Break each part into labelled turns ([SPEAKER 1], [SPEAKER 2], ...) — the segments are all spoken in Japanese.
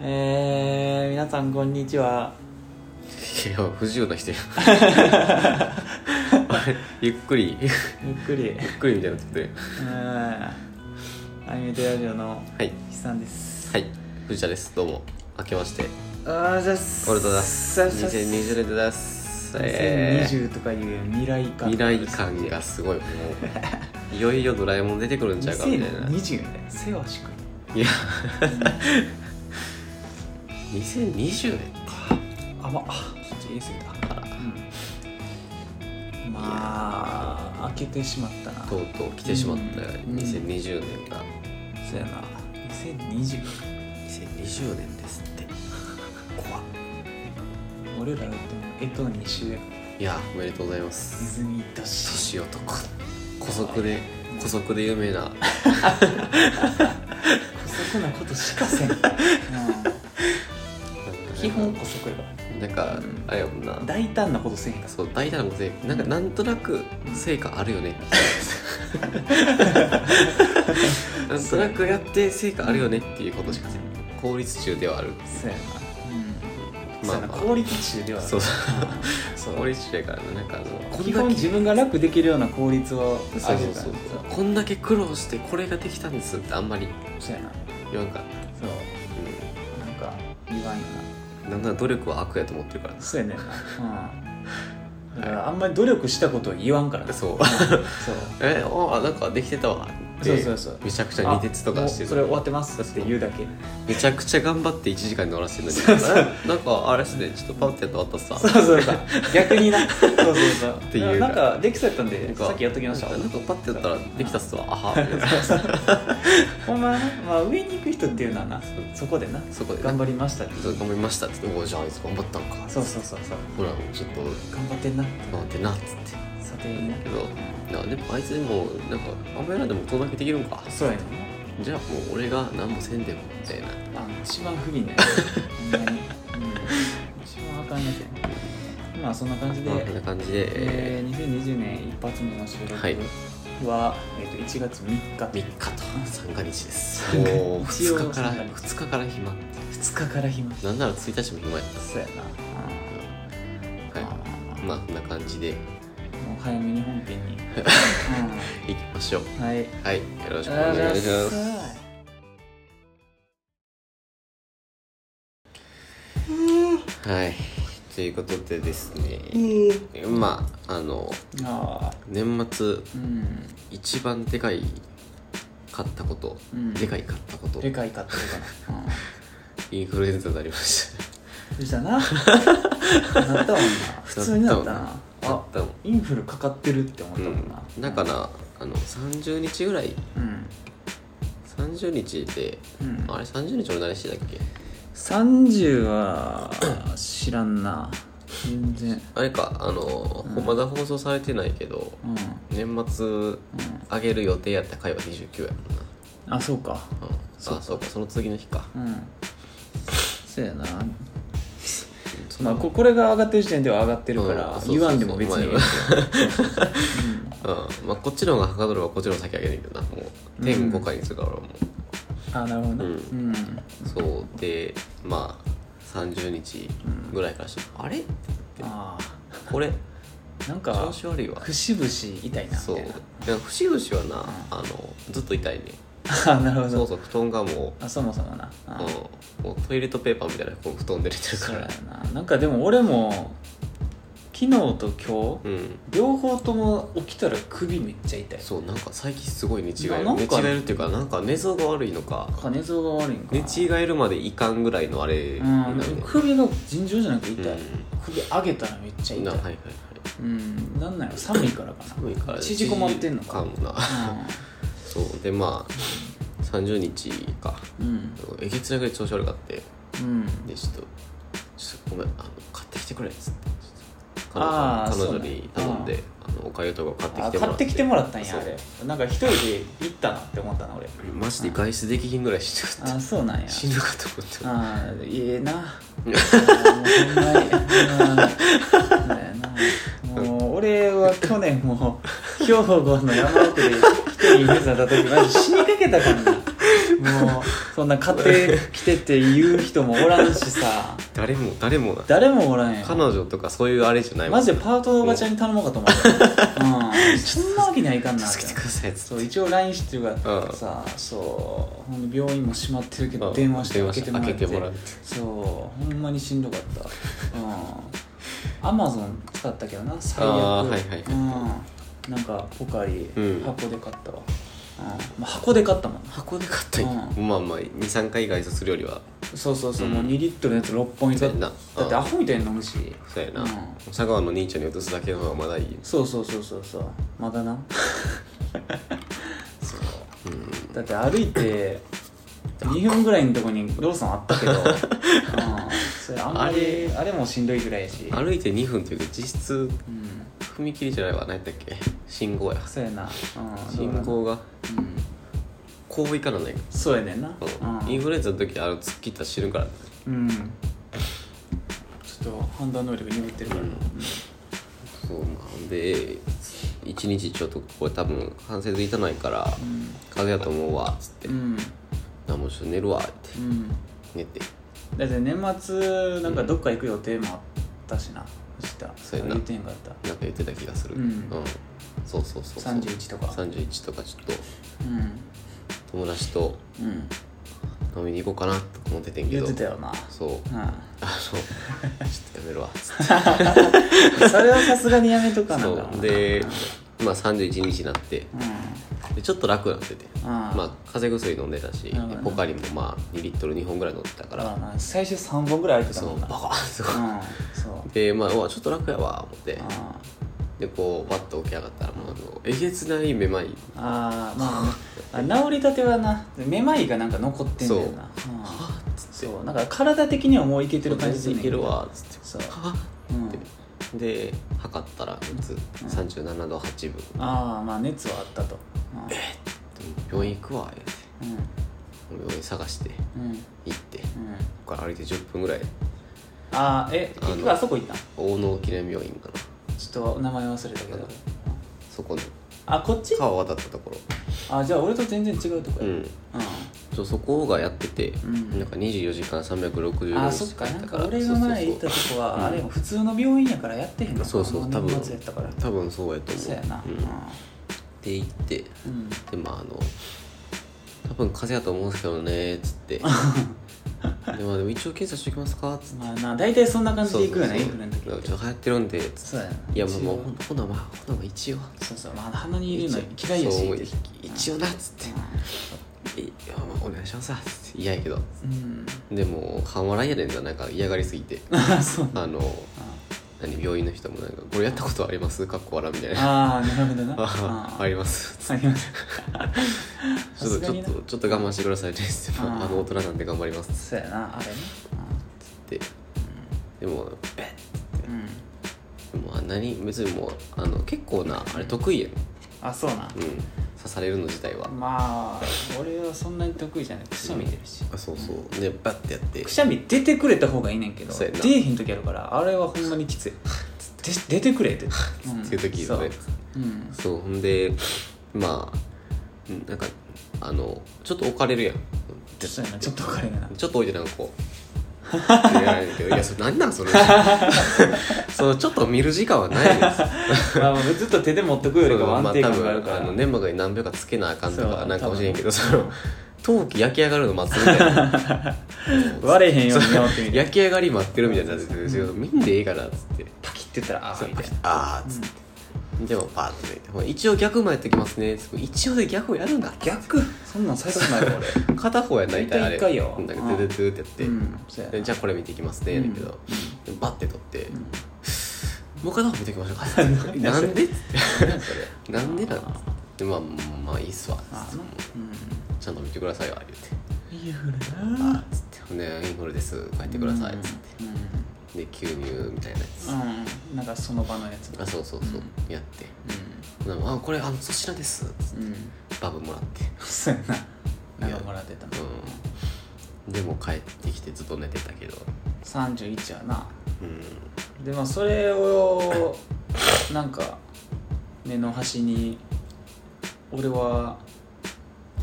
[SPEAKER 1] えー、皆さんこんにちは。
[SPEAKER 2] いや不自由な 人やあれゆっくりゆっ
[SPEAKER 1] ゆっくり。うん。
[SPEAKER 2] くりみたいになってて
[SPEAKER 1] アニメテラジオの
[SPEAKER 2] はい
[SPEAKER 1] ひさんです。
[SPEAKER 2] はい藤田ですどうも明けまして
[SPEAKER 1] あーじゃあ
[SPEAKER 2] おめでとうございます
[SPEAKER 1] ささ
[SPEAKER 2] 2020年でですえー
[SPEAKER 1] 2020とかいう未来感。
[SPEAKER 2] 未来感が すごいもういよいよドラえもん出てくるんちゃうかみたいな
[SPEAKER 1] 2020みたいな。せわしく。
[SPEAKER 2] いや 2020年
[SPEAKER 1] 甘っ。ちょっと言い過ぎた。うん、まあ、開けてしまったな。
[SPEAKER 2] とうとう来てしまった
[SPEAKER 1] うん
[SPEAKER 2] 2020年が
[SPEAKER 1] そうやな。2020。
[SPEAKER 2] 2020年ですって怖っ
[SPEAKER 1] 俺らだってもうえと2週やから
[SPEAKER 2] いやおめでとうございます
[SPEAKER 1] ディズニーだし。
[SPEAKER 2] 年男古速で古速で有名
[SPEAKER 1] 姑
[SPEAKER 2] な
[SPEAKER 1] 息なことしかせ ん、 基本姑息やか
[SPEAKER 2] なんかあれやもんな
[SPEAKER 1] ら大胆なことせんから
[SPEAKER 2] そう大胆なせいなんかなんとなく成果あるよね なんとなくやって成果あるよねっていうことしかせん効率中ではある
[SPEAKER 1] そうやな、うん
[SPEAKER 2] まあ
[SPEAKER 1] そうやな
[SPEAKER 2] まあ
[SPEAKER 1] 効率中ではある
[SPEAKER 2] そうそう
[SPEAKER 1] そう
[SPEAKER 2] 効率中やからねなんかあのこ
[SPEAKER 1] 基
[SPEAKER 2] んだ
[SPEAKER 1] 本
[SPEAKER 2] け
[SPEAKER 1] 自分が楽できるような効率を
[SPEAKER 2] そ
[SPEAKER 1] 上
[SPEAKER 2] う
[SPEAKER 1] げ
[SPEAKER 2] そ
[SPEAKER 1] る
[SPEAKER 2] う
[SPEAKER 1] から
[SPEAKER 2] そうこんだけ苦労してこれができたんですってあんまり
[SPEAKER 1] そうやな
[SPEAKER 2] 言わんかっ
[SPEAKER 1] そう
[SPEAKER 2] た、
[SPEAKER 1] なんか言わんよ
[SPEAKER 2] うん、なんなら努力は悪やと思ってるから
[SPEAKER 1] なそうやねんな、うん、だからあんまり努力したことを言わんからな
[SPEAKER 2] そう
[SPEAKER 1] そう
[SPEAKER 2] えおあなんかできてたわって
[SPEAKER 1] そうそうそう
[SPEAKER 2] めちゃくちゃ二徹とかして
[SPEAKER 1] あもうそれ終わってますって言うだけ
[SPEAKER 2] めちゃくちゃ頑張って1時間乗らせてるのに
[SPEAKER 1] そうそう
[SPEAKER 2] あなんかあれですねちょっとパッてやったったさ
[SPEAKER 1] そうそうそう逆になそうそうそう
[SPEAKER 2] ていう
[SPEAKER 1] なんかできそうやったんで
[SPEAKER 2] か
[SPEAKER 1] さっきやっときました
[SPEAKER 2] なんかパッてやったらできたっすわあは
[SPEAKER 1] ほんまはな、まあ、上に行く人っていうのはなそこでな
[SPEAKER 2] そこで
[SPEAKER 1] 頑
[SPEAKER 2] 張
[SPEAKER 1] 張りましたって
[SPEAKER 2] そう頑張りましたっつっておじゃああいつ頑張ったんか
[SPEAKER 1] そうそうそうそう
[SPEAKER 2] ほらもうちょっと
[SPEAKER 1] 頑張ってんな
[SPEAKER 2] 頑張ってなっつって
[SPEAKER 1] 査定にな
[SPEAKER 2] けどなでもあいつでもなんかあんまりなんでも大人だけできるんか
[SPEAKER 1] そうやね
[SPEAKER 2] じゃあもう俺が何もせんでもみたいな
[SPEAKER 1] あ一番不憫なやつほんまに、うん、一番あかんやつやまあそんな感じで、
[SPEAKER 2] まあこんな感じで、
[SPEAKER 1] え
[SPEAKER 2] え
[SPEAKER 1] ー、2020年一発目の収録は、
[SPEAKER 2] はい
[SPEAKER 1] えー、と1月3日
[SPEAKER 2] 3日と三が日です
[SPEAKER 1] 三が日
[SPEAKER 2] もう
[SPEAKER 1] 一応
[SPEAKER 2] 2日から
[SPEAKER 1] 三が日
[SPEAKER 2] 2日から暇
[SPEAKER 1] 2日から暇
[SPEAKER 2] なんなら1日も暇やった
[SPEAKER 1] そうやな
[SPEAKER 2] はい、
[SPEAKER 1] まあまあまあ
[SPEAKER 2] まあこんな感じで
[SPEAKER 1] もう早めに本編 に、
[SPEAKER 2] いきましょう
[SPEAKER 1] うん、はい
[SPEAKER 2] はいよろしくお願いしますはいということでですね、まああの
[SPEAKER 1] ああ
[SPEAKER 2] 年末
[SPEAKER 1] うん
[SPEAKER 2] 一番でかい買ったこと、
[SPEAKER 1] うん
[SPEAKER 2] でかい買ったこと
[SPEAKER 1] でかいかってことか な
[SPEAKER 2] インフルエンザになりまし
[SPEAKER 1] うんしたななったもんな普通になったなあ
[SPEAKER 2] たあったもん
[SPEAKER 1] インフルかかってるって思った
[SPEAKER 2] う
[SPEAKER 1] もん
[SPEAKER 2] ん
[SPEAKER 1] な、
[SPEAKER 2] だからあの30日ぐらい
[SPEAKER 1] うん、
[SPEAKER 2] 30日で、
[SPEAKER 1] うん
[SPEAKER 2] あれ30日俺何してたっけ
[SPEAKER 1] 30は知らんな全然
[SPEAKER 2] あれかあの、
[SPEAKER 1] うん
[SPEAKER 2] まだ放送されてないけど
[SPEAKER 1] うん、うん、
[SPEAKER 2] 年末上げる予定やった回は29やもんな
[SPEAKER 1] あそうか
[SPEAKER 2] うんあそうかその次の日か
[SPEAKER 1] うんそうやなまあここれが上がってる時点では上がってるか
[SPEAKER 2] うん
[SPEAKER 1] ら
[SPEAKER 2] そうそうそう
[SPEAKER 1] 言わんでも別にいいですよそうそうそううん
[SPEAKER 2] うんまあこっちの方がはかどればこっちの方が先上げねんけどなもう点5回にするから俺も
[SPEAKER 1] あなるほどね
[SPEAKER 2] うん
[SPEAKER 1] うん
[SPEAKER 2] そうでまあ30日ぐらいからして、あれ
[SPEAKER 1] あ
[SPEAKER 2] これ
[SPEAKER 1] あなん
[SPEAKER 2] 調
[SPEAKER 1] か
[SPEAKER 2] 子悪いわ
[SPEAKER 1] 節々痛いな
[SPEAKER 2] そう
[SPEAKER 1] み
[SPEAKER 2] い
[SPEAKER 1] たいな
[SPEAKER 2] や節々はな、あのずっと痛いね
[SPEAKER 1] あなるほ
[SPEAKER 2] そう
[SPEAKER 1] ど
[SPEAKER 2] そう布団がも
[SPEAKER 1] あそもそもな
[SPEAKER 2] う,、
[SPEAKER 1] あ
[SPEAKER 2] うん、もうトイレットペーパーみたいなこう布団で寝てる
[SPEAKER 1] そ
[SPEAKER 2] か
[SPEAKER 1] うや
[SPEAKER 2] ら
[SPEAKER 1] ななんかでも俺も昨日と今日
[SPEAKER 2] うん
[SPEAKER 1] 両方とも起きたら首めっちゃ痛い
[SPEAKER 2] そうなんか最近すごい寝違える
[SPEAKER 1] ななん
[SPEAKER 2] 寝
[SPEAKER 1] か
[SPEAKER 2] 違えるっていうかなんか寝相が悪いのか
[SPEAKER 1] 加熱が悪いんか
[SPEAKER 2] 寝違えるまでいかんぐらいのあれ
[SPEAKER 1] うん
[SPEAKER 2] なの
[SPEAKER 1] 首が尋常じゃなく痛い
[SPEAKER 2] うん
[SPEAKER 1] 首上げたらめっちゃ
[SPEAKER 2] な
[SPEAKER 1] 痛
[SPEAKER 2] はいはいいはい
[SPEAKER 1] うんなんなんやろ寒いからかな
[SPEAKER 2] 寒いから
[SPEAKER 1] 縮こまってんのか
[SPEAKER 2] 縮こまんなそうでまあ30日か
[SPEAKER 1] うん
[SPEAKER 2] えげつないぐらい調子悪かって
[SPEAKER 1] うん
[SPEAKER 2] でちょっとちょっとごめんあの買ってきてくれっつってちょっと
[SPEAKER 1] あー
[SPEAKER 2] 彼
[SPEAKER 1] そう
[SPEAKER 2] 女
[SPEAKER 1] ね
[SPEAKER 2] に頼んであのおかゆとかを買
[SPEAKER 1] あ
[SPEAKER 2] ってきても
[SPEAKER 1] 買
[SPEAKER 2] らっ
[SPEAKER 1] って
[SPEAKER 2] て
[SPEAKER 1] きてもらったんや
[SPEAKER 2] そう
[SPEAKER 1] あれなんか一人で行ったなって思ったな俺
[SPEAKER 2] マジで外出できひんぐらいしちゃっ
[SPEAKER 1] あそうなんや
[SPEAKER 2] て死ぬかと思って
[SPEAKER 1] ああいえなもうほんまにうんだよなもう俺は去年もう兵庫の山奥で一人に目覚めた時マジ死にかけたからなもうそんな買ってきてって言う人もおらんしさ
[SPEAKER 2] 誰も誰もな
[SPEAKER 1] 誰もおらんやん
[SPEAKER 2] 彼女とかそういうあれじゃないも
[SPEAKER 1] マ
[SPEAKER 2] ん
[SPEAKER 1] ジでパートのおばちゃんに頼もうかと思った、うん、そんなわけにはいかんなって
[SPEAKER 2] 助けてくださいっつ
[SPEAKER 1] そ
[SPEAKER 2] っ
[SPEAKER 1] う
[SPEAKER 2] て
[SPEAKER 1] 一応 LINE してるから
[SPEAKER 2] うん
[SPEAKER 1] さ、そうほんで病院も閉まってるけ
[SPEAKER 2] う
[SPEAKER 1] ど
[SPEAKER 2] ん
[SPEAKER 1] 電話して
[SPEAKER 2] 電
[SPEAKER 1] 開
[SPEAKER 2] 話
[SPEAKER 1] け
[SPEAKER 2] してて
[SPEAKER 1] もらって
[SPEAKER 2] 開けてもらって
[SPEAKER 1] そうほんまにしんどかったうんアマゾン使ったけどな最悪
[SPEAKER 2] あーはいはいはい
[SPEAKER 1] うん、なんかポカリ、
[SPEAKER 2] うん
[SPEAKER 1] 箱で買ったわ、うんまあ、箱で買ったもんな
[SPEAKER 2] 箱で買ったんやまあまあ23回外出するよりは
[SPEAKER 1] そうそうそう、
[SPEAKER 2] うん
[SPEAKER 1] もう2リットルのやつ6本入れ
[SPEAKER 2] そうやんな
[SPEAKER 1] だってアホみたいに飲むし
[SPEAKER 2] そうやな、
[SPEAKER 1] うん
[SPEAKER 2] 佐川の兄ちゃんに移すだけの方がまだいい
[SPEAKER 1] そうそうそうそうそうまだ なそう
[SPEAKER 2] うん
[SPEAKER 1] だって歩いて2分ぐらいのとこにローソンあったけ ど、うん、それあんまりあれもしんどいぐらいやし、
[SPEAKER 2] 歩いて2分というか実質
[SPEAKER 1] うん、
[SPEAKER 2] 踏切じゃないわ何だっけ信号や
[SPEAKER 1] そうやな、うん、
[SPEAKER 2] 信号が
[SPEAKER 1] そうだな、うん、
[SPEAKER 2] こういかなないか
[SPEAKER 1] そうやねんな
[SPEAKER 2] ら、インフルエンザの時あの突っ切ったら死ぬから
[SPEAKER 1] うん、うん、ちょっと判断能力鈍ってるから、
[SPEAKER 2] うんそうなんで一日ちょっとこれ多分半せずいたないから、風邪やと思うわっつって、
[SPEAKER 1] うんうん
[SPEAKER 2] あもうちょっと寝るわって
[SPEAKER 1] うん
[SPEAKER 2] 寝て
[SPEAKER 1] だって年末なんかどっか行く予定もあったしな明日
[SPEAKER 2] そうやな
[SPEAKER 1] 言ってへんかった
[SPEAKER 2] なんか言ってた気がする
[SPEAKER 1] うん
[SPEAKER 2] そうそうそうそう
[SPEAKER 1] 31とか
[SPEAKER 2] 31とかちょっと
[SPEAKER 1] う
[SPEAKER 2] 友達と
[SPEAKER 1] んうん
[SPEAKER 2] 飲みに行こうかなとか思っててんけ
[SPEAKER 1] 言
[SPEAKER 2] ど
[SPEAKER 1] ってたよな
[SPEAKER 2] そう
[SPEAKER 1] う
[SPEAKER 2] あ のちょっとやめるわっつって
[SPEAKER 1] んそれはさすがにやめとかなあかんわ
[SPEAKER 2] そうでまあ31日になって
[SPEAKER 1] う
[SPEAKER 2] でちょっと楽になってて
[SPEAKER 1] ん
[SPEAKER 2] まあ風邪薬飲んでたし、
[SPEAKER 1] なるほどね
[SPEAKER 2] ポカリもまあ2リットル2本ぐらい飲んでたから、
[SPEAKER 1] まあ最初3本ぐらい空いてた
[SPEAKER 2] そ
[SPEAKER 1] も
[SPEAKER 2] うんバ
[SPEAKER 1] な
[SPEAKER 2] カ ッすごい
[SPEAKER 1] うんそう
[SPEAKER 2] でまあうわちょっと楽やわ思って
[SPEAKER 1] あ
[SPEAKER 2] でこうバッと起き上がったらもうあのえげつないめまい
[SPEAKER 1] あーまあねあ治りたてはなめまいがなんか残ってんだよなうん
[SPEAKER 2] はっつって
[SPEAKER 1] そうなんか体的にはもういけてる
[SPEAKER 2] 全
[SPEAKER 1] 感じす
[SPEAKER 2] 然
[SPEAKER 1] ん
[SPEAKER 2] い
[SPEAKER 1] ねんけ
[SPEAKER 2] け
[SPEAKER 1] ど
[SPEAKER 2] るわっつって
[SPEAKER 1] そう
[SPEAKER 2] はっ
[SPEAKER 1] うん
[SPEAKER 2] で測ったら熱37度8分
[SPEAKER 1] ああまあ熱はあったと
[SPEAKER 2] 病院行くわ言うて
[SPEAKER 1] うん
[SPEAKER 2] 病院探して
[SPEAKER 1] うんうん
[SPEAKER 2] 行って
[SPEAKER 1] うん
[SPEAKER 2] ここから歩いて10分ぐらい
[SPEAKER 1] あーえ
[SPEAKER 2] あの
[SPEAKER 1] 結局あそこ行ったんち
[SPEAKER 2] 大野記念病院かな
[SPEAKER 1] ょっと名前忘れたけど
[SPEAKER 2] そこの
[SPEAKER 1] あこっち
[SPEAKER 2] 川渡ったところ
[SPEAKER 1] あじゃあ俺と全然違うとこ
[SPEAKER 2] う
[SPEAKER 1] やうん
[SPEAKER 2] んそうそこがやってて、
[SPEAKER 1] ん
[SPEAKER 2] なんか24時間365日
[SPEAKER 1] あそっかなんか俺
[SPEAKER 2] そ
[SPEAKER 1] が
[SPEAKER 2] うそうそう
[SPEAKER 1] 前行ったとこ
[SPEAKER 2] うん
[SPEAKER 1] はあれも普通の病院やからやってへんのか
[SPEAKER 2] そうそう
[SPEAKER 1] 多
[SPEAKER 2] 多
[SPEAKER 1] 分
[SPEAKER 2] 分
[SPEAKER 1] 年末やったから
[SPEAKER 2] 多分そうやと思う
[SPEAKER 1] そうやな
[SPEAKER 2] うん、で行って
[SPEAKER 1] うん
[SPEAKER 2] でまああの多分風邪やと思うんですけどねっつっ てでまあでも一応検査しておきますかっつって
[SPEAKER 1] まあな大体そんな感じで行くよねインフルの時
[SPEAKER 2] だから
[SPEAKER 1] っ
[SPEAKER 2] ち
[SPEAKER 1] て
[SPEAKER 2] ょっと流行ってるんでつって
[SPEAKER 1] そうやない
[SPEAKER 2] やまあもう
[SPEAKER 1] 一応
[SPEAKER 2] ほなまあほなまあ一応
[SPEAKER 1] そうそうまあ鼻に入れるの嫌いや
[SPEAKER 2] そう
[SPEAKER 1] し
[SPEAKER 2] 一応なっつって「いやまあお願いしますわ」っつって嫌やけど
[SPEAKER 1] うん
[SPEAKER 2] でも半笑いやねんななんか嫌がりすぎて
[SPEAKER 1] あそう
[SPEAKER 2] あの何病院の人もなんか「これやったことあります?」かっこ笑みたいな
[SPEAKER 1] ああなるほど
[SPEAKER 2] 「
[SPEAKER 1] な
[SPEAKER 2] ああ
[SPEAKER 1] い
[SPEAKER 2] ります」
[SPEAKER 1] あります
[SPEAKER 2] ちょっとちょっとちょっと我慢してくださいねって
[SPEAKER 1] あー
[SPEAKER 2] あの大人なんで頑張ります
[SPEAKER 1] そうやなあれね
[SPEAKER 2] ってでもえ
[SPEAKER 1] うんうん
[SPEAKER 2] でもあ何別にもうあの結構なあれ得意やん、
[SPEAKER 1] あそうな
[SPEAKER 2] うん、刺されるの自体は
[SPEAKER 1] まあ俺はそんなに得意じゃないくしゃみ出るし、
[SPEAKER 2] あそうそうでバッてやって
[SPEAKER 1] くしゃみ出てくれた方がいいねんけど
[SPEAKER 2] そうやな
[SPEAKER 1] 出えへん時あるからあれはほんまにき ついで出てくれって、うん、
[SPEAKER 2] っていう時
[SPEAKER 1] そ
[SPEAKER 2] の
[SPEAKER 1] う
[SPEAKER 2] ね、
[SPEAKER 1] うん、
[SPEAKER 2] そうほんでまあうんなんかあのちょっと置かれるやん
[SPEAKER 1] そうやなちょっとお金がな
[SPEAKER 2] ちょっと置いてなんかこうってやられるけどいやそれ何なんそれ そのちょっと見る時間はないで す
[SPEAKER 1] まあまあずっと手で持っとくよりかは安定感があるか
[SPEAKER 2] まあ多分あ
[SPEAKER 1] ら、
[SPEAKER 2] の粘膜に何秒かつけなあかんと
[SPEAKER 1] そ
[SPEAKER 2] か
[SPEAKER 1] う
[SPEAKER 2] なんか
[SPEAKER 1] 多分
[SPEAKER 2] もしれんけどその陶器焼き上がるの待つみたいな
[SPEAKER 1] 割れへんように直ってみて
[SPEAKER 2] 焼き上がり待ってるみたいになってて見んでええからっつって
[SPEAKER 1] パキって言ったらああみたいな
[SPEAKER 2] あーっつってでもパーッと抜いてほら一応逆もやってきますねつって一応で逆をやるんだ
[SPEAKER 1] 逆そんなん最初ないわ
[SPEAKER 2] 片方やないたいあれ
[SPEAKER 1] 大体一回よ
[SPEAKER 2] なんかドゥドゥドゥってやって、
[SPEAKER 1] 俺、うん、そうや
[SPEAKER 2] で
[SPEAKER 1] な
[SPEAKER 2] じゃあこれ見ていきますねやねんけど、でバッて取って、
[SPEAKER 1] ん
[SPEAKER 2] もう片方見ていきましょうかっつってなんでっつってなんでなんつってでまあまあいいっすわっつって
[SPEAKER 1] ああの
[SPEAKER 2] ちゃんと見てくださいわ言
[SPEAKER 1] うん
[SPEAKER 2] うて
[SPEAKER 1] いいふる
[SPEAKER 2] 「あっ」つって「ねインフルです帰ってください」っつって
[SPEAKER 1] うん
[SPEAKER 2] で吸入みたいなやつ、
[SPEAKER 1] うんなんかその場のやつ
[SPEAKER 2] あそうそうそう、やって「であこれあの粗品です」っつっ
[SPEAKER 1] うんうん
[SPEAKER 2] てバブもらって
[SPEAKER 1] そうやななんかもらってたの
[SPEAKER 2] うんでも帰ってきてずっと寝てたけど
[SPEAKER 1] 31やな
[SPEAKER 2] うん
[SPEAKER 1] でまあそれをなんか根の端に俺は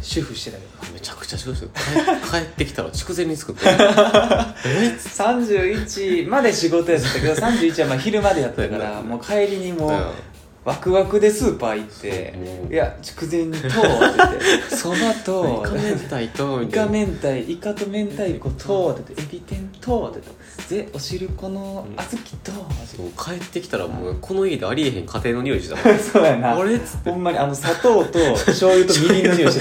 [SPEAKER 1] 主婦してたけど
[SPEAKER 2] めちゃくちゃ仕事してた帰 帰ってきたら筑前に 作ってたえ
[SPEAKER 1] 31まで仕事やったけど31はまあ昼までやったからもう帰りにもう
[SPEAKER 2] うん
[SPEAKER 1] ワクワクでスーパー行って
[SPEAKER 2] そ
[SPEAKER 1] 「
[SPEAKER 2] う
[SPEAKER 1] いや筑前煮と」って言って「そばと」
[SPEAKER 2] イカ明太と
[SPEAKER 1] イ
[SPEAKER 2] み
[SPEAKER 1] カ
[SPEAKER 2] たいな
[SPEAKER 1] 明太イカと明太子と」って言って「エビ天と」って言って「ぜお汁粉の小豆と」
[SPEAKER 2] そう帰ってきたらもうこの家でありえへん家庭の匂いして たもん
[SPEAKER 1] そうやな
[SPEAKER 2] あれっつって
[SPEAKER 1] ほんまにあの砂糖と醤油とみりんの匂い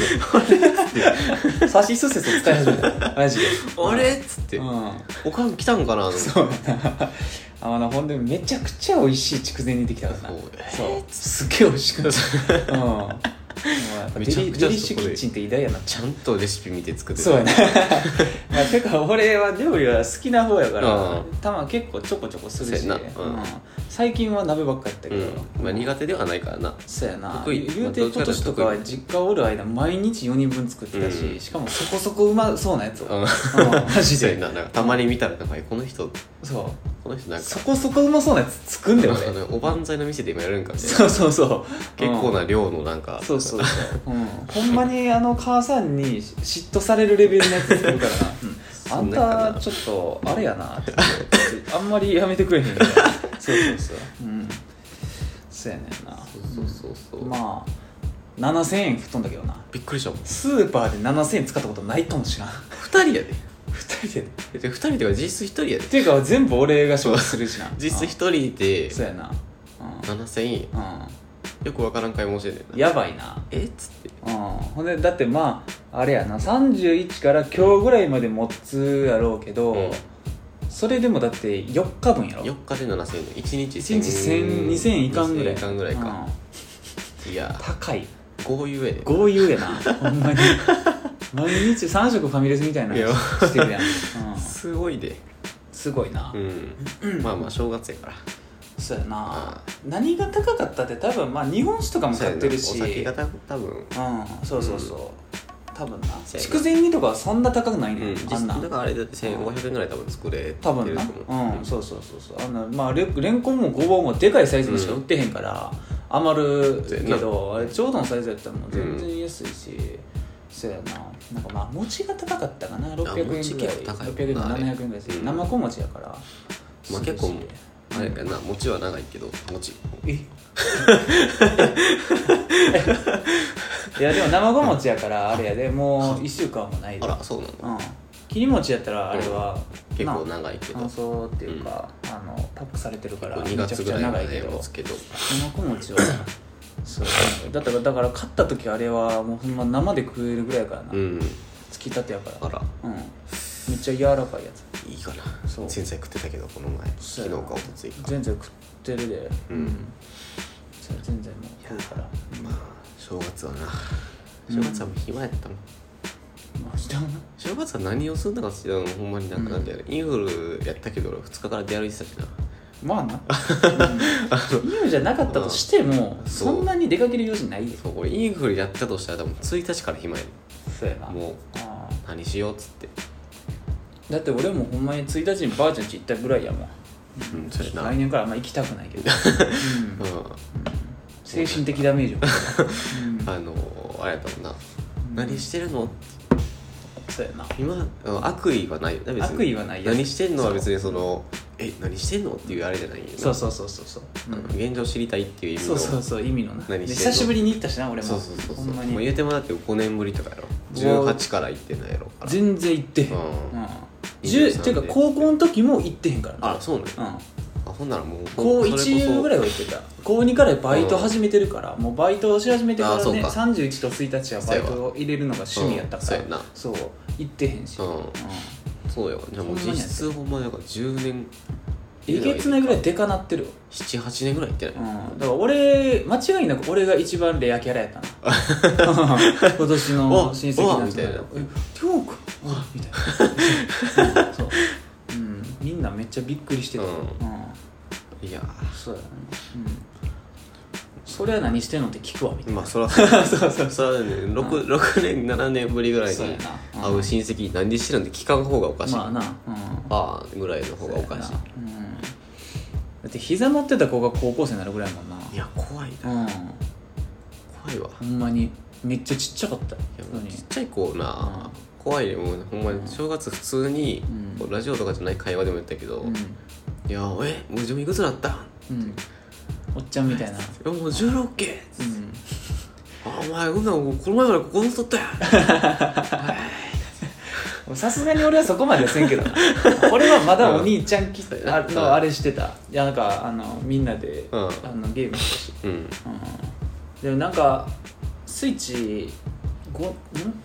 [SPEAKER 1] してるさしすせそ使い始めたマジで
[SPEAKER 2] あれっつって、
[SPEAKER 1] うん
[SPEAKER 2] おかん来たんかなと思って
[SPEAKER 1] そう やなあのなほんでめちゃくちゃ美味しい筑前煮できたからな
[SPEAKER 2] そうえー
[SPEAKER 1] すっげえ美味しくなったうんもうやっぱデ
[SPEAKER 2] めちゃ
[SPEAKER 1] リ
[SPEAKER 2] くちゃ
[SPEAKER 1] デリッシュキッチンって偉大やな
[SPEAKER 2] ちゃんとレシピ見て作ってた
[SPEAKER 1] そうやな、 まあ、てか俺は料理は好きな方やから、
[SPEAKER 2] うん
[SPEAKER 1] たま結構ちょこちょこするし、
[SPEAKER 2] そうやなうん
[SPEAKER 1] うん最近は鍋ばっかやったけど、
[SPEAKER 2] うんまあ、苦手ではないからな
[SPEAKER 1] そうやな
[SPEAKER 2] 得意
[SPEAKER 1] 言うて今年とかは実家おる間毎日4人分作ってたし、
[SPEAKER 2] うん
[SPEAKER 1] しかもそこそこうまそうなやつを、
[SPEAKER 2] うん
[SPEAKER 1] うんマジ
[SPEAKER 2] そうや
[SPEAKER 1] で
[SPEAKER 2] ななんかたまに見たらなんかこの人
[SPEAKER 1] そ
[SPEAKER 2] この人
[SPEAKER 1] う
[SPEAKER 2] なんか
[SPEAKER 1] そこそこうまそうなやつ作んで俺
[SPEAKER 2] あのおばんざいの店で今やるんかみたいな
[SPEAKER 1] そうそうそう
[SPEAKER 2] 結構
[SPEAKER 1] な、
[SPEAKER 2] な量のなんか
[SPEAKER 1] そうそうそう、う ん、ほんまにあの母さんに嫉妬されるレベルのやつ作るからな、
[SPEAKER 2] そんなや
[SPEAKER 1] あ
[SPEAKER 2] か
[SPEAKER 1] んた
[SPEAKER 2] な
[SPEAKER 1] ちょっとあれやなって言ってあんまりやめてくれへんみたいなそうそうそううんそうやねんな
[SPEAKER 2] そうそうそうそう、
[SPEAKER 1] まあ7000円吹っ飛んだけどな
[SPEAKER 2] びっくりしたもん
[SPEAKER 1] スーパーで7000円使ったことないかもしらん
[SPEAKER 2] 2人やで
[SPEAKER 1] 2人でっ
[SPEAKER 2] で2人では実質1人やで
[SPEAKER 1] ていうか全部俺が消費するしな
[SPEAKER 2] 実質1人で
[SPEAKER 1] うんそうやな
[SPEAKER 2] 7000円
[SPEAKER 1] うん、
[SPEAKER 2] よくわからん買い物してんねん
[SPEAKER 1] う、
[SPEAKER 2] なん
[SPEAKER 1] やばいな
[SPEAKER 2] えっつって
[SPEAKER 1] うんほんでだってまああれやな31から今日ぐらいまで持つやろうけど、
[SPEAKER 2] うん
[SPEAKER 1] それでもだって4日分やろ
[SPEAKER 2] 4日で7000円1日
[SPEAKER 1] 1日1000 2000円いかんぐらい
[SPEAKER 2] 2000いかんぐらいか、い
[SPEAKER 1] うん
[SPEAKER 2] や
[SPEAKER 1] 高い
[SPEAKER 2] 豪遊やで
[SPEAKER 1] 豪遊やなほんま に毎日3食ファミレスみたいなの
[SPEAKER 2] いや
[SPEAKER 1] してるやん、 うん、
[SPEAKER 2] すごいで
[SPEAKER 1] すごいな、
[SPEAKER 2] うんまあまあ正月やから
[SPEAKER 1] そうやな何が高かったって多分まあ日本酒とかも買ってるし
[SPEAKER 2] そうやなお酒がた多分
[SPEAKER 1] うんそうそうそう、多分な
[SPEAKER 2] そうやな
[SPEAKER 1] 筑前煮とかはそんな高くない
[SPEAKER 2] うん
[SPEAKER 1] ね、
[SPEAKER 2] 実
[SPEAKER 1] あん
[SPEAKER 2] 質
[SPEAKER 1] な
[SPEAKER 2] だからあれだって1500円ぐらい多分作れてると
[SPEAKER 1] 多
[SPEAKER 2] 思
[SPEAKER 1] 分な
[SPEAKER 2] う
[SPEAKER 1] うんそうそうそうそうあんなまあレレンコンもごぼうもでかいサイズにしか売ってへんから、余るけどあれちょうどのサイズやったらもう全然安いし、そうやななんかまあ餅が高かったかな600円ぐらい
[SPEAKER 2] 餅結構高い
[SPEAKER 1] 600円
[SPEAKER 2] もんな
[SPEAKER 1] 700円ぐらいする、
[SPEAKER 2] うん
[SPEAKER 1] 生小餅やからま
[SPEAKER 2] まあ結構あれやな餅は長いけど餅
[SPEAKER 1] え いやでも生ごもちやからあれやでもう1週間もないで
[SPEAKER 2] あらそうなの
[SPEAKER 1] うん切り餅やったらあれは
[SPEAKER 2] 結構
[SPEAKER 1] な
[SPEAKER 2] 長いけど
[SPEAKER 1] 乾燥っていうか、あのパックされてるからめ
[SPEAKER 2] 2
[SPEAKER 1] ちゃ
[SPEAKER 2] 月
[SPEAKER 1] く
[SPEAKER 2] ぐ
[SPEAKER 1] ちゃ
[SPEAKER 2] らいま
[SPEAKER 1] 長い
[SPEAKER 2] で
[SPEAKER 1] け
[SPEAKER 2] や
[SPEAKER 1] ど
[SPEAKER 2] つけど
[SPEAKER 1] 生ごもちはそうだからだから買った時あれはもうほんま生で食えるぐらいやからな、
[SPEAKER 2] うん
[SPEAKER 1] つきたてやから
[SPEAKER 2] あら
[SPEAKER 1] うんめっちゃ柔らかいやつ
[SPEAKER 2] いいかな
[SPEAKER 1] そう
[SPEAKER 2] 前菜食ってたけどこの前昨
[SPEAKER 1] そう
[SPEAKER 2] 日
[SPEAKER 1] や
[SPEAKER 2] か
[SPEAKER 1] な
[SPEAKER 2] おとついか
[SPEAKER 1] 全然食ってるで
[SPEAKER 2] うん
[SPEAKER 1] そう全然もう食うから
[SPEAKER 2] まあ正月はな正月はもう暇やったもん
[SPEAKER 1] まあしてもな
[SPEAKER 2] 正月は何をするのかっていうのほんまになんかなんだよねインフルやったけど俺2日から出歩いてたしな
[SPEAKER 1] まあ な、うん、自由じゃなかったとしても
[SPEAKER 2] そ
[SPEAKER 1] そう
[SPEAKER 2] そ
[SPEAKER 1] んなに出かける用事ないで
[SPEAKER 2] そう俺インフルやったとしたら多分1日から暇やね
[SPEAKER 1] そうやな
[SPEAKER 2] もう
[SPEAKER 1] ああ
[SPEAKER 2] 何しようっつって
[SPEAKER 1] だって俺もほんまに1日にばあちゃん家行ったぐらいやもん
[SPEAKER 2] うんそれなう
[SPEAKER 1] 来
[SPEAKER 2] ん
[SPEAKER 1] 年からあんま行きたくない けど、うん精神的ダメー ジを、うん、
[SPEAKER 2] あのあれやったもんな何してるの
[SPEAKER 1] そうやな
[SPEAKER 2] 今うん悪意はないよね別に
[SPEAKER 1] 悪意はないやつ
[SPEAKER 2] 何してんのは別にそのえ何してんのっていうあれじゃないよね
[SPEAKER 1] そうそうそうそうそう、う
[SPEAKER 2] うん
[SPEAKER 1] ん
[SPEAKER 2] 現状知りたいっていう意味
[SPEAKER 1] そ
[SPEAKER 2] の
[SPEAKER 1] うそうそう意味のな
[SPEAKER 2] 何してん
[SPEAKER 1] で
[SPEAKER 2] の
[SPEAKER 1] 久しぶりに行ったしな俺も
[SPEAKER 2] そうそうそうそう
[SPEAKER 1] ほんま
[SPEAKER 2] もう言
[SPEAKER 1] に
[SPEAKER 2] うてもだって5年ぶりとかやろ
[SPEAKER 1] うわ
[SPEAKER 2] 18から行ってないやろから
[SPEAKER 1] 全然行ってへん、
[SPEAKER 2] う
[SPEAKER 1] うん
[SPEAKER 2] ん
[SPEAKER 1] 十
[SPEAKER 2] 23
[SPEAKER 1] ていうか高校の時も行ってへんからな
[SPEAKER 2] あらそうね
[SPEAKER 1] うん
[SPEAKER 2] あほんならもう
[SPEAKER 1] 高
[SPEAKER 2] それこそ
[SPEAKER 1] 1ぐらいは行ってた高2からバイト始めてるから、もうバイトをし始めてか
[SPEAKER 2] あ
[SPEAKER 1] ら
[SPEAKER 2] そう
[SPEAKER 1] ね
[SPEAKER 2] か
[SPEAKER 1] 31と1日はバイトを入れるのが趣味やったから、
[SPEAKER 2] うんそうやな
[SPEAKER 1] そう行ってへんし、
[SPEAKER 2] う
[SPEAKER 1] うん
[SPEAKER 2] んそうよじゃあもう
[SPEAKER 1] ほんま
[SPEAKER 2] 実
[SPEAKER 1] にやって
[SPEAKER 2] 質ほんまなんか10年
[SPEAKER 1] えげつないぐらいでかなってるわ、
[SPEAKER 2] 78年ぐらい行ってない、
[SPEAKER 1] うん、だから俺間違いなく俺が一番レアキャラやったな 今年の親戚
[SPEAKER 2] おお
[SPEAKER 1] の
[SPEAKER 2] みたいな
[SPEAKER 1] えジョークあみたい なうんそう、うん、みんなめっちゃびっくりしてた、
[SPEAKER 2] うん
[SPEAKER 1] うん
[SPEAKER 2] いや
[SPEAKER 1] そうやねうんそれは何してんのって聞くわみたいな
[SPEAKER 2] まあそ ら
[SPEAKER 1] そうそう
[SPEAKER 2] そらね 6, 六年7年ぶりぐらいに
[SPEAKER 1] そう
[SPEAKER 2] 会
[SPEAKER 1] やなうん
[SPEAKER 2] う親戚に何してるんで聞かん方がおかしい、
[SPEAKER 1] まあな、うん、
[SPEAKER 2] ああぐらいの方がおかし
[SPEAKER 1] そうやなうん、だって膝持ってた子が高校生になるぐらいやもんない
[SPEAKER 2] いや怖いな
[SPEAKER 1] うん
[SPEAKER 2] 怖いわ
[SPEAKER 1] ほんまにめっちゃちっちゃかった
[SPEAKER 2] や
[SPEAKER 1] 本当に
[SPEAKER 2] ちっちゃい子な、怖いねもうほんまに正月普通に、
[SPEAKER 1] うん
[SPEAKER 2] こうラジオとかじゃない会話でも言ったけど「
[SPEAKER 1] うん
[SPEAKER 2] いやーえもう自分いくつだった?
[SPEAKER 1] うんおっちゃんみたいな」
[SPEAKER 2] いやもう16け
[SPEAKER 1] うん
[SPEAKER 2] あお前こんなんもうこの前までここ乗っとったやん
[SPEAKER 1] さすがに俺はそこまではせんけどな俺はまだお兄ちゃんき
[SPEAKER 2] うん
[SPEAKER 1] あのあれしてたいやなんかあのみんなで、
[SPEAKER 2] う
[SPEAKER 1] あ
[SPEAKER 2] ん
[SPEAKER 1] のゲームしてたし、
[SPEAKER 2] うん
[SPEAKER 1] うん、でもなんかスイッチ 5, ん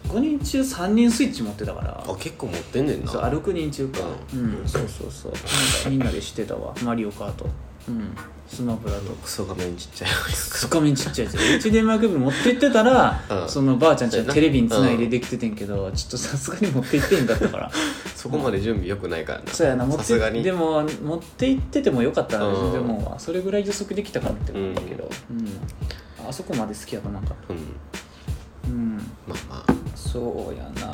[SPEAKER 1] 5人中3人スイッチ持ってたから
[SPEAKER 2] あ結構持ってんねんな
[SPEAKER 1] そうあ6人中かうん、そうそうそうなんかみんなでしてたわマリオカートうんスマブラと
[SPEAKER 2] クソ画面ちっちゃい
[SPEAKER 1] つかみちっちゃいやつ HDMI ケーブル持って行ってたら、
[SPEAKER 2] うん
[SPEAKER 1] そのばあちゃんちがテレビにつないでできててんけど、ちょっとさすがに持って行ってへんかった から
[SPEAKER 2] そこまで準備よくないからな
[SPEAKER 1] そうやな持
[SPEAKER 2] さ
[SPEAKER 1] っ
[SPEAKER 2] すがに
[SPEAKER 1] てでも持って行っててもよかったな、
[SPEAKER 2] うん
[SPEAKER 1] 全然もうそれぐらい予測できたかって思ったけど、うんあそこまで好きやとなんかった
[SPEAKER 2] うん
[SPEAKER 1] うん
[SPEAKER 2] まあまあ
[SPEAKER 1] そうやない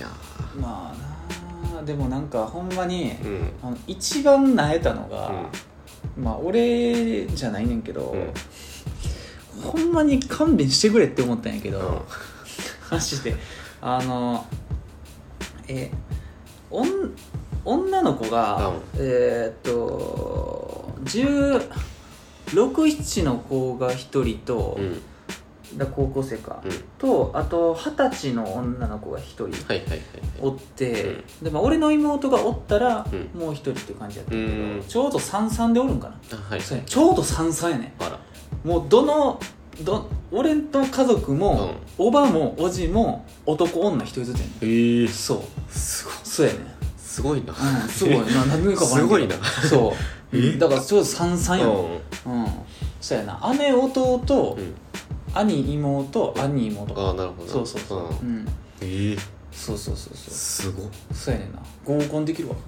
[SPEAKER 2] や
[SPEAKER 1] まあなでもなんかほんまに、
[SPEAKER 2] ーうん
[SPEAKER 1] あの一番なえたの
[SPEAKER 2] う
[SPEAKER 1] が
[SPEAKER 2] ん、
[SPEAKER 1] まあ俺じゃないねんけど、
[SPEAKER 2] うん
[SPEAKER 1] ほんまに勘弁してくれって思ったんやけど、
[SPEAKER 2] うん
[SPEAKER 1] マジであのえおん女の子が、
[SPEAKER 2] うん
[SPEAKER 1] えーっと167の子が1人と、
[SPEAKER 2] うん
[SPEAKER 1] だ高校生か、
[SPEAKER 2] うん
[SPEAKER 1] とあと二十歳の女の子が1人
[SPEAKER 2] はいはいはいはい
[SPEAKER 1] おって、
[SPEAKER 2] うん
[SPEAKER 1] でまあ、俺の妹がおったら、
[SPEAKER 2] うん
[SPEAKER 1] もう1人っていう感じやったけど、
[SPEAKER 2] うん
[SPEAKER 1] ちょうど33でおるんかな
[SPEAKER 2] あはい
[SPEAKER 1] そうやちょうど33やねん
[SPEAKER 2] あら
[SPEAKER 1] もうどのど俺の家族も、おばもおじも男女一人ずつやね
[SPEAKER 2] ええ
[SPEAKER 1] んそう
[SPEAKER 2] すご
[SPEAKER 1] そうやねん
[SPEAKER 2] すごいな
[SPEAKER 1] うんすごいな何でか分からんけど
[SPEAKER 2] すごいな
[SPEAKER 1] そ
[SPEAKER 2] え
[SPEAKER 1] うだからちょうど三
[SPEAKER 2] う
[SPEAKER 1] 三やねん
[SPEAKER 2] ん
[SPEAKER 1] うんそうやな姉弟
[SPEAKER 2] うん
[SPEAKER 1] 兄妹兄妹
[SPEAKER 2] ああなるほど
[SPEAKER 1] そうそうそう
[SPEAKER 2] うん
[SPEAKER 1] うん
[SPEAKER 2] ええ
[SPEAKER 1] そうそうそうそ
[SPEAKER 2] すごっ
[SPEAKER 1] うそうやねんな合コンできるわ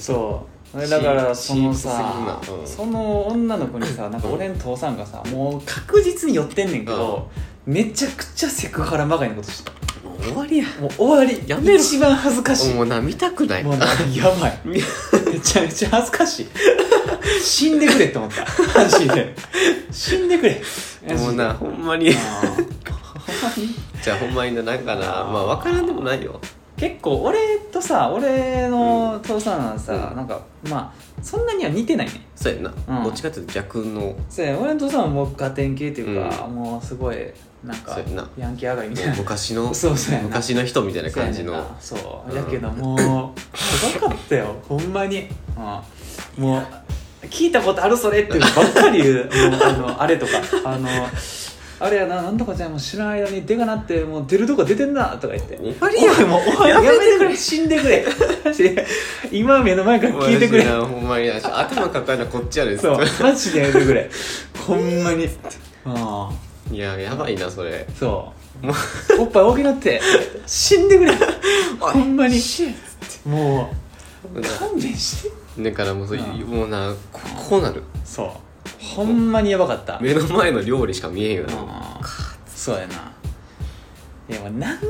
[SPEAKER 1] そうだからそのさ
[SPEAKER 2] シークすぎるなうん
[SPEAKER 1] その女の子にさなんか俺の父さんがさもう確実に寄ってんねんけどめちゃくちゃセクハラまがいのことしてた
[SPEAKER 2] もう終わりや
[SPEAKER 1] もう終わり
[SPEAKER 2] やめろ
[SPEAKER 1] 一番恥ずかしい
[SPEAKER 2] もうな見たくない
[SPEAKER 1] もうなやば いめちゃめちゃ恥ずかしい死んでくれって思ったマジで死んでくれ
[SPEAKER 2] もう なほんまに
[SPEAKER 1] マジであーほんまに
[SPEAKER 2] じゃあほんまにななんかな
[SPEAKER 1] あー
[SPEAKER 2] まあ分からんでもないよ
[SPEAKER 1] 結構俺とさ俺の父さんはさ、
[SPEAKER 2] うん
[SPEAKER 1] なんかまあそんなには似てないね
[SPEAKER 2] そうやな、
[SPEAKER 1] うん
[SPEAKER 2] どっちかっていうと逆の
[SPEAKER 1] そうや俺の父さんはもうガテン系っていうか、
[SPEAKER 2] う
[SPEAKER 1] もうすごいなんか
[SPEAKER 2] そうやな
[SPEAKER 1] ヤンキー上がりみたいな
[SPEAKER 2] 昔の
[SPEAKER 1] そうそうやな
[SPEAKER 2] 昔の人みたいな感じ
[SPEAKER 1] そうやねん
[SPEAKER 2] の
[SPEAKER 1] なそううんやけどもうすごかったよほんまに、うん、もう聞いたことあるそれっていうのばっかり言 うもうあのあれとかあのあれやななんとかじゃんもう知らん間に出かなってもう出るとこ出てんなとか言って
[SPEAKER 2] 終わりや
[SPEAKER 1] おいもうお前
[SPEAKER 2] や
[SPEAKER 1] や
[SPEAKER 2] め
[SPEAKER 1] め
[SPEAKER 2] て
[SPEAKER 1] てくれ死んで くれマジで今目の前から聞いてくれ
[SPEAKER 2] マジなほんまに頭抱えなこっちやで
[SPEAKER 1] そう
[SPEAKER 2] ずっ
[SPEAKER 1] マジでやめてくれほんまにあ
[SPEAKER 2] といややばいなそれ
[SPEAKER 1] あそ
[SPEAKER 2] もう
[SPEAKER 1] うおっぱい大きなって死んでく れほんまにもう勘弁して
[SPEAKER 2] だからもうそう
[SPEAKER 1] うん
[SPEAKER 2] もうなここうなる
[SPEAKER 1] そうほんまにやばかったうん
[SPEAKER 2] 目の前の料理しか見えへんようになる
[SPEAKER 1] そうやないやもうなんでっ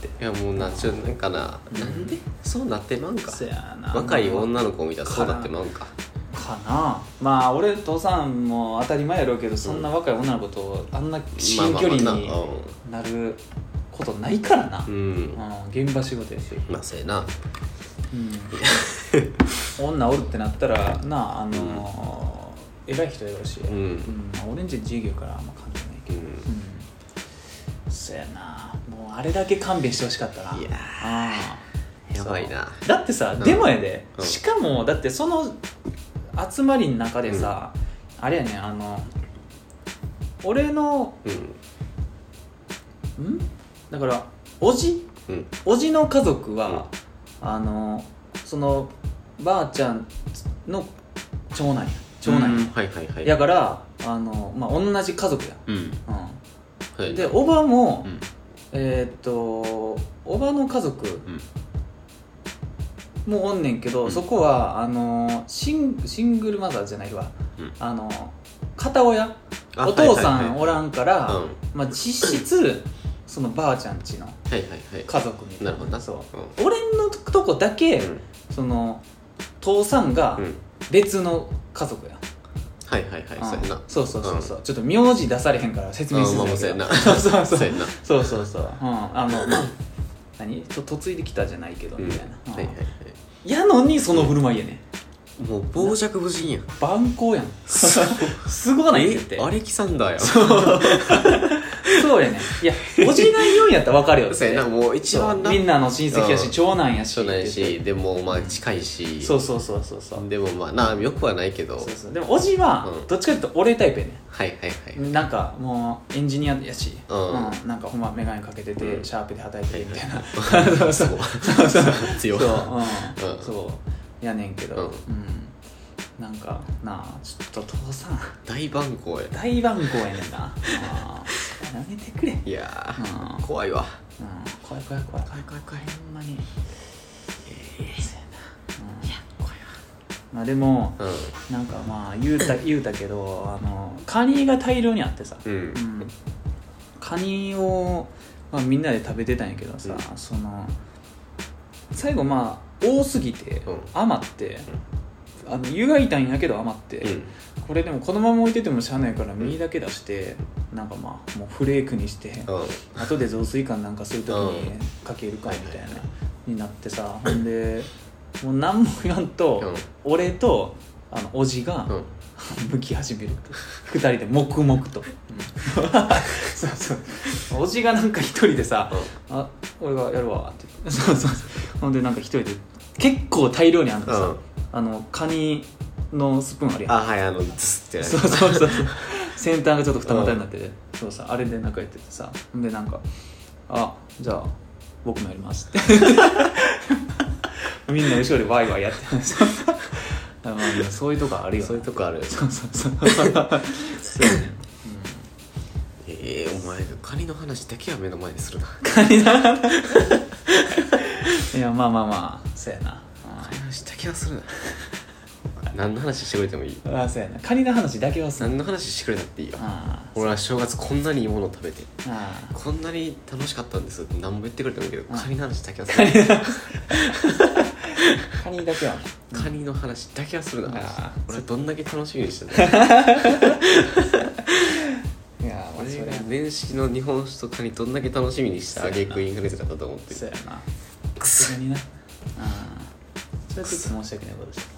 [SPEAKER 1] て
[SPEAKER 2] いやもうなちょなんかな、なんでそうなってまうんか
[SPEAKER 1] そうやな
[SPEAKER 2] 若い
[SPEAKER 1] か
[SPEAKER 2] 女の子を見たらそうなってまうんか
[SPEAKER 1] なまあ俺父さんも当たり前やろうけどそんな若い女の子とあんな至近距離
[SPEAKER 2] まあまあ
[SPEAKER 1] に
[SPEAKER 2] ま
[SPEAKER 1] な
[SPEAKER 2] あ
[SPEAKER 1] ることないからな
[SPEAKER 2] う、ん
[SPEAKER 1] うん、現場仕事やし、
[SPEAKER 2] まあそうやな
[SPEAKER 1] うん、女おるってなったらなああのー偉い人やろうし、
[SPEAKER 2] うん、
[SPEAKER 1] うんまあ、俺んち自営業からあんま関係ないけど
[SPEAKER 2] うん
[SPEAKER 1] うんそやなもうあれだけ勘弁してほしかったない
[SPEAKER 2] やー
[SPEAKER 1] あー
[SPEAKER 2] やばいな
[SPEAKER 1] そうだってさ、
[SPEAKER 2] うん
[SPEAKER 1] でもやで、
[SPEAKER 2] うん
[SPEAKER 1] しかもだってその集まりの中でさ、あれやねんあの俺の
[SPEAKER 2] うん
[SPEAKER 1] んだからおじ
[SPEAKER 2] うん
[SPEAKER 1] おじの家族は、あのそのばあちゃんの長男や長男や、
[SPEAKER 2] うんはいはいはい
[SPEAKER 1] やからあの、まあ、同じ家族や、
[SPEAKER 2] うん
[SPEAKER 1] う
[SPEAKER 2] はい
[SPEAKER 1] ん、でおばも、
[SPEAKER 2] うん
[SPEAKER 1] えーっとおばの家族
[SPEAKER 2] うん
[SPEAKER 1] もおんねんけど、
[SPEAKER 2] うん
[SPEAKER 1] そこはあのシンシングルマザーじゃないわ、
[SPEAKER 2] うん
[SPEAKER 1] あの片親
[SPEAKER 2] あ
[SPEAKER 1] お父さ
[SPEAKER 2] はいはい
[SPEAKER 1] ん
[SPEAKER 2] はい
[SPEAKER 1] おらんから、
[SPEAKER 2] うん
[SPEAKER 1] まあ、実質そのばあちゃんちの
[SPEAKER 2] はいはいはい
[SPEAKER 1] 家族みたいな
[SPEAKER 2] なるほどな
[SPEAKER 1] そうう俺のとこだけ、
[SPEAKER 2] んうん
[SPEAKER 1] その父さんが
[SPEAKER 2] うん
[SPEAKER 1] 別の家族や、
[SPEAKER 2] はいはいはいそうやな
[SPEAKER 1] そうそうそうそうう、ちょっと名字出されへんから説明しづらいけど、
[SPEAKER 2] うんまあま あ
[SPEAKER 1] そう
[SPEAKER 2] そうや
[SPEAKER 1] そうそう
[SPEAKER 2] なそうやな
[SPEAKER 1] そうそうそう、うん、あのまあ何と嫁いできたじゃないけど
[SPEAKER 2] んうん
[SPEAKER 1] み
[SPEAKER 2] は
[SPEAKER 1] たいな、
[SPEAKER 2] いはいはい
[SPEAKER 1] うんやのにその振る舞いやね
[SPEAKER 2] もう傍若無人やん
[SPEAKER 1] 万行 やんすごないって
[SPEAKER 2] えアレキサンダーやん
[SPEAKER 1] そうやねいや落ちないようにやったら分かるよって
[SPEAKER 2] そうやなもう一番な
[SPEAKER 1] そうみんなの親戚やし、
[SPEAKER 2] うん
[SPEAKER 1] 長男やし
[SPEAKER 2] そうないし
[SPEAKER 1] って
[SPEAKER 2] でもまあ近いし
[SPEAKER 1] そうそうそうそうそう
[SPEAKER 2] でもまあなよくはないけど
[SPEAKER 1] そうそうでもおじは
[SPEAKER 2] うん
[SPEAKER 1] どっちかっていうと俺タイプやね
[SPEAKER 2] はいはいはい
[SPEAKER 1] なんかもうエンジニアやし、
[SPEAKER 2] うん
[SPEAKER 1] うんなんかほんま眼鏡かけてて、
[SPEAKER 2] うん
[SPEAKER 1] シャープで働いててみたいな、
[SPEAKER 2] そう
[SPEAKER 1] そうそう
[SPEAKER 2] 強い
[SPEAKER 1] そう,、
[SPEAKER 2] うん
[SPEAKER 1] んそうやねんけど、
[SPEAKER 2] うん
[SPEAKER 1] うんなんかなあちょっと父さん
[SPEAKER 2] 大番号や
[SPEAKER 1] 大番号やねんなあーやめてくれ、うん、
[SPEAKER 2] いや
[SPEAKER 1] うん
[SPEAKER 2] ー怖いわ
[SPEAKER 1] 怖い怖い怖い怖い
[SPEAKER 2] 怖い怖い
[SPEAKER 1] ほんまに
[SPEAKER 2] え
[SPEAKER 1] そうやな、うん
[SPEAKER 2] や怖い
[SPEAKER 1] まあでも
[SPEAKER 2] わ
[SPEAKER 1] なんかまあ言うた言うたけどあのカニが大量にあってさ、
[SPEAKER 2] うんうん
[SPEAKER 1] うんカニを、まあ、みんなで食べてたんやけどさ、その最後まあ多すぎて、
[SPEAKER 2] うん
[SPEAKER 1] 余って、あの湯がいたんやけど余って、
[SPEAKER 2] うん
[SPEAKER 1] これでもこのまま置いててもしゃあないから身だけ出して、なんかまあもうフレークにして、
[SPEAKER 2] うん
[SPEAKER 1] 後で雑炊感なんかするときに
[SPEAKER 2] う
[SPEAKER 1] かけるかみたいな、になってさほんでもう何も言わんと、
[SPEAKER 2] うん
[SPEAKER 1] 俺とあのおじが、
[SPEAKER 2] うん
[SPEAKER 1] 向き始める二人で黙々と そうそうおじがなんか一人でさ「あ俺がやるわ」って言ってそうそうそうほんでなんか一人で結構大量にあんのさ、
[SPEAKER 2] うん
[SPEAKER 1] あのカニのスプーンあるやん
[SPEAKER 2] あはいあのズってや
[SPEAKER 1] そ
[SPEAKER 2] つ
[SPEAKER 1] うそうそう そう先端がちょっと二股になってて、そうさあれでなんかやっててさほんでなんか「あじゃあ僕もやります」 ってみんな後ろでワイワイやって るんですよあまあでもそういうとこあるよな
[SPEAKER 2] そういうとこある
[SPEAKER 1] そうそうそう。そうやね。
[SPEAKER 2] えーお前カニの話だけは目の前でするな
[SPEAKER 1] うん、いや、まあまあまあ、そうやな。
[SPEAKER 2] カニの話だけはするな 何の話してくれてもいい
[SPEAKER 1] ああ、そうやな。カニの話だけはすん。
[SPEAKER 2] 何の話してくれたっていいよ
[SPEAKER 1] ああ、
[SPEAKER 2] 俺は正月こんなにいいものを食べて
[SPEAKER 1] ああ。
[SPEAKER 2] こんなに楽しかったんですって何も言ってくれてもいいけど
[SPEAKER 1] ん
[SPEAKER 2] カニの話だけはす
[SPEAKER 1] カ
[SPEAKER 2] る
[SPEAKER 1] ニだ。カニだけはね。
[SPEAKER 2] カニの話だけはするな
[SPEAKER 1] あー
[SPEAKER 2] 俺はどんだけ楽しみにしてたの
[SPEAKER 1] いや、まあ、そ
[SPEAKER 2] 俺
[SPEAKER 1] れ
[SPEAKER 2] が
[SPEAKER 1] はね。
[SPEAKER 2] 年始の日本酒とカニどんだけ楽しみにしたあげくインフルエンザだったと思って
[SPEAKER 1] そう
[SPEAKER 2] る
[SPEAKER 1] やな。くすにな。ああ。それはちょっと申し訳ないことした。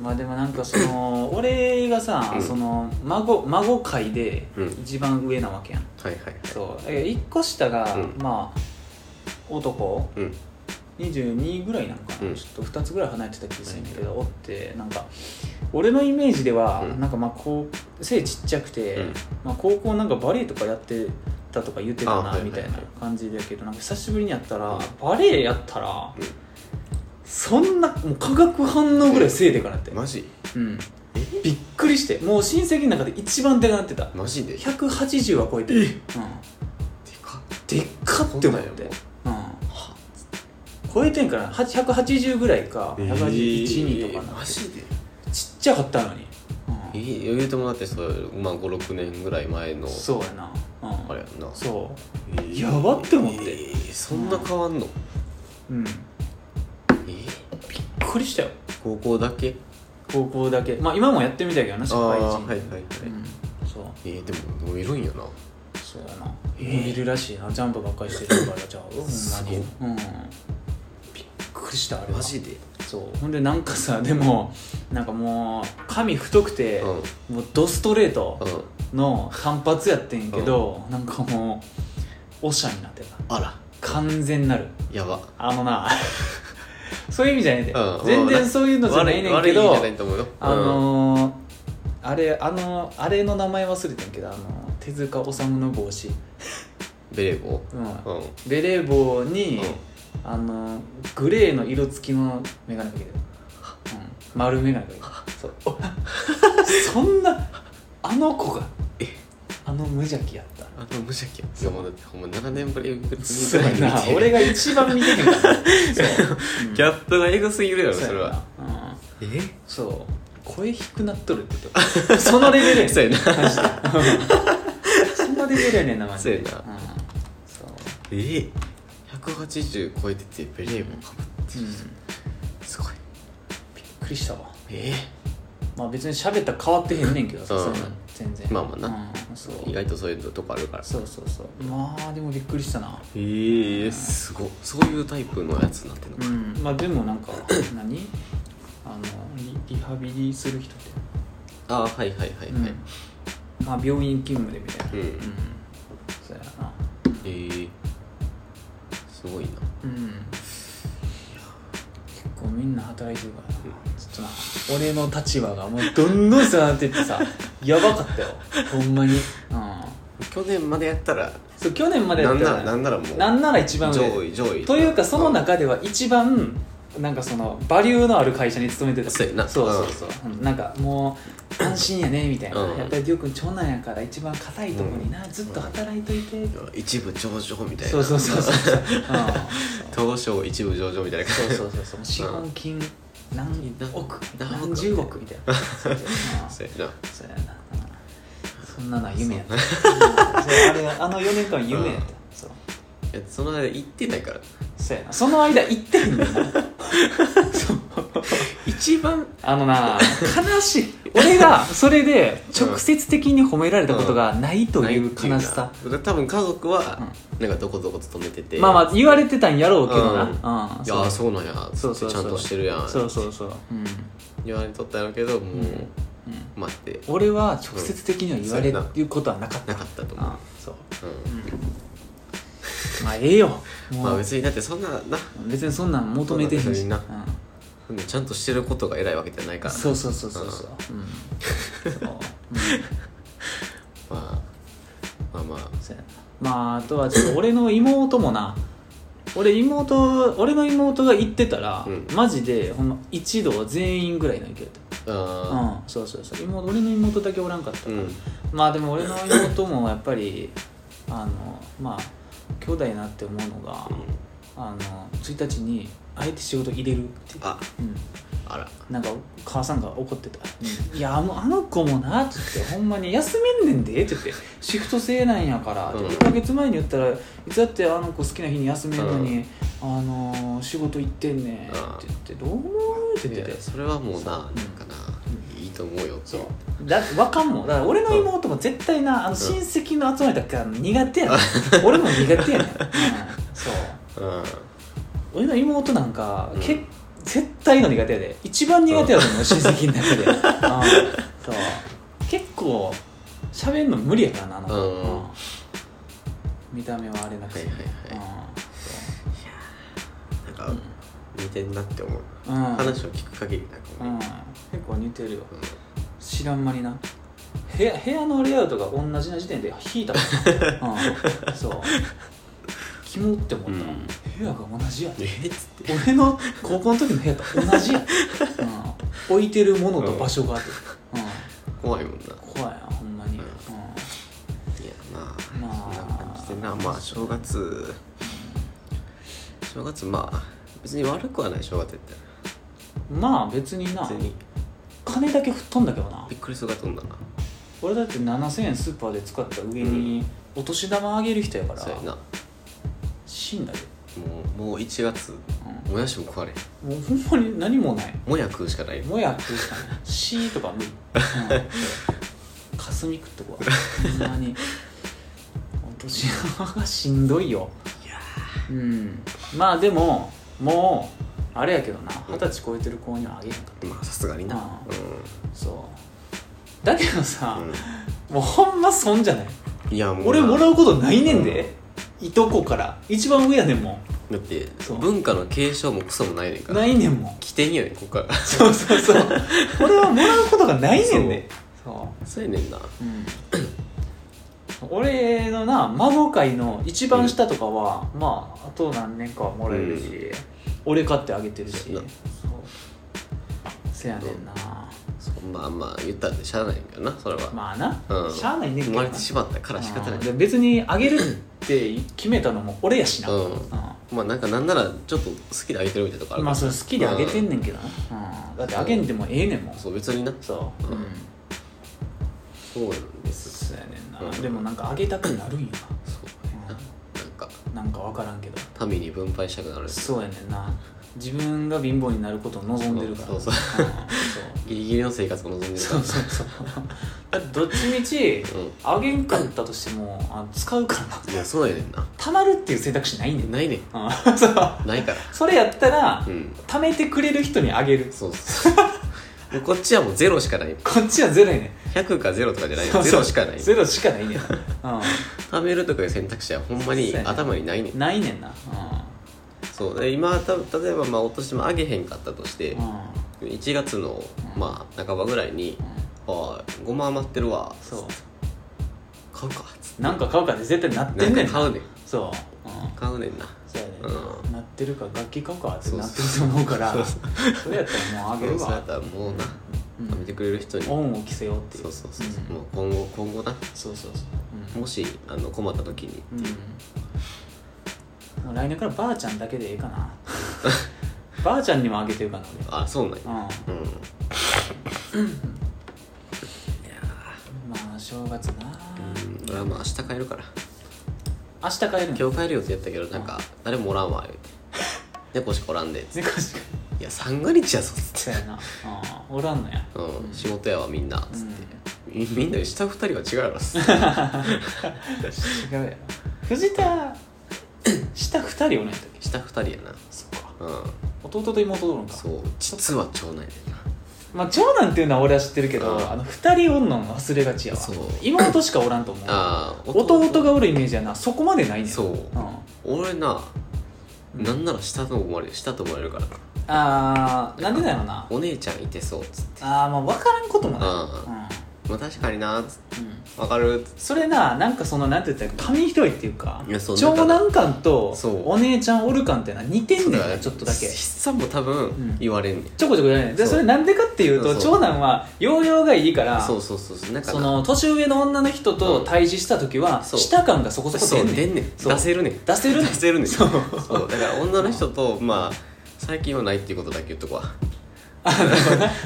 [SPEAKER 1] まあでもなんかそ の俺がさ、
[SPEAKER 2] うん
[SPEAKER 1] その孫孫会で
[SPEAKER 2] うん
[SPEAKER 1] 一番上なわけやん、
[SPEAKER 2] はいはいはい
[SPEAKER 1] そうえ1個下が、
[SPEAKER 2] うん
[SPEAKER 1] まあ男
[SPEAKER 2] うん
[SPEAKER 1] 22ぐらいなんかな、
[SPEAKER 2] うん
[SPEAKER 1] ちょっと2つぐらい離れてた気がするんだけど、おってなんか俺のイメージでは、
[SPEAKER 2] うん
[SPEAKER 1] なんかまあこう背ちっちゃくて、
[SPEAKER 2] うん
[SPEAKER 1] まあ、高校なんかバレエとかやってたとか言ってた
[SPEAKER 2] あはい
[SPEAKER 1] な
[SPEAKER 2] はいはい
[SPEAKER 1] みたいな感じだけどなんか久しぶりにやったら、バレエやったら、
[SPEAKER 2] うん
[SPEAKER 1] そんなもう化学反応ぐらいせいでかなって、
[SPEAKER 2] マジ
[SPEAKER 1] うん、
[SPEAKER 2] え
[SPEAKER 1] びっくりしてもう親戚の中で一番でかなってた
[SPEAKER 2] マジでで
[SPEAKER 1] 180は超えてる、うん
[SPEAKER 2] か
[SPEAKER 1] でっかって思って、うん、超えてんかなは180ぐらいか
[SPEAKER 2] えー
[SPEAKER 1] 1812とかな
[SPEAKER 2] マ
[SPEAKER 1] って
[SPEAKER 2] ジで
[SPEAKER 1] ちっちゃかったのに、う
[SPEAKER 2] え
[SPEAKER 1] ん
[SPEAKER 2] ー言うてもらってそれまあ56年ぐらい前の
[SPEAKER 1] そうやな、うん
[SPEAKER 2] あれやんな
[SPEAKER 1] そ
[SPEAKER 2] えー
[SPEAKER 1] やばって思って
[SPEAKER 2] えーそんな変わんの
[SPEAKER 1] ううんびっ
[SPEAKER 2] えー
[SPEAKER 1] くりしたよ
[SPEAKER 2] 高校だけ
[SPEAKER 1] 高校だけまあ今もやってみたいけどな社会人
[SPEAKER 2] あーはいはいはい
[SPEAKER 1] うんそう
[SPEAKER 2] えーでも伸びるんやな
[SPEAKER 1] そうやな
[SPEAKER 2] え
[SPEAKER 1] 伸びるらしいなジャンプばっかりしてるからじゃあほん
[SPEAKER 2] す
[SPEAKER 1] ま
[SPEAKER 2] ごい
[SPEAKER 1] に、うん、びっくりしたあれは
[SPEAKER 2] マジで
[SPEAKER 1] そうほんでなんかさでもなんかもう髪太くて、
[SPEAKER 2] う
[SPEAKER 1] もうドストレート、
[SPEAKER 2] んうん
[SPEAKER 1] の単発やってんけど、なんかもうおしゃになってた
[SPEAKER 2] あら
[SPEAKER 1] 完全なる
[SPEAKER 2] やば
[SPEAKER 1] あのな そういう意味じゃねえで、
[SPEAKER 2] うん
[SPEAKER 1] 全然そういうのじゃないねんけど
[SPEAKER 2] 悪い悪い意味じゃないと思うよ
[SPEAKER 1] あのーあれあのあれの名前忘れてんけどあの手塚治虫の帽子、
[SPEAKER 2] うんベレー帽
[SPEAKER 1] うん
[SPEAKER 2] うんうん
[SPEAKER 1] ベレー帽に、あのグレーの色付きの眼鏡かけてる、うん、丸眼鏡かけてる そうそんなあの子があの無邪気やった
[SPEAKER 2] あの無邪気やいやもうだってほんま7年ぶりぐらいに
[SPEAKER 1] そうやな俺が一番見てへんからなそううん
[SPEAKER 2] ギャップがエグすぎるやろ
[SPEAKER 1] そうやな
[SPEAKER 2] それは
[SPEAKER 1] うん
[SPEAKER 2] え
[SPEAKER 1] そう声低くなっとるって言ってそのレベルやねん
[SPEAKER 2] そうやな
[SPEAKER 1] マジでうんそんなレベルやねんなマジで
[SPEAKER 2] そうや
[SPEAKER 1] んそう
[SPEAKER 2] え180超えててベレー帽かぶっ
[SPEAKER 1] うん
[SPEAKER 2] てすごい
[SPEAKER 1] びっくりしたわ
[SPEAKER 2] え
[SPEAKER 1] まあ別に喋ったら変わってへんねんけどさ、
[SPEAKER 2] うん
[SPEAKER 1] そんな全然
[SPEAKER 2] まあまあな
[SPEAKER 1] うんそう
[SPEAKER 2] 意外とそういうとこあるから
[SPEAKER 1] そうそうそうまあでもびっくりしたな
[SPEAKER 2] ええすごいそういうタイプのやつになってんの
[SPEAKER 1] う
[SPEAKER 2] か、
[SPEAKER 1] んまあでもなんか何あのリリハビリする人って、
[SPEAKER 2] ああはいはいはいはい、
[SPEAKER 1] うんまあ病院勤務でみたいな
[SPEAKER 2] うん
[SPEAKER 1] うんそうやな
[SPEAKER 2] ええすごいな
[SPEAKER 1] うん結構みんな働いてるからなちょっとな俺の立場がもうどんどん狭なってって さやばかったよほんまに、うん、
[SPEAKER 2] 去年までやったら
[SPEAKER 1] そう去年までや
[SPEAKER 2] な
[SPEAKER 1] っ
[SPEAKER 2] ん
[SPEAKER 1] た
[SPEAKER 2] な
[SPEAKER 1] ら
[SPEAKER 2] らなんならもう
[SPEAKER 1] なんなら一番上
[SPEAKER 2] 上位上位
[SPEAKER 1] というかその中では一番なんかそのバリューのある会社に勤めてた
[SPEAKER 2] そうやな
[SPEAKER 1] そうそうそう、うんなんかもう安心やねみたいな、
[SPEAKER 2] うん
[SPEAKER 1] やっぱりりょうくん長男やから一番硬いとこにな、ずっと働いといて、
[SPEAKER 2] 一部上場みたいな
[SPEAKER 1] そうそうそうそうそう、うん、
[SPEAKER 2] 東証一部上場みたいな感
[SPEAKER 1] そう
[SPEAKER 2] じ
[SPEAKER 1] そうそうそう資本金何億
[SPEAKER 2] 何億
[SPEAKER 1] 何十億みたいなそう
[SPEAKER 2] そうやな
[SPEAKER 1] そうやなうんそんなのは夢やった、うんそうあれはあの4年間は夢やった、
[SPEAKER 2] うん
[SPEAKER 1] そう
[SPEAKER 2] いやその間行ってないから
[SPEAKER 1] そうやなその間行って んねんなそう
[SPEAKER 2] 一番
[SPEAKER 1] あのな悲しい俺がそれで直接的に褒められたことがないという悲しさ、
[SPEAKER 2] ないっていうな多分家族はなんかどこどこ勤めてて、
[SPEAKER 1] まあまあ言われてたんやろうけどな、
[SPEAKER 2] う
[SPEAKER 1] う
[SPEAKER 2] ん
[SPEAKER 1] ん
[SPEAKER 2] いやそうなんや
[SPEAKER 1] そうそうそう
[SPEAKER 2] ちゃんとしてるやん
[SPEAKER 1] そうそうそう、うん
[SPEAKER 2] 言われとったんやろうけどもう、
[SPEAKER 1] うん
[SPEAKER 2] 待って
[SPEAKER 1] 俺は直接的には言われ
[SPEAKER 2] うん
[SPEAKER 1] ることはなかった
[SPEAKER 2] なかったと思う
[SPEAKER 1] あそう、
[SPEAKER 2] うん
[SPEAKER 1] うんまあええよもう、
[SPEAKER 2] まあ別にだってそんなな
[SPEAKER 1] 別にそんなん求めてへんし
[SPEAKER 2] そんな別ちゃんとしてることが偉いわけじゃない
[SPEAKER 1] うん
[SPEAKER 2] から
[SPEAKER 1] そうそうそうそうそう、うん そううん
[SPEAKER 2] まあまあまあ
[SPEAKER 1] そうやなまああとはちょっと俺の妹もな俺妹俺の妹が行ってたら、
[SPEAKER 2] うん
[SPEAKER 1] マジでほんま一同全員ぐらいの勢いだった
[SPEAKER 2] あ
[SPEAKER 1] うんそうそうそう妹俺の妹だけおらんかった
[SPEAKER 2] ーうん
[SPEAKER 1] まあでも俺の妹もやっぱりあのまあ兄弟なって思うのが、あの1日にあえて仕事入れるって
[SPEAKER 2] あ
[SPEAKER 1] うん
[SPEAKER 2] あら
[SPEAKER 1] なんか母さんが怒ってた「いやもうあの子もな」って言って「ほんまに休めんねんで」って言って「シフト制なんやから」って
[SPEAKER 2] うん
[SPEAKER 1] 1ヶ月前に言ったらいつだってあの子好きな日に休めんのに、あのー仕事行ってんねんって言って「どう思う?」って
[SPEAKER 2] い
[SPEAKER 1] 言って
[SPEAKER 2] や
[SPEAKER 1] て
[SPEAKER 2] それはもうななん
[SPEAKER 1] そう
[SPEAKER 2] かないいと思うよって
[SPEAKER 1] そうだわかんもんだから俺の妹も絶対なあの親戚の集まりだから苦手やねん俺も苦手やねん、うん、そう
[SPEAKER 2] うん
[SPEAKER 1] 俺の妹なんか、
[SPEAKER 2] うん
[SPEAKER 1] け絶対の苦手やで一番苦手やと思う親戚の中で、うん、そう結構喋んの無理やからなあの子、
[SPEAKER 2] うん
[SPEAKER 1] うん見た目はあれなくて、
[SPEAKER 2] はいはいなんか似てんなって思う
[SPEAKER 1] うんそう
[SPEAKER 2] 話を聞く限りなんか
[SPEAKER 1] うん、うん、結構似てるよ
[SPEAKER 2] う
[SPEAKER 1] 知らん間にな部屋部屋のレイアウトが同じな時点で引いたから な、うん、そうキモって思った、
[SPEAKER 2] うん
[SPEAKER 1] 部屋が同じや
[SPEAKER 2] んえっつって
[SPEAKER 1] 俺の高校の時の部屋と同じや、うん、置いてるものと場所があって、う
[SPEAKER 2] 怖いもんないや
[SPEAKER 1] ん、怖いなほんまに、
[SPEAKER 2] う
[SPEAKER 1] うんん
[SPEAKER 2] ま
[SPEAKER 1] ま
[SPEAKER 2] あ
[SPEAKER 1] あ
[SPEAKER 2] そんな感じでなまあ正月正月まあ別に悪くはない正月って
[SPEAKER 1] まあ別にな
[SPEAKER 2] 別に
[SPEAKER 1] 金だけ吹っ飛んだけどな
[SPEAKER 2] びっくりするかと思うんだな
[SPEAKER 1] 俺だって7000円スーパーで使った上にお年玉あげる人やから
[SPEAKER 2] そうやな
[SPEAKER 1] 死んだで、
[SPEAKER 2] もうもう1月もやしも食われへん
[SPEAKER 1] うん、もうほんまに何もない
[SPEAKER 2] もや食うしかない
[SPEAKER 1] もやってるしかない 「し」とか無理、うん、かすみ食っとこわほんまにお年玉がしんどいようんまあでももうあれやけどな二十歳超えてる子にはあげへんかっ
[SPEAKER 2] まあさすがにな
[SPEAKER 1] あ
[SPEAKER 2] う
[SPEAKER 1] たそうだけどさ、
[SPEAKER 2] ん、
[SPEAKER 1] もうほんま損じゃない
[SPEAKER 2] うん、いやもうな
[SPEAKER 1] 俺もらうことないねんで、いとこから一番上やねんも
[SPEAKER 2] だって
[SPEAKER 1] そう
[SPEAKER 2] 文化の継承もクソもないねん か
[SPEAKER 1] ん
[SPEAKER 2] ら
[SPEAKER 1] ないねんもん
[SPEAKER 2] 起点やねんこっから
[SPEAKER 1] そうそうそう 俺はもらうことがないねんでそう
[SPEAKER 2] そうやねんな
[SPEAKER 1] 俺のな孫界の一番下とかは、まああと何年かはもらえるし、俺買ってあげてるしそ
[SPEAKER 2] そう
[SPEAKER 1] う
[SPEAKER 2] やな
[SPEAKER 1] せやねんな、
[SPEAKER 2] そうまあまあ言ったってしゃあないんだよなそれは、
[SPEAKER 1] まあな、
[SPEAKER 2] うん
[SPEAKER 1] しゃあないねん
[SPEAKER 2] 生
[SPEAKER 1] けど
[SPEAKER 2] まれ
[SPEAKER 1] な
[SPEAKER 2] てしまったから仕方な
[SPEAKER 1] う
[SPEAKER 2] い
[SPEAKER 1] んで別にあげるって決めたのも俺やしな、
[SPEAKER 2] うん
[SPEAKER 1] うん
[SPEAKER 2] まあなんかなんならちょっと好きであげてるみたいなとこある
[SPEAKER 1] ま
[SPEAKER 2] か
[SPEAKER 1] あ
[SPEAKER 2] ら
[SPEAKER 1] それ好きであげてんねんけどな、うんだってあげんでもええねんもん
[SPEAKER 2] そう別にな
[SPEAKER 1] そう、
[SPEAKER 2] うんそうなんです
[SPEAKER 1] そうやねんな、
[SPEAKER 2] うん
[SPEAKER 1] でもなんかあげたくなるんよ
[SPEAKER 2] そうやななんか
[SPEAKER 1] ななんか分からんけど
[SPEAKER 2] 民に分配したくなる
[SPEAKER 1] そうやねんな自分が貧乏になることを望んでるから
[SPEAKER 2] そうそう
[SPEAKER 1] うん
[SPEAKER 2] ギリギリの生活を望んでるか
[SPEAKER 1] そ
[SPEAKER 2] ら
[SPEAKER 1] うそうそうそうだってどっちみち
[SPEAKER 2] うん
[SPEAKER 1] あげんかったとしてもあ使うからない
[SPEAKER 2] やそうやねんな
[SPEAKER 1] 貯まるっていう選択肢ないねんな
[SPEAKER 2] ないねん
[SPEAKER 1] うんそう
[SPEAKER 2] ないから
[SPEAKER 1] それやったら
[SPEAKER 2] うん
[SPEAKER 1] 貯めてくれる人にあげる
[SPEAKER 2] そうそう もうこっちはもうゼロしかない
[SPEAKER 1] こっちはゼロやねん
[SPEAKER 2] 100かゼロとかじゃない
[SPEAKER 1] そう
[SPEAKER 2] よ
[SPEAKER 1] そう
[SPEAKER 2] ゼロしかない
[SPEAKER 1] ゼロしかないねんな、うん
[SPEAKER 2] 貯めるとかいう選択肢はほんま
[SPEAKER 1] そう
[SPEAKER 2] に
[SPEAKER 1] やね
[SPEAKER 2] 頭にないねん
[SPEAKER 1] ないねんな
[SPEAKER 2] そうで今た例えばまあお年も上げへんかったとして
[SPEAKER 1] うん、うん
[SPEAKER 2] 1月の
[SPEAKER 1] うん
[SPEAKER 2] まあ半ばぐらいに「ああごま余ってるわ
[SPEAKER 1] そ
[SPEAKER 2] 買うか」っつって
[SPEAKER 1] うなんか買うかって絶対なってんね
[SPEAKER 2] なんんか
[SPEAKER 1] な
[SPEAKER 2] 買うねん
[SPEAKER 1] そう、うん、
[SPEAKER 2] 買うねんな
[SPEAKER 1] そうやね、
[SPEAKER 2] うん
[SPEAKER 1] なってるから楽器買おうかってなってると思うから
[SPEAKER 2] そう
[SPEAKER 1] それやったらもうあげる
[SPEAKER 2] そうやっ
[SPEAKER 1] わ
[SPEAKER 2] たらもうな
[SPEAKER 1] うん
[SPEAKER 2] 貯めてくれる人に
[SPEAKER 1] 恩を着せようっていう
[SPEAKER 2] そうそうそう
[SPEAKER 1] うん
[SPEAKER 2] もう今後今後な
[SPEAKER 1] そうそうそう
[SPEAKER 2] もしあの困った時に
[SPEAKER 1] うん、うんもう来年からばあちゃんだけでええか なばあちゃんにもあげてるかな
[SPEAKER 2] あそうなんや
[SPEAKER 1] 俺うん
[SPEAKER 2] うん
[SPEAKER 1] まあ正月な
[SPEAKER 2] うん俺はまあ明日帰るから
[SPEAKER 1] 明日帰るの
[SPEAKER 2] 今日帰るよってやったけどなんか誰もおらんわ言う て猫しかおらんで
[SPEAKER 1] 猫しか
[SPEAKER 2] いや三が日やぞっつ
[SPEAKER 1] そ
[SPEAKER 2] っ
[SPEAKER 1] う
[SPEAKER 2] て
[SPEAKER 1] やなうんおらんのや
[SPEAKER 2] うん仕事やわみんなっつっ
[SPEAKER 1] う
[SPEAKER 2] てみみんな下二人は違うやろっつっ て
[SPEAKER 1] ん違うやろ藤田下二人おらんやったっけ
[SPEAKER 2] 下二人や
[SPEAKER 1] そっか
[SPEAKER 2] なうん
[SPEAKER 1] 弟と妹おるんか
[SPEAKER 2] そう実は長男やね
[SPEAKER 1] まあ、長男っていうのは俺は知ってるけど、
[SPEAKER 2] うん
[SPEAKER 1] あの2人おんの忘れがちやわ
[SPEAKER 2] そう
[SPEAKER 1] 妹しかおらんと思
[SPEAKER 2] ん
[SPEAKER 1] う
[SPEAKER 2] なああ
[SPEAKER 1] 弟がおるイメージやなそこまでないねん、
[SPEAKER 2] そうん
[SPEAKER 1] あ
[SPEAKER 2] 俺ななんなら下と思われる下と思われるから
[SPEAKER 1] あーなんでだろうな
[SPEAKER 2] お姉ちゃんいてそうっつって
[SPEAKER 1] ああまあ分からんこともな
[SPEAKER 2] あ
[SPEAKER 1] い、
[SPEAKER 2] まあ確かになっつって
[SPEAKER 1] うんうん、
[SPEAKER 2] わかるっつっ
[SPEAKER 1] それななんかそのなんて言ったら紙一重っていうか
[SPEAKER 2] いやそう
[SPEAKER 1] 長男感と
[SPEAKER 2] そう
[SPEAKER 1] お姉ちゃんおる感っていうのは似て
[SPEAKER 2] て
[SPEAKER 1] んねんなちょっとだけ
[SPEAKER 2] 筆算も多分
[SPEAKER 1] ん
[SPEAKER 2] 言われんねん
[SPEAKER 1] ちょこちょこじゃないで
[SPEAKER 2] そう
[SPEAKER 1] それなんでかっていうと
[SPEAKER 2] そうそう
[SPEAKER 1] 長男は容量がいいから
[SPEAKER 2] そうそうそうそうなんかな
[SPEAKER 1] その年上の女の人と対峙した時は、
[SPEAKER 2] そう
[SPEAKER 1] 下感がそこそこ
[SPEAKER 2] そ
[SPEAKER 1] 出
[SPEAKER 2] うん
[SPEAKER 1] ね
[SPEAKER 2] 出
[SPEAKER 1] ん
[SPEAKER 2] んねん
[SPEAKER 1] そう
[SPEAKER 2] 出せるねん
[SPEAKER 1] 出せるね
[SPEAKER 2] 出せるねん
[SPEAKER 1] そう
[SPEAKER 2] そうだから女の人とまあ最近はないっていうことだけ言っとこわ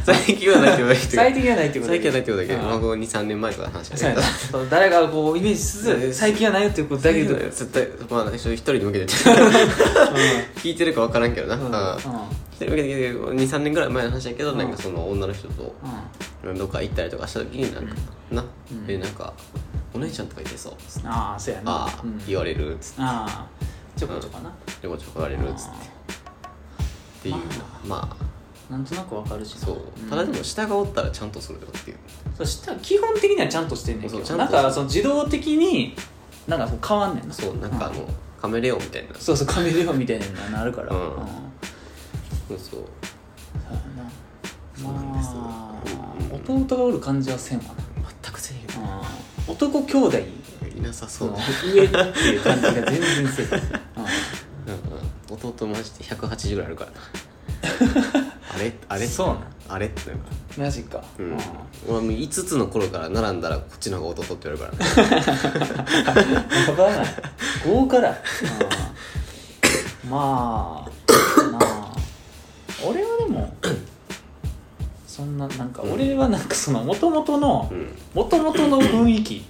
[SPEAKER 2] 最近はないってことだけ
[SPEAKER 1] 最
[SPEAKER 2] 言っとこ
[SPEAKER 1] 適はないっていうこと
[SPEAKER 2] 最近はないってことだけ
[SPEAKER 1] うん
[SPEAKER 2] まあこう23年前から話
[SPEAKER 1] そう
[SPEAKER 2] して
[SPEAKER 1] や
[SPEAKER 2] るけ
[SPEAKER 1] な
[SPEAKER 2] ど
[SPEAKER 1] そう誰がこうイメージしつ
[SPEAKER 2] う
[SPEAKER 1] つ
[SPEAKER 2] ん
[SPEAKER 1] 最近はないよっていうことだけ言うと
[SPEAKER 2] 絶対まあ一人に向けて聞いてるか分からんけどな、
[SPEAKER 1] うんうん
[SPEAKER 2] うん一人に向けて23年ぐらい前の話やけど、
[SPEAKER 1] うん
[SPEAKER 2] なんかその女の人と
[SPEAKER 1] う
[SPEAKER 2] どっか行ったりとかした時になんか、な、
[SPEAKER 1] うん
[SPEAKER 2] えなんかお姉ちゃんとかいてそうん
[SPEAKER 1] ああそうやな
[SPEAKER 2] ああ、
[SPEAKER 1] うん
[SPEAKER 2] 言われるっつって
[SPEAKER 1] ああちょこちょこな
[SPEAKER 2] ちょこちょこ言われるっつってっていうまあ
[SPEAKER 1] なんとなくわかるしな
[SPEAKER 2] そう、
[SPEAKER 1] ん
[SPEAKER 2] ただでも下がおったらちゃんとするよっていう
[SPEAKER 1] そうした基本的にはちゃんとしてんねんけ
[SPEAKER 2] そうちゃ
[SPEAKER 1] ど
[SPEAKER 2] んと
[SPEAKER 1] なんかその自動的になんかそう変わんねんな
[SPEAKER 2] そうなんかあの、カメレオンみたいなそ
[SPEAKER 1] そうそうカメレオンみたいなのなるから
[SPEAKER 2] うん
[SPEAKER 1] うん
[SPEAKER 2] うそう
[SPEAKER 1] そうやな
[SPEAKER 2] そうなんです
[SPEAKER 1] ま
[SPEAKER 2] う
[SPEAKER 1] あ弟がおる感じはせんわ
[SPEAKER 2] 全くせえへ
[SPEAKER 1] なうん男兄弟
[SPEAKER 2] んいなさそ
[SPEAKER 1] そうの上っていう感じが全然せえへん うん
[SPEAKER 2] うんうん、弟マジで180ぐらいあ るからなあれあれ
[SPEAKER 1] そうなん
[SPEAKER 2] あれってなるか
[SPEAKER 1] マジか、
[SPEAKER 2] ら、うん
[SPEAKER 1] あ
[SPEAKER 2] 俺もう5つの頃から並んだらこっちの方が弟って言われるからね
[SPEAKER 1] ーやばない豪華だあーまあなあ俺はでもそんななんか俺はなんかその元々の
[SPEAKER 2] うん
[SPEAKER 1] 元々の雰囲気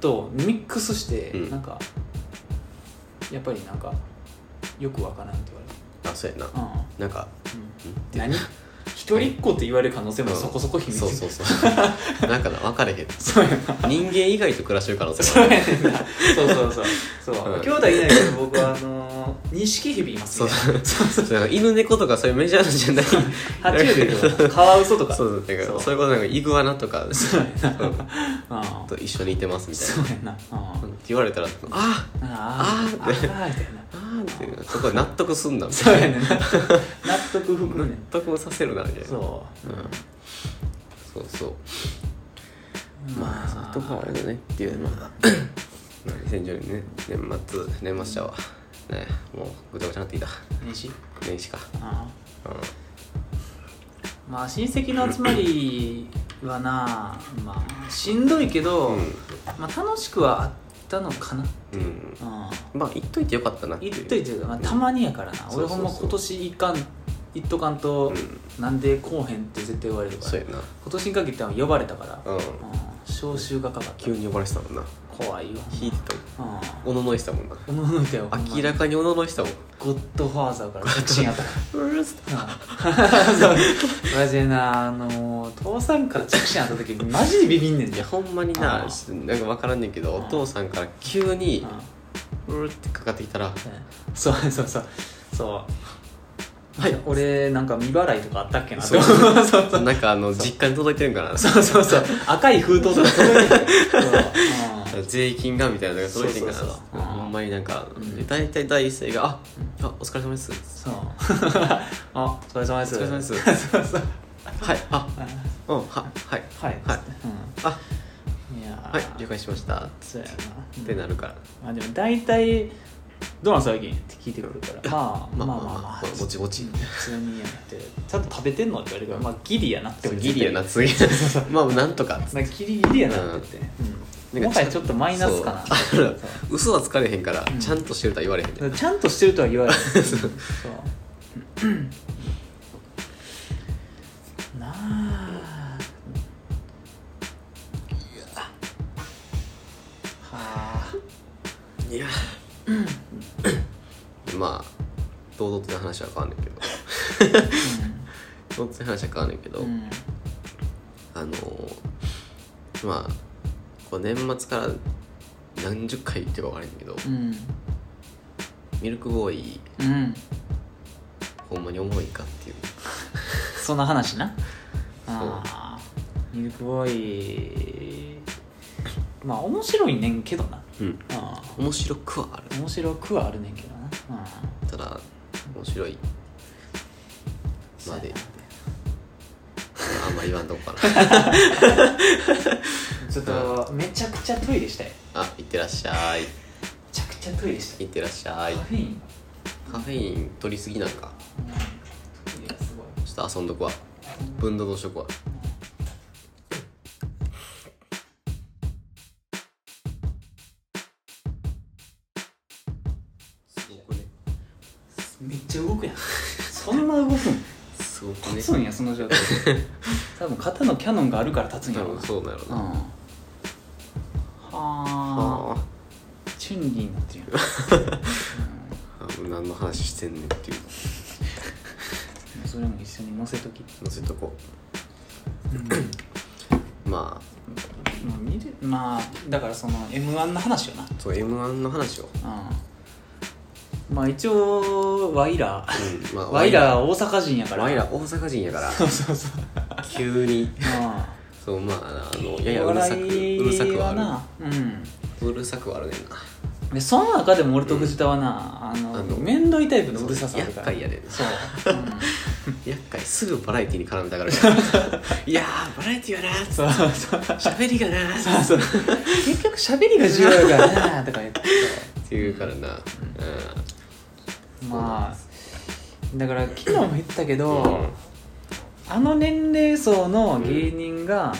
[SPEAKER 1] とミックスして
[SPEAKER 2] うん
[SPEAKER 1] なんかやっぱりなんかよくわからんって
[SPEAKER 2] あそうやな
[SPEAKER 1] 言われる、
[SPEAKER 2] なんか
[SPEAKER 1] うん 何一人っ子って言われる可能性もそこそこ秘密、
[SPEAKER 2] そうそうそうなんかな分かれへん
[SPEAKER 1] そうやな
[SPEAKER 2] 人間以外と暮らしてる可能性
[SPEAKER 1] そう
[SPEAKER 2] もあ
[SPEAKER 1] や
[SPEAKER 2] る
[SPEAKER 1] ねんなそうそうそうそう、
[SPEAKER 2] うん
[SPEAKER 1] 兄弟いないけど僕はあのー錦蛇います
[SPEAKER 2] そう
[SPEAKER 1] ね
[SPEAKER 2] そうそうなんか犬猫とかそういうメジャーなんじゃない
[SPEAKER 1] 爬虫類とかカワウソとか
[SPEAKER 2] そううだから
[SPEAKER 1] そ
[SPEAKER 2] そういうことなんかイグアナとか
[SPEAKER 1] そうやな
[SPEAKER 2] うん
[SPEAKER 1] あ
[SPEAKER 2] と一緒にいてますみたい
[SPEAKER 1] そうやなあ
[SPEAKER 2] なって言われたらあ
[SPEAKER 1] ああーあ
[SPEAKER 2] あーっ
[SPEAKER 1] ーみた
[SPEAKER 2] て
[SPEAKER 1] いな
[SPEAKER 2] ああーってそこで納得すんだみ
[SPEAKER 1] そ
[SPEAKER 2] た
[SPEAKER 1] う
[SPEAKER 2] い
[SPEAKER 1] や
[SPEAKER 2] な
[SPEAKER 1] ねんな納得含むねん
[SPEAKER 2] 納得もさせるなみたいな
[SPEAKER 1] そ
[SPEAKER 2] うんそうそう
[SPEAKER 1] う
[SPEAKER 2] まあそういうとこはあれだねっていうまあまあ2010年ね年末年末者はねもうぐちゃぐちゃになってきた
[SPEAKER 1] 年始
[SPEAKER 2] 年始か
[SPEAKER 1] ああ
[SPEAKER 2] う
[SPEAKER 1] まあ親戚の集まりはなまあしんどいけど、
[SPEAKER 2] うん
[SPEAKER 1] まあ楽しくはあったのかな
[SPEAKER 2] うん、うん、
[SPEAKER 1] うん
[SPEAKER 2] まあ言っといてよかったなってい
[SPEAKER 1] 言っ
[SPEAKER 2] う
[SPEAKER 1] といてるまあ、たまにやからな、
[SPEAKER 2] うん
[SPEAKER 1] 俺ほんま
[SPEAKER 2] そうそうそう
[SPEAKER 1] 今年いかん行っとかんと、なんでこうへんって絶対言われるか
[SPEAKER 2] そう
[SPEAKER 1] ら
[SPEAKER 2] やな
[SPEAKER 1] 今年に限っては呼ばれたから、
[SPEAKER 2] うん
[SPEAKER 1] うん招集がかかった
[SPEAKER 2] 急に呼ばれてたもんな
[SPEAKER 1] こ怖いよ
[SPEAKER 2] 引いてたもん
[SPEAKER 1] あ
[SPEAKER 2] おののいてたもんな
[SPEAKER 1] あ思いたよ
[SPEAKER 2] 明らかにおののいてたもん
[SPEAKER 1] ゴッドファーザー から確信やった
[SPEAKER 2] うるさ
[SPEAKER 1] うん マジでなあの父さんから着信あった時マジでビビんねん
[SPEAKER 2] い
[SPEAKER 1] じゃ
[SPEAKER 2] や
[SPEAKER 1] ん
[SPEAKER 2] ほんまに
[SPEAKER 1] あ
[SPEAKER 2] な
[SPEAKER 1] ー
[SPEAKER 2] しなんか分からんねんけど
[SPEAKER 1] あ
[SPEAKER 2] お
[SPEAKER 1] ー
[SPEAKER 2] 父さんから急に
[SPEAKER 1] うん
[SPEAKER 2] うるってかかってきたら
[SPEAKER 1] そうそうそうそう
[SPEAKER 2] はい
[SPEAKER 1] 俺なんか未払いとかあったっけなって
[SPEAKER 2] そう
[SPEAKER 1] 思う そうそう
[SPEAKER 2] なんかあの実家に届いてるんかな
[SPEAKER 1] そうそうそう赤い封筒とか届いてるそう
[SPEAKER 2] 税金がみたいなのが届いてるから
[SPEAKER 1] そうそうそう
[SPEAKER 2] ほんまになんか
[SPEAKER 1] うん
[SPEAKER 2] で大体第一声が「ああお疲れ様です」
[SPEAKER 1] そうあお疲れ様で
[SPEAKER 2] お
[SPEAKER 1] す
[SPEAKER 2] 疲れ様です」
[SPEAKER 1] そうそう
[SPEAKER 2] はいあうんはは
[SPEAKER 1] は
[SPEAKER 2] い
[SPEAKER 1] い
[SPEAKER 2] はいあ
[SPEAKER 1] うんいや
[SPEAKER 2] は
[SPEAKER 1] ー
[SPEAKER 2] い了解しましたっ
[SPEAKER 1] そうやな
[SPEAKER 2] てなるから
[SPEAKER 1] まあでも大体どうなん最近って聞いてくるからまあま
[SPEAKER 2] ま
[SPEAKER 1] あまあま
[SPEAKER 2] あまあま
[SPEAKER 1] あ
[SPEAKER 2] あぼちぼち
[SPEAKER 1] 普通にやってちゃんと食べてんのって言われるからまあギリやなって
[SPEAKER 2] でも
[SPEAKER 1] 俺
[SPEAKER 2] ギリやな次 まあなんとか
[SPEAKER 1] なんかギリギリやなって言って、うん
[SPEAKER 2] なん
[SPEAKER 1] も
[SPEAKER 2] か
[SPEAKER 1] はやちょっとマイナスかな
[SPEAKER 2] そうあの
[SPEAKER 1] そう
[SPEAKER 2] 嘘はつかれへんから
[SPEAKER 1] うん
[SPEAKER 2] ちゃんとしてるとは言われへんで
[SPEAKER 1] だからちゃんとしてるとは言わないそうなあはあ
[SPEAKER 2] いやまあ堂々との話は変わん ねんけど堂々との話は変わんねんけど、
[SPEAKER 1] うんうん
[SPEAKER 2] あのーまあこう年末から何十回言ってるか分からへんけど、
[SPEAKER 1] うん
[SPEAKER 2] ミルクボーイ
[SPEAKER 1] うん
[SPEAKER 2] ほんまに重いかっていう
[SPEAKER 1] そんな話な
[SPEAKER 2] う
[SPEAKER 1] ああミルクボーイまあ面白いねんけどな
[SPEAKER 2] うん
[SPEAKER 1] あ
[SPEAKER 2] 面白くはある
[SPEAKER 1] あ面白くはあるねんけどなああ
[SPEAKER 2] ただ面白いまであんま言わんとこか な
[SPEAKER 1] ちょっとめちゃくちゃトイレしたいめ
[SPEAKER 2] あいってらっしゃい
[SPEAKER 1] ちゃくちゃトイレしたい
[SPEAKER 2] いってらっしゃい
[SPEAKER 1] カフェイン
[SPEAKER 2] カフェイン取りすぎなんか
[SPEAKER 1] トイレがすごい
[SPEAKER 2] ちょっと遊んどくわ分度どうしとくわすごくね
[SPEAKER 1] めっちゃ動くやんそんな動くん
[SPEAKER 2] すごくね
[SPEAKER 1] 立つんやその状態で多分肩のキャノンがあるから立つんや
[SPEAKER 2] 多
[SPEAKER 1] ろう
[SPEAKER 2] 分
[SPEAKER 1] な
[SPEAKER 2] そうだろう
[SPEAKER 1] うん
[SPEAKER 2] な
[SPEAKER 1] はあ
[SPEAKER 2] あー
[SPEAKER 1] チュンリーになってるやん
[SPEAKER 2] あの何の話してんねんっていう
[SPEAKER 1] うんそれも一緒に乗せとき
[SPEAKER 2] 載せとこ
[SPEAKER 1] ま
[SPEAKER 2] うま
[SPEAKER 1] あ見るまあだからその m 1の話よな
[SPEAKER 2] あそう m 1の話を
[SPEAKER 1] うんまあ一応ワイラー
[SPEAKER 2] うんまあ
[SPEAKER 1] ワイラー大阪人やから
[SPEAKER 2] ワイラ大阪人やから
[SPEAKER 1] そうそうそう
[SPEAKER 2] 急に
[SPEAKER 1] ま
[SPEAKER 2] そうまああの
[SPEAKER 1] あ
[SPEAKER 2] ややうるさくうるさくはあ
[SPEAKER 1] なうん
[SPEAKER 2] るうるさくはあるねんな
[SPEAKER 1] でその中でも俺と藤田はな、あの
[SPEAKER 2] あの
[SPEAKER 1] 面倒いタイプのうるささある
[SPEAKER 2] 厄
[SPEAKER 1] から
[SPEAKER 2] 介やで
[SPEAKER 1] そう、
[SPEAKER 2] 厄介すぐバラエティに絡めたがるから いやーバラエティやなーっつっ
[SPEAKER 1] うん、そう そう
[SPEAKER 2] て喋りがなーっつ
[SPEAKER 1] そうそう結局喋りが重要やからなとか言って
[SPEAKER 2] って言うからなうん
[SPEAKER 1] まあだから昨日も言ったけど、
[SPEAKER 2] うん
[SPEAKER 1] あの年齢層の芸人が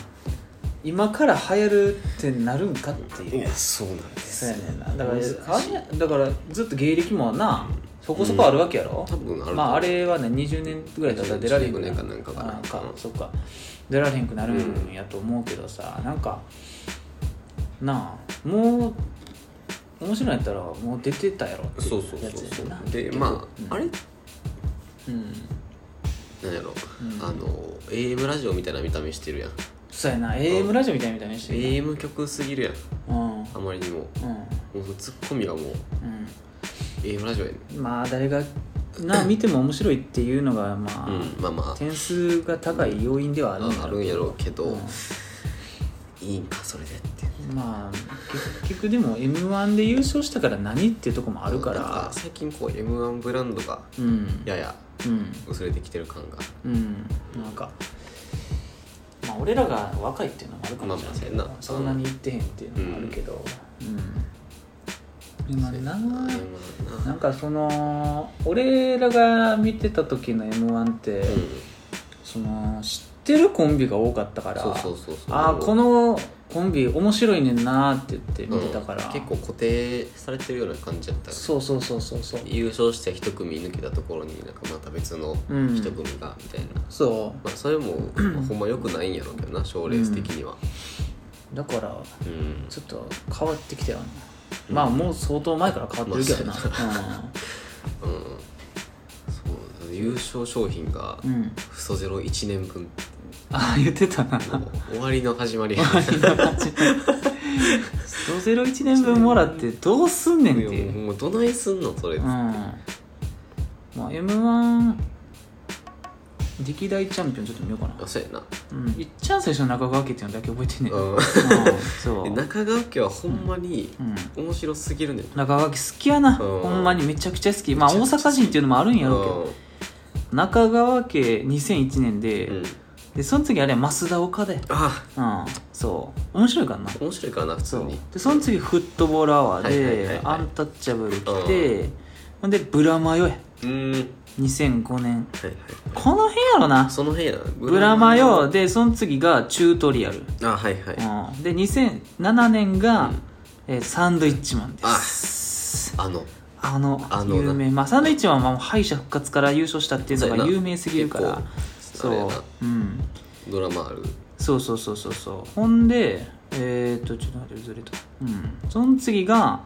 [SPEAKER 1] 今から流行るってなるんかっていう、
[SPEAKER 2] いやそうなんです
[SPEAKER 1] そうやねんなだから
[SPEAKER 2] 難しい
[SPEAKER 1] あれだからずっと芸歴もなそこそこあるわけやろ、
[SPEAKER 2] 多分ある
[SPEAKER 1] まああれはね20年ぐらいだったら出られへん
[SPEAKER 2] 15年かなんかかな
[SPEAKER 1] あ
[SPEAKER 2] うん
[SPEAKER 1] そっか出られへんくなるんやと思うけどさ、なんかなあもう面白いんやったらもう出てたやろってい
[SPEAKER 2] そうそう
[SPEAKER 1] や
[SPEAKER 2] そう
[SPEAKER 1] つ
[SPEAKER 2] そ
[SPEAKER 1] やな
[SPEAKER 2] うで
[SPEAKER 1] 結局
[SPEAKER 2] ま
[SPEAKER 1] うん
[SPEAKER 2] ああれ
[SPEAKER 1] うん
[SPEAKER 2] なんやろ、
[SPEAKER 1] うん
[SPEAKER 2] あの AM ラジオみたいな見た目してるやん
[SPEAKER 1] そうやな AM ラジオみたいなみたいにしてるな
[SPEAKER 2] AM 曲すぎるやん
[SPEAKER 1] うん
[SPEAKER 2] あまりにも
[SPEAKER 1] う
[SPEAKER 2] もうツッコミがもうん AM ラジオやね
[SPEAKER 1] うんまあ誰がな見ても面白いっていうのがまあ、
[SPEAKER 2] うんまあまあ
[SPEAKER 1] 点数が高い要因ではあるんや
[SPEAKER 2] ああるんやろうけど、
[SPEAKER 1] うん
[SPEAKER 2] いいんかそれでって
[SPEAKER 1] まあ結局でも m 1で優勝したから何っていうとこもあるか
[SPEAKER 2] なん
[SPEAKER 1] ら
[SPEAKER 2] 最近こう m 1ブランドが
[SPEAKER 1] うん
[SPEAKER 2] やや
[SPEAKER 1] うん
[SPEAKER 2] 薄れてきてる感が
[SPEAKER 1] うんなんかまあ俺らが若いっていうのもあるかもしれないけど、
[SPEAKER 2] まあまあ
[SPEAKER 1] そ
[SPEAKER 2] そうやな
[SPEAKER 1] な
[SPEAKER 2] ん
[SPEAKER 1] に言ってへんっていうのもあるけどうん、今な
[SPEAKER 2] そうやな
[SPEAKER 1] なんかその俺らが見てた時の m 1って、
[SPEAKER 2] うん
[SPEAKER 1] その知ってるコンビが多かったから
[SPEAKER 2] そうそうそうそう
[SPEAKER 1] ああこのコンビ面白いねんなーって言って見てたから、
[SPEAKER 2] うん結構固定されてるような感じやった
[SPEAKER 1] そうそうそうそうそう
[SPEAKER 2] 優勝して一組抜けたところになんかまた別の
[SPEAKER 1] うん
[SPEAKER 2] 一組がみたいな、
[SPEAKER 1] そう
[SPEAKER 2] まあそれも、まあほんま良くないんやろうけどな賞レース的には、
[SPEAKER 1] だから
[SPEAKER 2] うん
[SPEAKER 1] ちょっと変わってきたよね、まあもう相当前から変わってるけどな、
[SPEAKER 2] そう優勝商品が
[SPEAKER 1] うん、うん、
[SPEAKER 2] フソゼロ1年分
[SPEAKER 1] ああ言ってたな
[SPEAKER 2] もう終わりの始まりや
[SPEAKER 1] 001年分もらってどうすんねんっていう
[SPEAKER 2] もうどないすんのそれ、
[SPEAKER 1] うんまあ m 1歴代チャンピオンちょっと見ようかな
[SPEAKER 2] あそうやな、
[SPEAKER 1] うんいっちゃん最初の中川家っていうのだけ覚えてんねん、うん、
[SPEAKER 2] う、
[SPEAKER 1] そうん
[SPEAKER 2] 中川家はほんまに
[SPEAKER 1] うん
[SPEAKER 2] 面白すぎるねん、
[SPEAKER 1] 中川家好きやな、
[SPEAKER 2] うん
[SPEAKER 1] ほんまにめちゃくちゃ好きまあ大阪人っていうのもあるんやろうけど、中川家2001年で、
[SPEAKER 2] うん、
[SPEAKER 1] でその次あれは増田岡田や
[SPEAKER 2] あ
[SPEAKER 1] うんそう面白いからな
[SPEAKER 2] 面白いからな普通
[SPEAKER 1] そう
[SPEAKER 2] に
[SPEAKER 1] でその次フットボールアワーで、
[SPEAKER 2] はいはいはいはい
[SPEAKER 1] アンタッチャブル来てほんでブラマヨや
[SPEAKER 2] うーんはい
[SPEAKER 1] 2005年
[SPEAKER 2] はい
[SPEAKER 1] この辺やろな
[SPEAKER 2] その辺やなブ
[SPEAKER 1] ブラマヨでその次がチュートリアル、
[SPEAKER 2] あはいはい
[SPEAKER 1] うん、で2007年が、
[SPEAKER 2] うん
[SPEAKER 1] えーサンドイッチマンです
[SPEAKER 2] あの
[SPEAKER 1] あの
[SPEAKER 2] あのな
[SPEAKER 1] 有名、まあ、サンドイッチマンはもう敗者復活から優勝したっていう
[SPEAKER 2] そう
[SPEAKER 1] の
[SPEAKER 2] や
[SPEAKER 1] が
[SPEAKER 2] な
[SPEAKER 1] 有名すぎるから
[SPEAKER 2] 結構あれや
[SPEAKER 1] そ
[SPEAKER 2] な
[SPEAKER 1] う、うん、
[SPEAKER 2] ドラマある
[SPEAKER 1] そうそうそうそうそうほんでえっ、ー、とちょっと待ってずれたうんその次が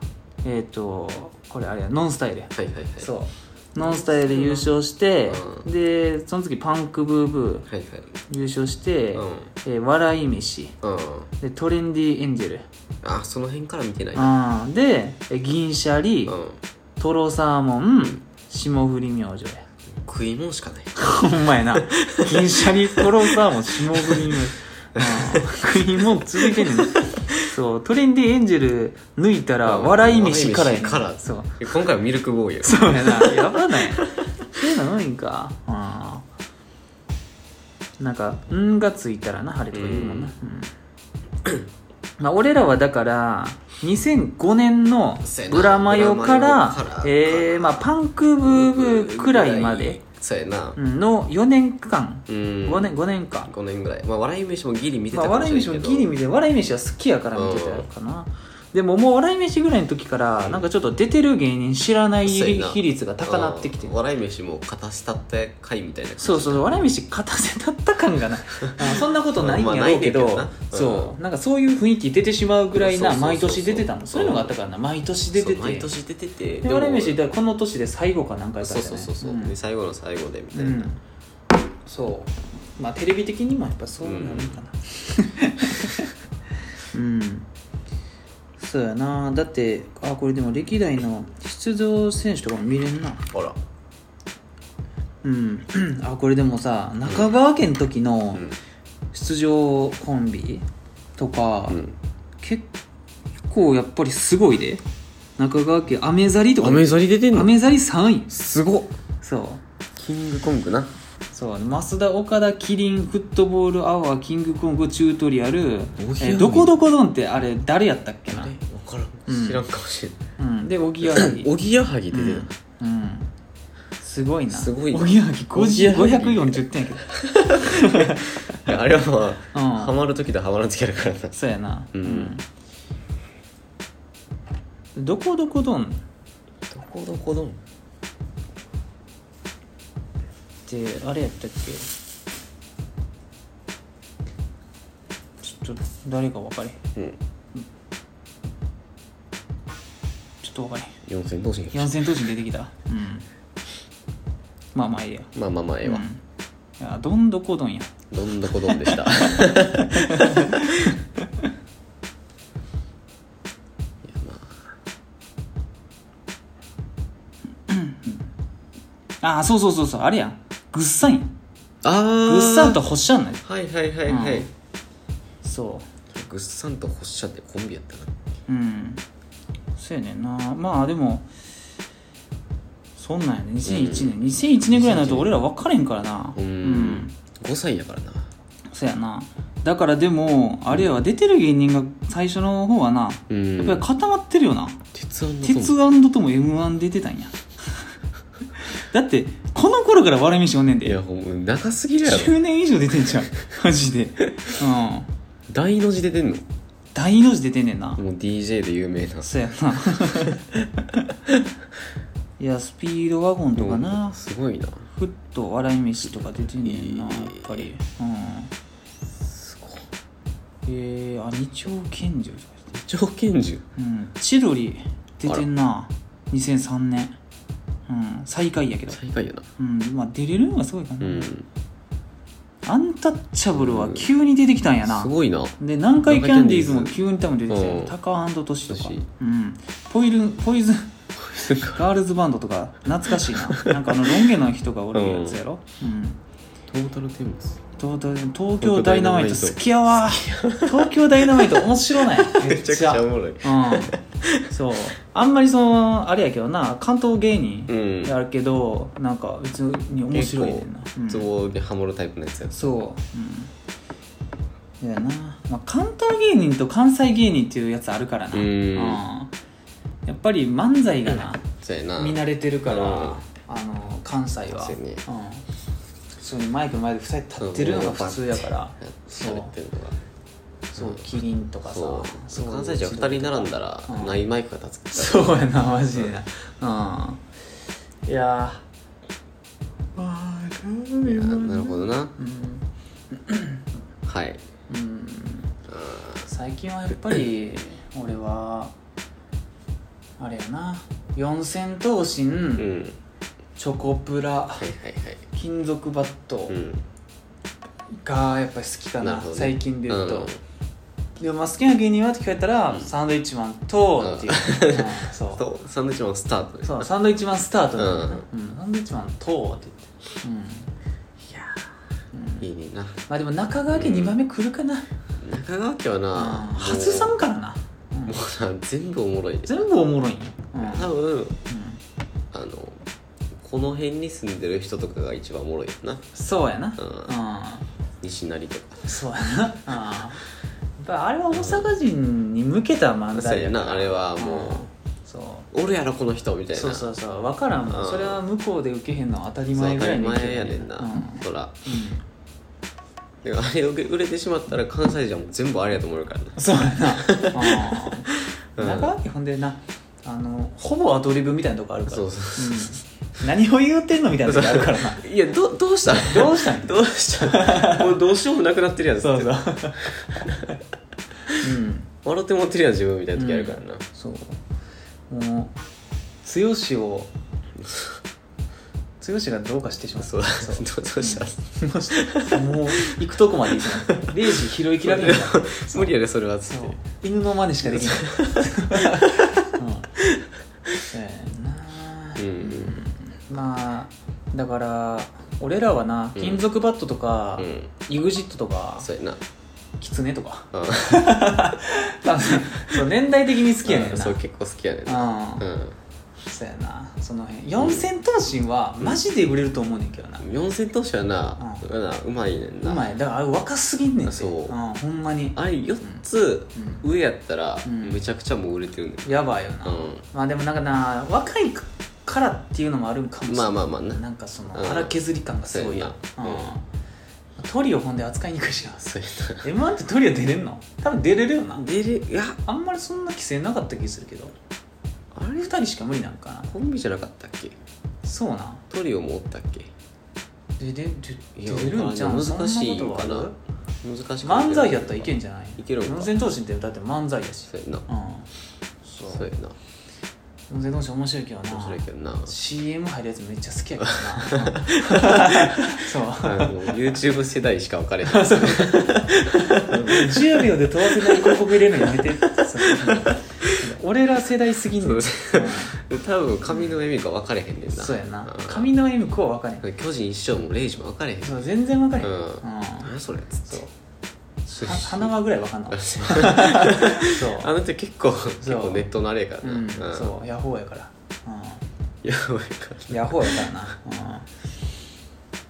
[SPEAKER 1] えっ、ー、とこれあれやノンスタイルや
[SPEAKER 2] はいはいはい
[SPEAKER 1] そうノンスタイルで優勝して、
[SPEAKER 2] う
[SPEAKER 1] でその次パンクブーブ
[SPEAKER 2] はいはい
[SPEAKER 1] ー優勝して、
[SPEAKER 2] うん
[SPEAKER 1] えー笑い飯
[SPEAKER 2] うん
[SPEAKER 1] でトレンディエンジェル、
[SPEAKER 2] あその辺から見てないな
[SPEAKER 1] あーでえー銀シャリ
[SPEAKER 2] うん
[SPEAKER 1] トロサーモン霜降り明星や
[SPEAKER 2] 食いもんしかない
[SPEAKER 1] ほんまやな銀シャリトロサーモン霜降り明星うん食いもん続いてんねんそうトレンディエンジェル抜いたら
[SPEAKER 2] うん
[SPEAKER 1] 笑い飯からやねん
[SPEAKER 2] 笑い飯から
[SPEAKER 1] そう
[SPEAKER 2] 今回はミルクボーイよ
[SPEAKER 1] そうやなやばないそういうのないんかうんなんか「ん」がついたらなあれとか言うもんな、うんまあ俺らはだから2005年の
[SPEAKER 2] そうやな
[SPEAKER 1] ブラマヨか
[SPEAKER 2] ブラ
[SPEAKER 1] ら
[SPEAKER 2] マヨから
[SPEAKER 1] えーまあ、パンクブーブーくらいまで
[SPEAKER 2] そうやな
[SPEAKER 1] うんの4年間
[SPEAKER 2] うん
[SPEAKER 1] 5年5年か、
[SPEAKER 2] 5年ぐらいまあ笑い飯もギリ見て
[SPEAKER 1] ま
[SPEAKER 2] た
[SPEAKER 1] あ、
[SPEAKER 2] かも
[SPEAKER 1] 笑
[SPEAKER 2] し
[SPEAKER 1] い
[SPEAKER 2] れ
[SPEAKER 1] 飯
[SPEAKER 2] んけ
[SPEAKER 1] も
[SPEAKER 2] ど
[SPEAKER 1] ギリ見て笑い飯は好きやから見てたかな、でももう笑い飯ぐらいの時からなんかちょっと出てる芸人知らない
[SPEAKER 2] そうやな
[SPEAKER 1] 比率が高なってきて
[SPEAKER 2] うん笑い飯も片下って回みたいな感じ
[SPEAKER 1] そうそうそう笑い飯片手だった感 がないあそんなことないん
[SPEAKER 2] まあ
[SPEAKER 1] や
[SPEAKER 2] ない
[SPEAKER 1] ろ
[SPEAKER 2] ね
[SPEAKER 1] うんけ
[SPEAKER 2] けど
[SPEAKER 1] ど、
[SPEAKER 2] な
[SPEAKER 1] そうなんかそういう雰囲気出てしまうぐらい
[SPEAKER 2] そうそう
[SPEAKER 1] な
[SPEAKER 2] そうそう
[SPEAKER 1] 毎年出てたのそういうのがあったからな毎年出てて
[SPEAKER 2] そう毎年出てて
[SPEAKER 1] で
[SPEAKER 2] も
[SPEAKER 1] 笑い飯だからこの年で最後かなんかやった
[SPEAKER 2] そ
[SPEAKER 1] ん
[SPEAKER 2] う
[SPEAKER 1] じゃない
[SPEAKER 2] そうそうそう、
[SPEAKER 1] ん
[SPEAKER 2] で最後の最後でみた
[SPEAKER 1] う
[SPEAKER 2] いな、
[SPEAKER 1] ん、そうまあテレビ的にもやっぱそうなるんかなうんそうやなだってあこれでも歴代の出場選手とかも見れんな
[SPEAKER 2] ほら
[SPEAKER 1] うんあこれでもさ中川家の時の
[SPEAKER 2] ん
[SPEAKER 1] 出場コンビとか、
[SPEAKER 2] うん
[SPEAKER 1] 結構やっぱりすごいで中川家アメザリとか
[SPEAKER 2] ザリ出て
[SPEAKER 1] アメザリ3位
[SPEAKER 2] すごっ
[SPEAKER 1] そう
[SPEAKER 2] キングコングな
[SPEAKER 1] そう増田岡田キリンフットボールアワーキングコングチュートリアル
[SPEAKER 2] おぎやはぎ
[SPEAKER 1] えーどこどこどんってあれ誰やったっけ
[SPEAKER 2] あ
[SPEAKER 1] な
[SPEAKER 2] れ、分からん、
[SPEAKER 1] うん
[SPEAKER 2] 知らんかもしれん
[SPEAKER 1] うん、でおぎやは ぎ
[SPEAKER 2] おぎやはぎ出
[SPEAKER 1] う
[SPEAKER 2] て
[SPEAKER 1] ん、うんすごいな
[SPEAKER 2] すごいな
[SPEAKER 1] おぎやはぎ
[SPEAKER 2] おぎやはぎ
[SPEAKER 1] 540点やけど
[SPEAKER 2] た、いやあれはまあ、
[SPEAKER 1] うん
[SPEAKER 2] ハマる時とハマらん時あるからな
[SPEAKER 1] そうやな
[SPEAKER 2] うん
[SPEAKER 1] うんどこどこどんっ
[SPEAKER 2] どこどこどん
[SPEAKER 1] てあれやったっけちょっと誰か分かれへん
[SPEAKER 2] うん
[SPEAKER 1] ちょっと分かれへん
[SPEAKER 2] 4000同士に
[SPEAKER 1] 四千頭身出てきたうんまあまあいいや
[SPEAKER 2] まあまあまあええわ、
[SPEAKER 1] うん、いやどんどこどんや
[SPEAKER 2] どんどこどんで したいやま
[SPEAKER 1] ああそうそうそうそうあれやんグッサイン
[SPEAKER 2] ああ
[SPEAKER 1] グ
[SPEAKER 2] ー
[SPEAKER 1] ッサンとホッシャンなんや
[SPEAKER 2] はいはいはいはい、
[SPEAKER 1] うんそ
[SPEAKER 2] ぐっさんとほっしゃってコンビやったな
[SPEAKER 1] ううんそうやねんなまあでもそんなんやね2001年、2001年ぐらいになると俺ら分かれんからな
[SPEAKER 2] うん
[SPEAKER 1] うん
[SPEAKER 2] 5歳やからな
[SPEAKER 1] そうやなだからでもあれやわ出てる芸人が最初の方はな
[SPEAKER 2] う
[SPEAKER 1] や
[SPEAKER 2] ん
[SPEAKER 1] っぱり固まってるよな、
[SPEAKER 2] 鉄腕のトン
[SPEAKER 1] 鉄腕とも m 1出てたんや だってこの頃から笑い飯おんねんで
[SPEAKER 2] いやほんま長すぎるや ろ
[SPEAKER 1] 10年以上出てんじゃんマジでうん
[SPEAKER 2] 大の字出てんの
[SPEAKER 1] 大の字出てんねんな
[SPEAKER 2] もう DJ で有名な
[SPEAKER 1] そうや ないやスピードワゴンとかな、
[SPEAKER 2] すごいな
[SPEAKER 1] ふっと笑い飯とか出てんねんなやっぱりうん
[SPEAKER 2] すごい
[SPEAKER 1] えー、あ二丁拳銃とか言って
[SPEAKER 2] 条件銃
[SPEAKER 1] うんチルリ出てんな2003年うん最下位やけど
[SPEAKER 2] 最下位やな
[SPEAKER 1] うんまあ出れるのがすごいか
[SPEAKER 2] う
[SPEAKER 1] な、
[SPEAKER 2] ん
[SPEAKER 1] アンタッチャブルは急に出てきたんやな、
[SPEAKER 2] すご いな
[SPEAKER 1] で南海キャンディーズも急に多分出てきた
[SPEAKER 2] う
[SPEAKER 1] よ
[SPEAKER 2] ん
[SPEAKER 1] タカアンドトシとか
[SPEAKER 2] トシ、
[SPEAKER 1] うん、ポイルポイズンガールズバンドとか懐かしいな なんかあのロン毛の人がおるやつやろ、うん
[SPEAKER 2] トータルテンボス
[SPEAKER 1] 東東東京ダイナマイト好きやわ東京ダイナマイト面白ない めっちゃ
[SPEAKER 2] もろい
[SPEAKER 1] うん、そうあんまりそのあれやけどな関東芸
[SPEAKER 2] う
[SPEAKER 1] 人
[SPEAKER 2] ん
[SPEAKER 1] やるけど、なんか別に面白いねんな、うん
[SPEAKER 2] ツボにハモるタイプのやつやつ
[SPEAKER 1] そう、うん、だよな、まあ、関東芸人と関西芸人っていうやつあるからな
[SPEAKER 2] うーん
[SPEAKER 1] やっぱり漫才がな
[SPEAKER 2] そうやな
[SPEAKER 1] 見慣れてるから、
[SPEAKER 2] うん
[SPEAKER 1] あの関西は
[SPEAKER 2] そうやね
[SPEAKER 1] うん、そういうマイクの前で2人立ってるのが普通やからそう
[SPEAKER 2] 喋ってるのが
[SPEAKER 1] そうキリンとかさ
[SPEAKER 2] そう
[SPEAKER 1] そう
[SPEAKER 2] 関西人は2人並んだら
[SPEAKER 1] うん
[SPEAKER 2] ないマイクが立つから
[SPEAKER 1] そうやなマジでなうんいやーわかる
[SPEAKER 2] いや
[SPEAKER 1] よ
[SPEAKER 2] なるほどな
[SPEAKER 1] うん
[SPEAKER 2] はい
[SPEAKER 1] うん最近はやっぱり俺はあれやな四千頭身、
[SPEAKER 2] うんはい
[SPEAKER 1] チョコプラ
[SPEAKER 2] はいはい
[SPEAKER 1] 金属バット
[SPEAKER 2] うん
[SPEAKER 1] がやっぱり好きかな
[SPEAKER 2] なるほどね
[SPEAKER 1] 最近で言うと、
[SPEAKER 2] うん
[SPEAKER 1] でもまあ好きな芸人はって聞かれたら、サンドイッチマンとっていう、うんそう
[SPEAKER 2] そうサンドイッチマンスタートです
[SPEAKER 1] そうサンドイッチマンスタートなんだよね、
[SPEAKER 2] う
[SPEAKER 1] うんサンドイッチマンとって言ってうんいやーうん
[SPEAKER 2] いいねんな
[SPEAKER 1] まあでも中川家2番目来るかな、
[SPEAKER 2] 中川家はな
[SPEAKER 1] うん
[SPEAKER 2] もう
[SPEAKER 1] 外さんからな、うん
[SPEAKER 2] もうな全部おもろい
[SPEAKER 1] 全部おもろいんよ、うん
[SPEAKER 2] 多分あのこの辺に住んでる人とかが一番おもろいよな
[SPEAKER 1] そうやな
[SPEAKER 2] う
[SPEAKER 1] う
[SPEAKER 2] 西成とか
[SPEAKER 1] んそうやなうんやっぱあれは大阪人に向けた漫
[SPEAKER 2] そう
[SPEAKER 1] 才
[SPEAKER 2] や
[SPEAKER 1] や
[SPEAKER 2] なあれは
[SPEAKER 1] うん
[SPEAKER 2] も
[SPEAKER 1] そう
[SPEAKER 2] うおるやろこの人みたいな
[SPEAKER 1] そうそうそう分からんもん
[SPEAKER 2] うん
[SPEAKER 1] それは向こうで受けへんのは当たり
[SPEAKER 2] そう
[SPEAKER 1] 前
[SPEAKER 2] 当
[SPEAKER 1] ぐ
[SPEAKER 2] た
[SPEAKER 1] ら
[SPEAKER 2] り
[SPEAKER 1] いの
[SPEAKER 2] 前やねんな
[SPEAKER 1] うん
[SPEAKER 2] ほら
[SPEAKER 1] うん
[SPEAKER 2] でもあれを売れてしまったら関西じゃもう全部あれやと思 うからな
[SPEAKER 1] そうやな
[SPEAKER 2] うん
[SPEAKER 1] 中脇ほんでなあのほぼアドリブみたいなとこあるから
[SPEAKER 2] そうそう
[SPEAKER 1] うん何を言うてんのみたいなとこあるから ない
[SPEAKER 2] やどどうした
[SPEAKER 1] どうしたん
[SPEAKER 2] どうしたもうどうしようもなくなってるやん
[SPEAKER 1] そうそう
[SPEAKER 2] って
[SPEAKER 1] うん
[SPEAKER 2] 笑って持ってるやん自分みたいな時あるからな、
[SPEAKER 1] そうもう剛を剛がどうかしてしまった
[SPEAKER 2] そうどうどうした、
[SPEAKER 1] もう もう行くとこまで行くなレイジ拾いきられるんだ
[SPEAKER 2] 無理やでそれはっつ
[SPEAKER 1] そ
[SPEAKER 2] っ
[SPEAKER 1] う
[SPEAKER 2] て
[SPEAKER 1] 犬の真似しかできない うんそうやな
[SPEAKER 2] うん
[SPEAKER 1] まあだから俺らはな金属バットとか、
[SPEAKER 2] うん
[SPEAKER 1] EXIT とか
[SPEAKER 2] そうやな
[SPEAKER 1] キツネとか
[SPEAKER 2] うん
[SPEAKER 1] 多分そう年代的に好きやねんな、
[SPEAKER 2] うんそう結構好きやねんな
[SPEAKER 1] うん
[SPEAKER 2] う
[SPEAKER 1] そうやなその辺四千頭身はマジで売れると思うねんけどな、
[SPEAKER 2] ん四千頭身はな
[SPEAKER 1] う
[SPEAKER 2] なうまいねん
[SPEAKER 1] う
[SPEAKER 2] な
[SPEAKER 1] まいだからあれ若すぎんねんて、
[SPEAKER 2] そうん
[SPEAKER 1] ほんまに
[SPEAKER 2] あれ四つ上やったら
[SPEAKER 1] うん
[SPEAKER 2] めちゃくちゃもう売れてるねんだ
[SPEAKER 1] やばいよな、
[SPEAKER 2] うん
[SPEAKER 1] まあでもなんかな若いからっていうのもあるんかもしれない
[SPEAKER 2] まあまあまあな
[SPEAKER 1] なんかその
[SPEAKER 2] うん
[SPEAKER 1] 荒削り感がすごいやん、
[SPEAKER 2] そうやな
[SPEAKER 1] うんトリオほんで扱いにくいしな
[SPEAKER 2] そうや
[SPEAKER 1] m 1ってトリオ出れんの多分出れるよな
[SPEAKER 2] な出るいや
[SPEAKER 1] あんまりそんな規制なかった気するけど
[SPEAKER 2] あ
[SPEAKER 1] 2
[SPEAKER 2] れ
[SPEAKER 1] 人しか無理なんかな
[SPEAKER 2] コンビじゃなかったっけ
[SPEAKER 1] そうなん
[SPEAKER 2] トリオもおったっけ
[SPEAKER 1] ででで
[SPEAKER 2] いや
[SPEAKER 1] 出るんじゃん
[SPEAKER 2] わからん難しい
[SPEAKER 1] そんな
[SPEAKER 2] か
[SPEAKER 1] ことはあ
[SPEAKER 2] な
[SPEAKER 1] る
[SPEAKER 2] 難しい
[SPEAKER 1] 漫才やったらいけんじゃない
[SPEAKER 2] いけるんか
[SPEAKER 1] 四千頭身ってだって漫才やし
[SPEAKER 2] そうやな
[SPEAKER 1] うんそ
[SPEAKER 2] そう
[SPEAKER 1] う
[SPEAKER 2] やな
[SPEAKER 1] 四千頭身面白いけどな
[SPEAKER 2] 面白いけどな
[SPEAKER 1] CM 入るやつめっちゃ好きやけどな そう
[SPEAKER 2] あの YouTube 世代しか分かれへんそう
[SPEAKER 1] 10秒で飛ばせない広告入れるのやめてそう俺ら世代すぎんねんうん
[SPEAKER 2] 多分髪の意味が分かれへんねんな
[SPEAKER 1] そうやな
[SPEAKER 2] うん
[SPEAKER 1] 髪の意味こう分かれへん
[SPEAKER 2] 巨人一生もレイジも分かれへん
[SPEAKER 1] そう全然分かれへん
[SPEAKER 2] うん
[SPEAKER 1] うん
[SPEAKER 2] 何それっつって
[SPEAKER 1] は花輪ぐらい分かんなかったそう
[SPEAKER 2] あの人結構結構ネットのあれやからな
[SPEAKER 1] うん
[SPEAKER 2] ん
[SPEAKER 1] そうヤホーやから
[SPEAKER 2] やばいか
[SPEAKER 1] うんヤホーやからなうん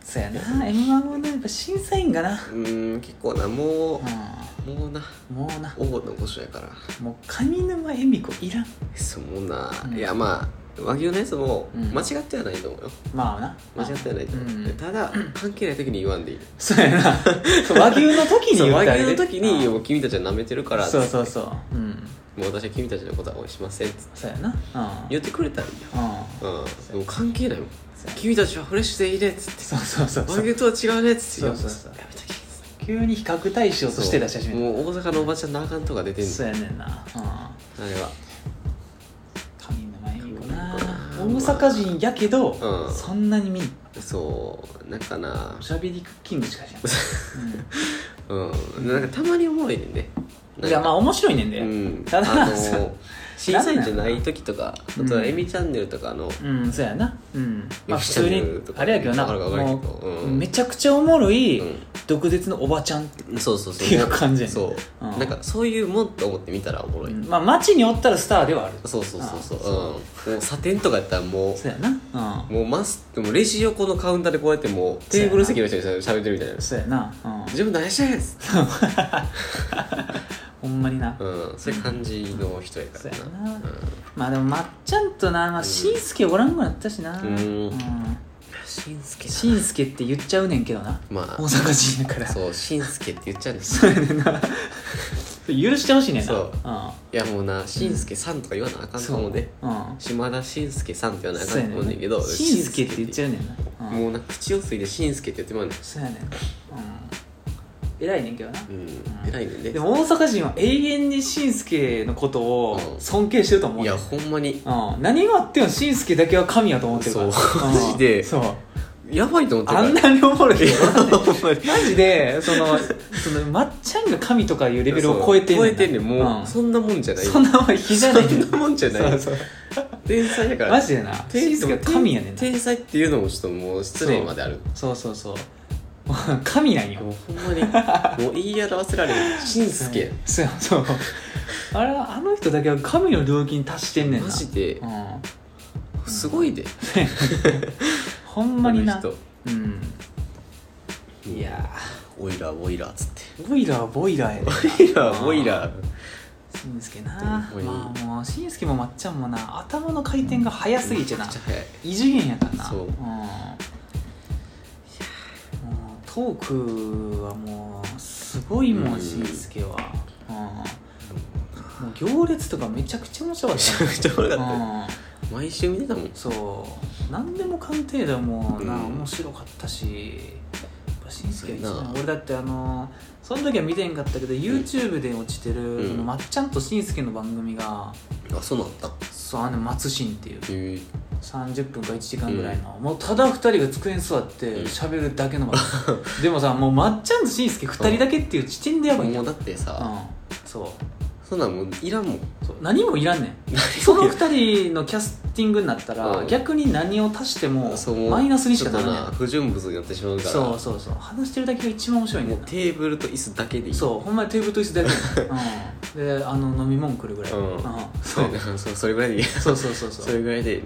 [SPEAKER 1] そうやな m 1もなんか審査員がな
[SPEAKER 2] らうん結構なも
[SPEAKER 1] う
[SPEAKER 2] うもうなん
[SPEAKER 1] もうな
[SPEAKER 2] 応募の御所やから
[SPEAKER 1] もう上沼恵美子いらん
[SPEAKER 2] そもうな、
[SPEAKER 1] うん
[SPEAKER 2] いやまあ和牛のやつも
[SPEAKER 1] うん
[SPEAKER 2] 間違ってはないと思うよ、
[SPEAKER 1] まあな
[SPEAKER 2] 間違ってはないと思う、
[SPEAKER 1] うん
[SPEAKER 2] ただ関係ない時に言わんでいい
[SPEAKER 1] そうやなそう和牛の時に
[SPEAKER 2] そう
[SPEAKER 1] 言
[SPEAKER 2] 和
[SPEAKER 1] うてあ
[SPEAKER 2] 牛
[SPEAKER 1] げて
[SPEAKER 2] の時にもう君たちは舐めてるから
[SPEAKER 1] そうそうそううん
[SPEAKER 2] もう私は君たちのことは応援しませんって
[SPEAKER 1] そうやなうん
[SPEAKER 2] 言ってくれたらいいよ
[SPEAKER 1] うん
[SPEAKER 2] うん、もう関係ないもん
[SPEAKER 1] そうや
[SPEAKER 2] 君たちはフレッシュでいいねっつって
[SPEAKER 1] そうそうそう
[SPEAKER 2] 和
[SPEAKER 1] そう
[SPEAKER 2] 牛とは違うねっつって
[SPEAKER 1] そうそうそう
[SPEAKER 2] やめとけっつって
[SPEAKER 1] 急に比較対象として出し始め
[SPEAKER 2] もう大阪のおばちゃんのあかんとか出て
[SPEAKER 1] た
[SPEAKER 2] んね
[SPEAKER 1] そうやねんな、うん、
[SPEAKER 2] んあれは
[SPEAKER 1] 神の前に行くな大
[SPEAKER 2] 神の前
[SPEAKER 1] 阪人やけど、
[SPEAKER 2] うん
[SPEAKER 1] そんなに見ん
[SPEAKER 2] そうなんかな
[SPEAKER 1] おしゃべりクッキングしかしない、
[SPEAKER 2] うんなんかたまにおもろいねんね
[SPEAKER 1] うん、いやまあ
[SPEAKER 2] あ
[SPEAKER 1] 面白いねんで、
[SPEAKER 2] うん、
[SPEAKER 1] ただ
[SPEAKER 2] あの
[SPEAKER 1] そう
[SPEAKER 2] 審査員じゃない時とか
[SPEAKER 1] うん
[SPEAKER 2] あとはエミチャンネルとかの、
[SPEAKER 1] うん、そうやな。うん。まあ普通に
[SPEAKER 2] よく知ってると、か
[SPEAKER 1] あれやけどな、
[SPEAKER 2] なかなかわからんけど
[SPEAKER 1] もう
[SPEAKER 2] うん
[SPEAKER 1] めちゃくちゃおもろい、
[SPEAKER 2] うん
[SPEAKER 1] 毒舌のおばちゃんって。
[SPEAKER 2] そうそうそう
[SPEAKER 1] っていう感じやね
[SPEAKER 2] そう、
[SPEAKER 1] うん
[SPEAKER 2] なんかそういうもんと思って見たらおもろい、
[SPEAKER 1] まあ街におったらスターではある。
[SPEAKER 2] そうそうそうそう
[SPEAKER 1] あ
[SPEAKER 2] うんもうサテンとかやったらも
[SPEAKER 1] そうやな。う。
[SPEAKER 2] うもうマスもうレジ横のカウンターでこうやってもうテーブル席の人に喋ってるみたいなん
[SPEAKER 1] そうやな。うん。
[SPEAKER 2] 自分何してんす
[SPEAKER 1] ほんまにな。
[SPEAKER 2] うんそういう感じの人やか
[SPEAKER 1] そう
[SPEAKER 2] ら
[SPEAKER 1] や
[SPEAKER 2] な
[SPEAKER 1] な。まあでもまっちゃんとな、まあ、しんすけおらんくなったしな。
[SPEAKER 2] うん
[SPEAKER 1] うん。
[SPEAKER 2] しんすけ
[SPEAKER 1] しんすけって言っちゃうねんけどな。
[SPEAKER 2] ま
[SPEAKER 1] 大
[SPEAKER 2] あ
[SPEAKER 1] 阪人やから。
[SPEAKER 2] そうしんすけって言っちゃうんで すよ
[SPEAKER 1] 許してほしいねんな。
[SPEAKER 2] そう
[SPEAKER 1] う
[SPEAKER 2] いやもうなしんすけさんとか言わなあか
[SPEAKER 1] ん。
[SPEAKER 2] んと思うね
[SPEAKER 1] うん。
[SPEAKER 2] 島田しんすけさんって言わなあか
[SPEAKER 1] そ
[SPEAKER 2] ん
[SPEAKER 1] う
[SPEAKER 2] と
[SPEAKER 1] やね
[SPEAKER 2] 思うねんけ
[SPEAKER 1] ん
[SPEAKER 2] ど
[SPEAKER 1] な。しんすけって言っちゃうねんな。うん
[SPEAKER 2] もうなんか口をついてしんすけって言ってまうねん
[SPEAKER 1] そうやねん、うん、偉いねんけどな、
[SPEAKER 2] うん偉いねんね
[SPEAKER 1] でも大阪人は永遠にしんすけのこと
[SPEAKER 2] う
[SPEAKER 1] を
[SPEAKER 2] ん
[SPEAKER 1] 尊敬してると思う
[SPEAKER 2] い
[SPEAKER 1] ねん、
[SPEAKER 2] やほんまに
[SPEAKER 1] うん、何があってもしんすけだけは神やと思ってるから
[SPEAKER 2] そうんマジで
[SPEAKER 1] そう
[SPEAKER 2] やばいと思って
[SPEAKER 1] あん
[SPEAKER 2] るか
[SPEAKER 1] なにおもろい人
[SPEAKER 2] らほんまに
[SPEAKER 1] マジでそのそのまっちゃんが神とかいうレベルを超えてん
[SPEAKER 2] そう
[SPEAKER 1] ね
[SPEAKER 2] 超えてんねんもう、
[SPEAKER 1] ん
[SPEAKER 2] そんなもんじゃない
[SPEAKER 1] そんなもん日じゃない
[SPEAKER 2] そんなもんじゃない
[SPEAKER 1] そうそう
[SPEAKER 2] 天才だから
[SPEAKER 1] マジでなし
[SPEAKER 2] 天
[SPEAKER 1] んすけは神やねんな
[SPEAKER 2] 天才っていうのもちょっともう失礼まである
[SPEAKER 1] そうそうそう もう神なんよ
[SPEAKER 2] もうほんまにもう言い表せられるしんす け
[SPEAKER 1] そうそうあれはあの人だけは神の領域に達してんねんな
[SPEAKER 2] マジで
[SPEAKER 1] うん
[SPEAKER 2] すごいで
[SPEAKER 1] ほん
[SPEAKER 2] ほ
[SPEAKER 1] まにな
[SPEAKER 2] 人
[SPEAKER 1] うん
[SPEAKER 2] いやーオイラーオイラーっつって
[SPEAKER 1] ボイラーはボイラーやねんな
[SPEAKER 2] オイラーオイラー
[SPEAKER 1] しんすけな
[SPEAKER 2] ほんまに
[SPEAKER 1] まあもうしんすけもまっちゃんもな頭の回転が速すぎてな
[SPEAKER 2] めちゃくちゃ早い
[SPEAKER 1] 異次元やからな
[SPEAKER 2] そうん
[SPEAKER 1] もうトークはもうすごいも
[SPEAKER 2] うん
[SPEAKER 1] んしんすけはうんもう行列とかめちゃくちゃ面白かっ
[SPEAKER 2] め
[SPEAKER 1] た
[SPEAKER 2] ちゃくちゃ早かっ
[SPEAKER 1] うん
[SPEAKER 2] た毎週見てたもん
[SPEAKER 1] そう何でも鑑定だもうな、
[SPEAKER 2] うん
[SPEAKER 1] 面白かったしやっぱしんすけは一
[SPEAKER 2] そうやな
[SPEAKER 1] 番俺だってあのその時は見てんかったけど YouTube で落ちてる、
[SPEAKER 2] うん
[SPEAKER 1] そのまっちゃんとしんすけの番組が
[SPEAKER 2] あそうなんだっ
[SPEAKER 1] そうあの松しんっていう
[SPEAKER 2] ていう
[SPEAKER 1] 30分か1時間ぐらいの、もうただ2人が机に座って
[SPEAKER 2] うん
[SPEAKER 1] 喋るだけの番 組、でもさもうまっちゃんとしんすけ2人だけっていう時点でやばいんだ
[SPEAKER 2] も
[SPEAKER 1] よ、
[SPEAKER 2] うだって
[SPEAKER 1] うん
[SPEAKER 2] さ
[SPEAKER 1] そう
[SPEAKER 2] そんなんもういらんもん
[SPEAKER 1] そう何もいらんねんその2人のキャスティングになったら、
[SPEAKER 2] うん
[SPEAKER 1] 逆に何を足しても
[SPEAKER 2] そうもう
[SPEAKER 1] マイナスにしかなら
[SPEAKER 2] ちょっ
[SPEAKER 1] な
[SPEAKER 2] と不純物になってしま
[SPEAKER 1] い
[SPEAKER 2] うから
[SPEAKER 1] そうそうそう話してるだけが一番面白いね
[SPEAKER 2] もうん
[SPEAKER 1] な
[SPEAKER 2] テーブルと椅子だけでいい
[SPEAKER 1] そうほんまにテーブルと椅子だけ、うん、であの飲み物来るぐらい、
[SPEAKER 2] うん
[SPEAKER 1] そう
[SPEAKER 2] やなそうそれぐらいでいい
[SPEAKER 1] そうそうそうそう
[SPEAKER 2] それぐらいでいいね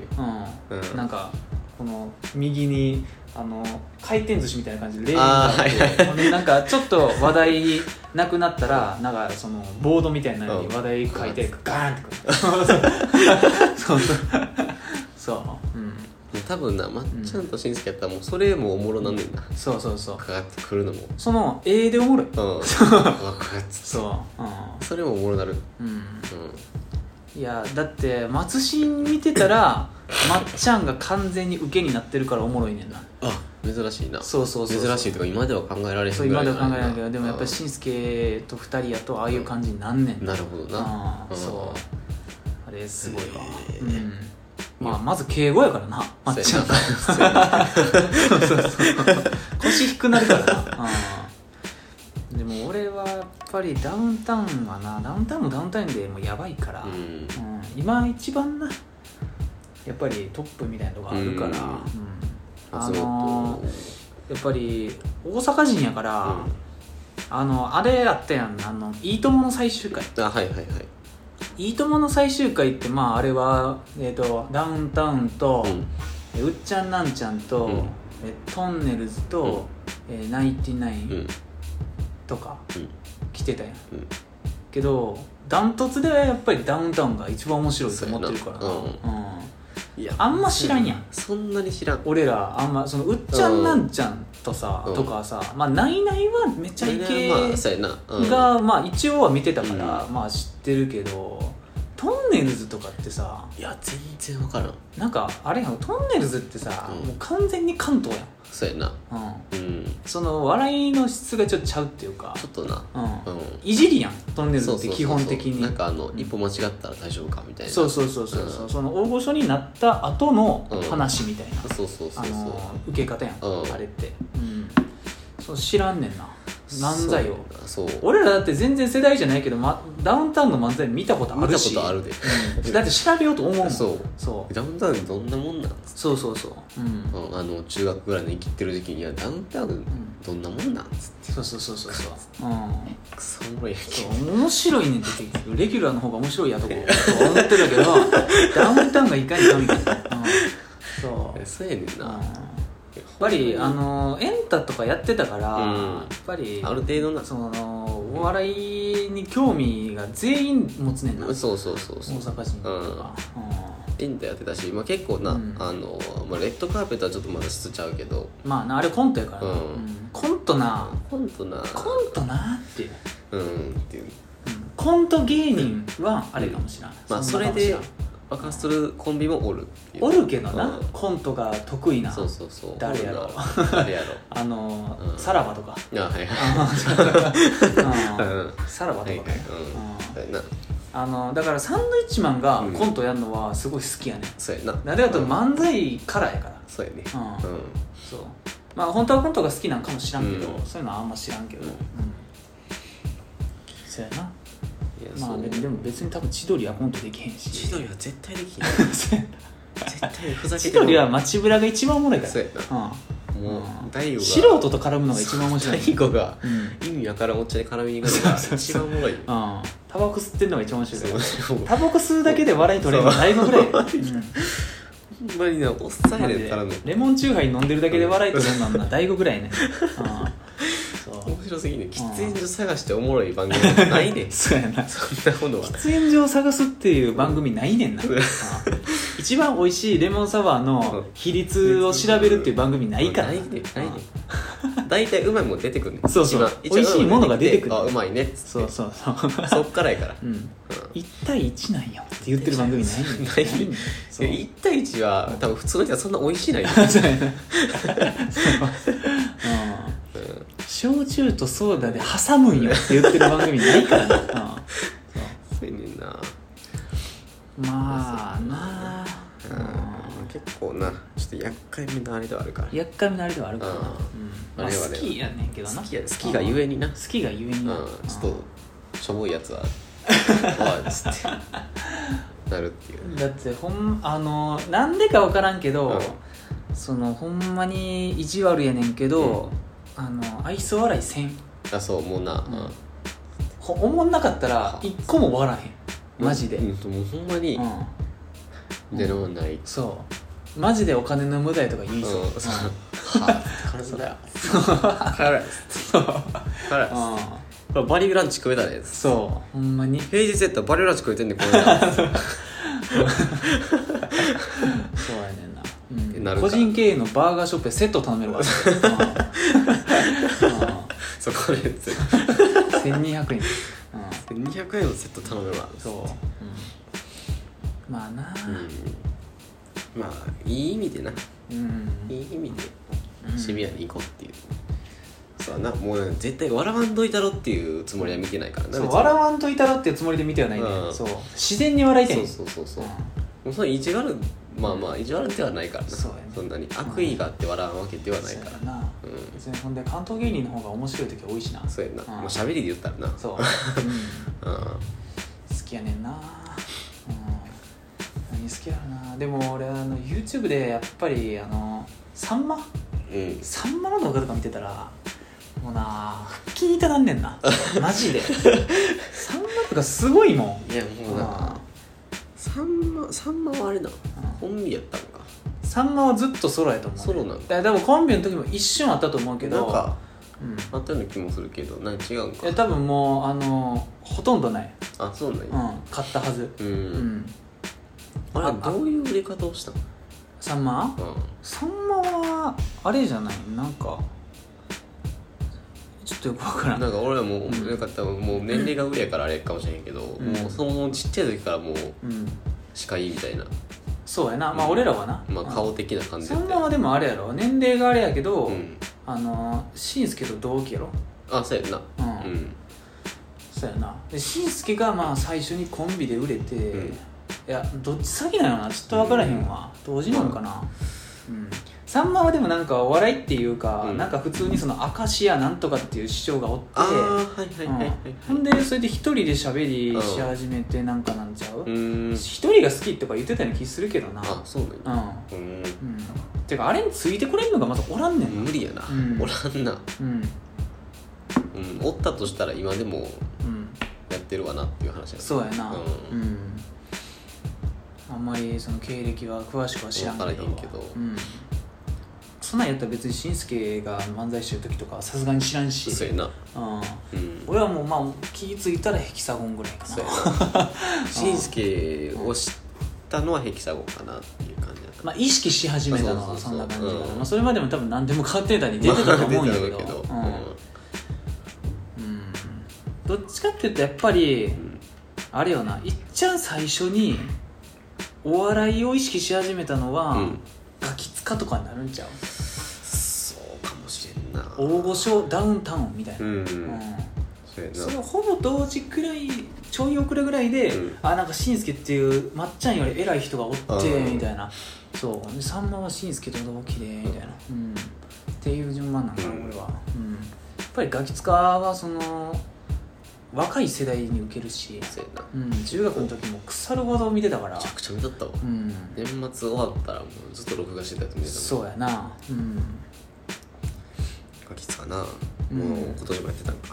[SPEAKER 1] うん
[SPEAKER 2] うん
[SPEAKER 1] なんかこの右にあの回転寿司みたいな感じでレーンがあって
[SPEAKER 2] あーはいはい
[SPEAKER 1] ほんでなんかちょっと話題なくなったらなんかそのボードみたいなのに話題書いてガーンってくるそうそうそう、うん、
[SPEAKER 2] 多分なまっちゃんとしんすけやったらもうそれもおもろなんねんな
[SPEAKER 1] そうそうそう
[SPEAKER 2] かかってくるのもうん
[SPEAKER 1] その絵でおもろい
[SPEAKER 2] わかって
[SPEAKER 1] そう
[SPEAKER 2] それもおもろなる
[SPEAKER 1] うん、うん
[SPEAKER 2] う
[SPEAKER 1] いやだって松新見てたらまっちゃんが完全に受けになってるからおもろいねんなん
[SPEAKER 2] あ珍しいな
[SPEAKER 1] そうそうそうそう
[SPEAKER 2] 珍しいとか今では考えられへん
[SPEAKER 1] そう今では考え
[SPEAKER 2] ら
[SPEAKER 1] ないけどでもやっぱりしんすけと二人やとああいう感じになんねん
[SPEAKER 2] なるほどな
[SPEAKER 1] ああそううあれすごいわ、
[SPEAKER 2] えー
[SPEAKER 1] うんまあまず敬語やからなま
[SPEAKER 2] ん
[SPEAKER 1] っ
[SPEAKER 2] そう
[SPEAKER 1] ちゃ
[SPEAKER 2] や
[SPEAKER 1] ん
[SPEAKER 2] なそうやな
[SPEAKER 1] そうそうそう腰低くなるから なうんでも俺はやっぱりダウンタウンはなダウンタウンもダウンタウンでもうやばいから、
[SPEAKER 2] う
[SPEAKER 1] うん
[SPEAKER 2] ん
[SPEAKER 1] 今一番なやっぱりトップみたいなとこあるから、
[SPEAKER 2] う
[SPEAKER 1] う
[SPEAKER 2] ん
[SPEAKER 1] んあ
[SPEAKER 2] 松
[SPEAKER 1] の
[SPEAKER 2] 本
[SPEAKER 1] ーやっぱり大阪人やから、あのあれあったやん「あのいいとも!」の最終回
[SPEAKER 2] うんあはいはいはい
[SPEAKER 1] 「いいとも!」の最終回ってまああれは、えー、とダウンタウンと、
[SPEAKER 2] うん
[SPEAKER 1] えうっちゃんなんちゃんと、
[SPEAKER 2] うん
[SPEAKER 1] えトンネルズと、えナインティナイ
[SPEAKER 2] う
[SPEAKER 1] ン
[SPEAKER 2] ん
[SPEAKER 1] とか
[SPEAKER 2] うん
[SPEAKER 1] 来てたやん、
[SPEAKER 2] うん
[SPEAKER 1] けどダントツではやっぱりダウンタウンが一番面白いと思ってるから
[SPEAKER 2] そうや
[SPEAKER 1] なうん
[SPEAKER 2] いや
[SPEAKER 1] あんま知らんやん
[SPEAKER 2] そんなに知らん
[SPEAKER 1] 俺らあんまそのうっちゃんなんちゃんとさ、
[SPEAKER 2] うん
[SPEAKER 1] とかさまあナイナイはめっちゃイケ
[SPEAKER 2] まあそうやなうん
[SPEAKER 1] が、まあ一応は見てたから、まあ知ってるけどトンネルズとかってさ
[SPEAKER 2] いや全然分からん
[SPEAKER 1] なんかあれやんトンネルズってさ、
[SPEAKER 2] うん
[SPEAKER 1] もう完全に関東や、
[SPEAKER 2] そうやなん
[SPEAKER 1] うん、
[SPEAKER 2] うん
[SPEAKER 1] その笑いの質がちょっとちゃうっていうか
[SPEAKER 2] ちょっとな
[SPEAKER 1] うん、
[SPEAKER 2] うん
[SPEAKER 1] いじりやんトンネルズ
[SPEAKER 2] そう
[SPEAKER 1] っ
[SPEAKER 2] そ
[SPEAKER 1] て
[SPEAKER 2] うそう
[SPEAKER 1] 基本的に
[SPEAKER 2] なんかあの一歩間違ったら大丈夫かみたいな
[SPEAKER 1] そうそうそうそうそううんその大御所になった後の話みたいな、
[SPEAKER 2] そうそうそ
[SPEAKER 1] あ
[SPEAKER 2] うそう
[SPEAKER 1] の受け方やん、
[SPEAKER 2] うん
[SPEAKER 1] あれって、うん、そう知らんねんな漫才を
[SPEAKER 2] そうそう
[SPEAKER 1] 俺らだって全然世代じゃないけど、ま、ダウンタウンの漫才見たことあ
[SPEAKER 2] 見
[SPEAKER 1] る
[SPEAKER 2] た
[SPEAKER 1] し
[SPEAKER 2] ことあるで
[SPEAKER 1] うんだって調べようと思うもん
[SPEAKER 2] そう
[SPEAKER 1] そう
[SPEAKER 2] ダウンタウンどんなもんなんつ
[SPEAKER 1] そうそうそううん
[SPEAKER 2] うんあの中学ぐらいの生きてる時にはダウンタウンどんなもんなんつって
[SPEAKER 1] そうそうそうそうそううん
[SPEAKER 2] クソおもろいやんけ
[SPEAKER 1] そう面白いねんって結局レギュラーの方が面白いやとか思ってたけどダウンタウンがいかにダメか、うん、そう
[SPEAKER 2] そうやねんな
[SPEAKER 1] うん
[SPEAKER 2] や
[SPEAKER 1] やっぱりあのエンタとかやってたから、
[SPEAKER 2] うん
[SPEAKER 1] やっぱり
[SPEAKER 2] ある程度な
[SPEAKER 1] そのお笑いに興味が全員持つねんな、大
[SPEAKER 2] そうそうそうそう
[SPEAKER 1] 阪人とか、
[SPEAKER 2] エンタやってたし、まあ、結構な、
[SPEAKER 1] うん
[SPEAKER 2] あの、まあ、レッドカーペットはちょっとまだ質ちゃうけど
[SPEAKER 1] うんまあなあれコントやからな、
[SPEAKER 2] うん
[SPEAKER 1] うんコントな
[SPEAKER 2] コントな
[SPEAKER 1] コントなっていう、
[SPEAKER 2] うんっていう
[SPEAKER 1] うんコント芸人はあれかもしれない、
[SPEAKER 2] まあそ
[SPEAKER 1] んな
[SPEAKER 2] れ
[SPEAKER 1] かもし
[SPEAKER 2] で
[SPEAKER 1] らん
[SPEAKER 2] 爆発するコンビもおるっていう
[SPEAKER 1] おるけどな、
[SPEAKER 2] うん
[SPEAKER 1] コントが得意な
[SPEAKER 2] そうそうそう
[SPEAKER 1] 誰やろ
[SPEAKER 2] おるな誰や
[SPEAKER 1] あの、
[SPEAKER 2] うん
[SPEAKER 1] さらばとか
[SPEAKER 2] ろあはいはい
[SPEAKER 1] うん
[SPEAKER 2] うん
[SPEAKER 1] さらばとか
[SPEAKER 2] は
[SPEAKER 1] ね、
[SPEAKER 2] いはいうんそうやな
[SPEAKER 1] あのだからサンドイッチマンが
[SPEAKER 2] うん
[SPEAKER 1] コントやるのはすごい好きやね、、
[SPEAKER 2] そうやなん
[SPEAKER 1] なぜかというと漫才からやから
[SPEAKER 2] そうやね
[SPEAKER 1] うん
[SPEAKER 2] うん
[SPEAKER 1] そうまあ本当はコントが好きなんかも知らんけど、
[SPEAKER 2] うん
[SPEAKER 1] そういうのはあんま知らんけど、
[SPEAKER 2] う
[SPEAKER 1] うんんそうやない
[SPEAKER 2] や
[SPEAKER 1] ま
[SPEAKER 2] そ
[SPEAKER 1] あ
[SPEAKER 2] う
[SPEAKER 1] でもでも別に多分千鳥はコントできへんし
[SPEAKER 2] 千鳥は絶対で きない絶対ふざ け
[SPEAKER 1] 千
[SPEAKER 2] てる
[SPEAKER 1] 鳥は街ブラが一番おもろいから
[SPEAKER 2] そうや
[SPEAKER 1] うん
[SPEAKER 2] もう
[SPEAKER 1] うん
[SPEAKER 2] 大悟が
[SPEAKER 1] 素人と絡むのが一番面白い
[SPEAKER 2] 大悟が
[SPEAKER 1] うん、うん、
[SPEAKER 2] 意味わからんおっちゃんに絡みに行くのが一番おもろいよ
[SPEAKER 1] タバコ吸ってんのが一番面白いから
[SPEAKER 2] そう
[SPEAKER 1] タバコ吸うだけで笑い取れるのだいぶぐら い、うん
[SPEAKER 2] ほんまになおっさん
[SPEAKER 1] マ
[SPEAKER 2] や
[SPEAKER 1] ジ
[SPEAKER 2] ねん
[SPEAKER 1] で
[SPEAKER 2] からの
[SPEAKER 1] レモンチューハイ飲んでるだけで笑いとれんなんな第5ぐらいねうんそう
[SPEAKER 2] 面白すぎんねん喫煙所探しておもろい番組なんてないねん そ
[SPEAKER 1] そうやなん
[SPEAKER 2] なものは
[SPEAKER 1] 喫煙所を探すっていう番組ないねんな
[SPEAKER 2] うん
[SPEAKER 1] うん一番美味しいレモンサワーの比率を調べるっていう番組ないから
[SPEAKER 2] な
[SPEAKER 1] ない
[SPEAKER 2] ねんないねん大体うまいもん出てくるねん
[SPEAKER 1] そうそう
[SPEAKER 2] 一番
[SPEAKER 1] 美味しいものが出てくる
[SPEAKER 2] あうまいねっつ
[SPEAKER 1] そうそうそう
[SPEAKER 2] そっからやから
[SPEAKER 1] うん1対1なんよって言ってる番組 ないねん
[SPEAKER 2] ないねん
[SPEAKER 1] んそう
[SPEAKER 2] 1対1は多分普通の人はそんな美味しいないよ
[SPEAKER 1] そう やなそううん焼酎とソーダで挟むんよって言ってる番組ない からな、うんそう
[SPEAKER 2] そうやねんな
[SPEAKER 1] まあなあ、
[SPEAKER 2] うん結構なちょっと厄介めなあれではあるから
[SPEAKER 1] 厄介めのあれではあるからな、
[SPEAKER 2] う
[SPEAKER 1] う
[SPEAKER 2] ん
[SPEAKER 1] んまあ、
[SPEAKER 2] あれはあ
[SPEAKER 1] 好
[SPEAKER 2] れは
[SPEAKER 1] きやねんけどな
[SPEAKER 2] 好きや好きがゆえにな
[SPEAKER 1] 好きがゆえにな、
[SPEAKER 2] うん、ちょっとしょぼい やつはおいっつってなるっていうね
[SPEAKER 1] だってほんあのなんでか分からんけど、
[SPEAKER 2] う
[SPEAKER 1] そのほんまに意地悪やねんけど、あの愛想笑いせん
[SPEAKER 2] あそうもうな、
[SPEAKER 1] ん
[SPEAKER 2] うん
[SPEAKER 1] ほ思んなかったら一個も笑えへんマジで、
[SPEAKER 2] うん、もうほんまに
[SPEAKER 1] うん
[SPEAKER 2] 出のない、うん
[SPEAKER 1] そうマジでお金の無駄やとか言いそう、うん
[SPEAKER 2] そうはあ金それや帰れ帰れ
[SPEAKER 1] う
[SPEAKER 2] これバリューランチ食えたね
[SPEAKER 1] んそうほんまに
[SPEAKER 2] 平日やったらバリューランチ食えてんねんこれな
[SPEAKER 1] そうやねんな,、
[SPEAKER 2] てな
[SPEAKER 1] うん、
[SPEAKER 2] る
[SPEAKER 1] 個
[SPEAKER 2] から
[SPEAKER 1] 人経営のバーガーショップでセット頼めるわ、う
[SPEAKER 2] そうこれつって
[SPEAKER 1] ん、1200円、う
[SPEAKER 2] 200円のセット頼めば
[SPEAKER 1] ん、そう、うん、まあな
[SPEAKER 2] うんまあいい意味でな
[SPEAKER 1] うん、
[SPEAKER 2] いい意味で
[SPEAKER 1] うん
[SPEAKER 2] シビアに行こうっていう、そうやなもう絶対笑わんといたろっていうつもりは見てないからな
[SPEAKER 1] そう
[SPEAKER 2] 別に
[SPEAKER 1] 笑わんといたろっていうつもりで見てはないね、
[SPEAKER 2] うん
[SPEAKER 1] そう自然に笑いたい
[SPEAKER 2] そう
[SPEAKER 1] ね
[SPEAKER 2] そうそうそう、
[SPEAKER 1] うん
[SPEAKER 2] もうその意地悪まあまあ意地悪ではないからな
[SPEAKER 1] そうやね
[SPEAKER 2] んなに悪意があって笑うわけではないから
[SPEAKER 1] そうやな
[SPEAKER 2] う
[SPEAKER 1] 別にほんで関東芸人の方が面白い時多いしなん
[SPEAKER 2] そうやんな、
[SPEAKER 1] ん
[SPEAKER 2] もう喋りで言ったらな
[SPEAKER 1] そう、 うん
[SPEAKER 2] うんあ
[SPEAKER 1] 好きやねんなうん何好きやろなでも俺あの YouTube でやっぱりあのさんま
[SPEAKER 2] うん
[SPEAKER 1] さんまの動画とか見てたらもうな腹筋痛なんねん なマジでさんまとかすごいも
[SPEAKER 2] いやもうなさんまさんまはあれなコンビやったのか
[SPEAKER 1] んさんまはずっとソロやと思う
[SPEAKER 2] ソロなの
[SPEAKER 1] だでもコンビの時も一瞬あったと思うけ
[SPEAKER 2] な
[SPEAKER 1] ど
[SPEAKER 2] んか
[SPEAKER 1] うん
[SPEAKER 2] あったような気もするけどなんか違うん
[SPEAKER 1] い
[SPEAKER 2] か
[SPEAKER 1] や多分もうあのほとんどない、
[SPEAKER 2] あそうなん
[SPEAKER 1] うん
[SPEAKER 2] や、、
[SPEAKER 1] 買ったはず
[SPEAKER 2] うん
[SPEAKER 1] うん
[SPEAKER 2] あれ
[SPEAKER 1] あ
[SPEAKER 2] はどういう売れ方をしたの
[SPEAKER 1] さんま
[SPEAKER 2] うん
[SPEAKER 1] さんまはあれじゃないなんかちょっとよくわ からん
[SPEAKER 2] なんか俺はもう、なんか多分もう年齢が上やからあれかもしれへんけど、
[SPEAKER 1] ん
[SPEAKER 2] もうそのちっちゃい時からもう
[SPEAKER 1] うん
[SPEAKER 2] 歯科医みたいな、
[SPEAKER 1] そうやなまあ俺らはな、
[SPEAKER 2] まあ、顔的な感じ
[SPEAKER 1] そ
[SPEAKER 2] やっ
[SPEAKER 1] ん
[SPEAKER 2] た
[SPEAKER 1] な
[SPEAKER 2] よ
[SPEAKER 1] はでもあれやろ年齢があれやけど、
[SPEAKER 2] うん、
[SPEAKER 1] あの紳助と同期やろ
[SPEAKER 2] あそうやんな
[SPEAKER 1] うんそうやなで紳助がまあ最初にコンビで売れて、
[SPEAKER 2] うん
[SPEAKER 1] いやどっち先なのなちょっと分からへんわ、同時なのかな、うんさんまはでもなんかお笑いっていうか、
[SPEAKER 2] うん
[SPEAKER 1] なんか普通にその明石家なんとかっていう師匠がおって
[SPEAKER 2] ああーはいはいはいはい
[SPEAKER 1] うんほんでそれで一人で喋りし始めてなんかなんちゃう、
[SPEAKER 2] うーん
[SPEAKER 1] 一人が好きとか言ってたような気するけどな
[SPEAKER 2] あそうなんや
[SPEAKER 1] う
[SPEAKER 2] うーん
[SPEAKER 1] んうんてかあれについてこれんのがまずおらんねんな
[SPEAKER 2] 無理やな、
[SPEAKER 1] うん
[SPEAKER 2] おらんな、
[SPEAKER 1] うん
[SPEAKER 2] うん、おったとしたら今でも
[SPEAKER 1] うん
[SPEAKER 2] やってるわなっていう話や
[SPEAKER 1] そうやなう、
[SPEAKER 2] うん
[SPEAKER 1] あんまりその経歴は詳しくは知らんけど
[SPEAKER 2] わからへんけど
[SPEAKER 1] うん、そんなんやったら別に紳助が漫才してる時とかはさすがに知らんし
[SPEAKER 2] そうやな
[SPEAKER 1] うん、
[SPEAKER 2] うん
[SPEAKER 1] 俺はもうまあ気付いたらヘキサゴンぐらいか
[SPEAKER 2] そう
[SPEAKER 1] な
[SPEAKER 2] や なしんすけを知ったのはヘキサゴンかなっていう感じやった
[SPEAKER 1] まあ、意識し始めたの
[SPEAKER 2] そ
[SPEAKER 1] は
[SPEAKER 2] うそ
[SPEAKER 1] そう
[SPEAKER 2] そうん
[SPEAKER 1] な感じかな、
[SPEAKER 2] うん
[SPEAKER 1] まあ、それまでも多分何でも変わってたに出てたと思うんやけど,、
[SPEAKER 2] まあ出てたろう
[SPEAKER 1] うんうんどっちかっていうとやっぱり、
[SPEAKER 2] ん
[SPEAKER 1] あれよないっちゃん最初にお笑いを意識し始めたのは、
[SPEAKER 2] うん
[SPEAKER 1] ガキツカとかになるんちゃう
[SPEAKER 2] そうかもしれんな
[SPEAKER 1] 大御所ダウンタウンみたいな、
[SPEAKER 2] うん、
[SPEAKER 1] うん
[SPEAKER 2] そうや
[SPEAKER 1] そ
[SPEAKER 2] な
[SPEAKER 1] のほぼ同時くらいちょい遅れぐらいで、
[SPEAKER 2] うん
[SPEAKER 1] あなんかしんすけっていうまっちゃんより偉い人がおって、
[SPEAKER 2] うん
[SPEAKER 1] みたいなそうでさんまはしんすけと同期でみたいな、うん、っていう順番なんかな、
[SPEAKER 2] うん
[SPEAKER 1] 俺は、うん、やっぱりガキ使はその若い世代に受けるし、
[SPEAKER 2] そうやなめ
[SPEAKER 1] うん、中学の時も腐るほど見てたから
[SPEAKER 2] ちゃくちゃ見とったわ
[SPEAKER 1] うん
[SPEAKER 2] 年末終わったらもうずっと録画してたやつ見てたもん
[SPEAKER 1] そうやなうん
[SPEAKER 2] ガキツかな、
[SPEAKER 1] うん
[SPEAKER 2] もう今年もやってたんか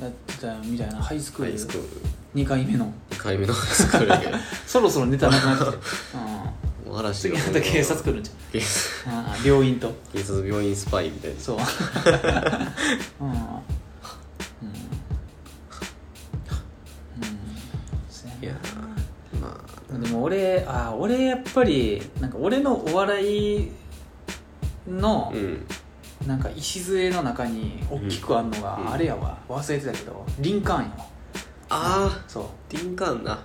[SPEAKER 1] やってたよみたいなハイスク
[SPEAKER 2] ハ
[SPEAKER 1] ール
[SPEAKER 2] イスクール
[SPEAKER 1] 2回目の
[SPEAKER 2] 2回目のハイスクールや けど
[SPEAKER 1] そろそろネタなくなってきて、 うん
[SPEAKER 2] もう嵐
[SPEAKER 1] 次
[SPEAKER 2] が
[SPEAKER 1] また警察来るんじゃ
[SPEAKER 2] 警察
[SPEAKER 1] ん、うん、病院と
[SPEAKER 2] 警察病院スパイみたい な
[SPEAKER 1] そううんうんうんそう
[SPEAKER 2] いや
[SPEAKER 1] や
[SPEAKER 2] ーま
[SPEAKER 1] なでも俺あー俺やっぱりなんか俺のお笑い
[SPEAKER 2] あ
[SPEAKER 1] の
[SPEAKER 2] うん
[SPEAKER 1] なんか礎の中に大きくあるの
[SPEAKER 2] うん
[SPEAKER 1] があれやわ忘れてたけどリンカーンやわ
[SPEAKER 2] ああ
[SPEAKER 1] そう
[SPEAKER 2] リンカーンな
[SPEAKER 1] うん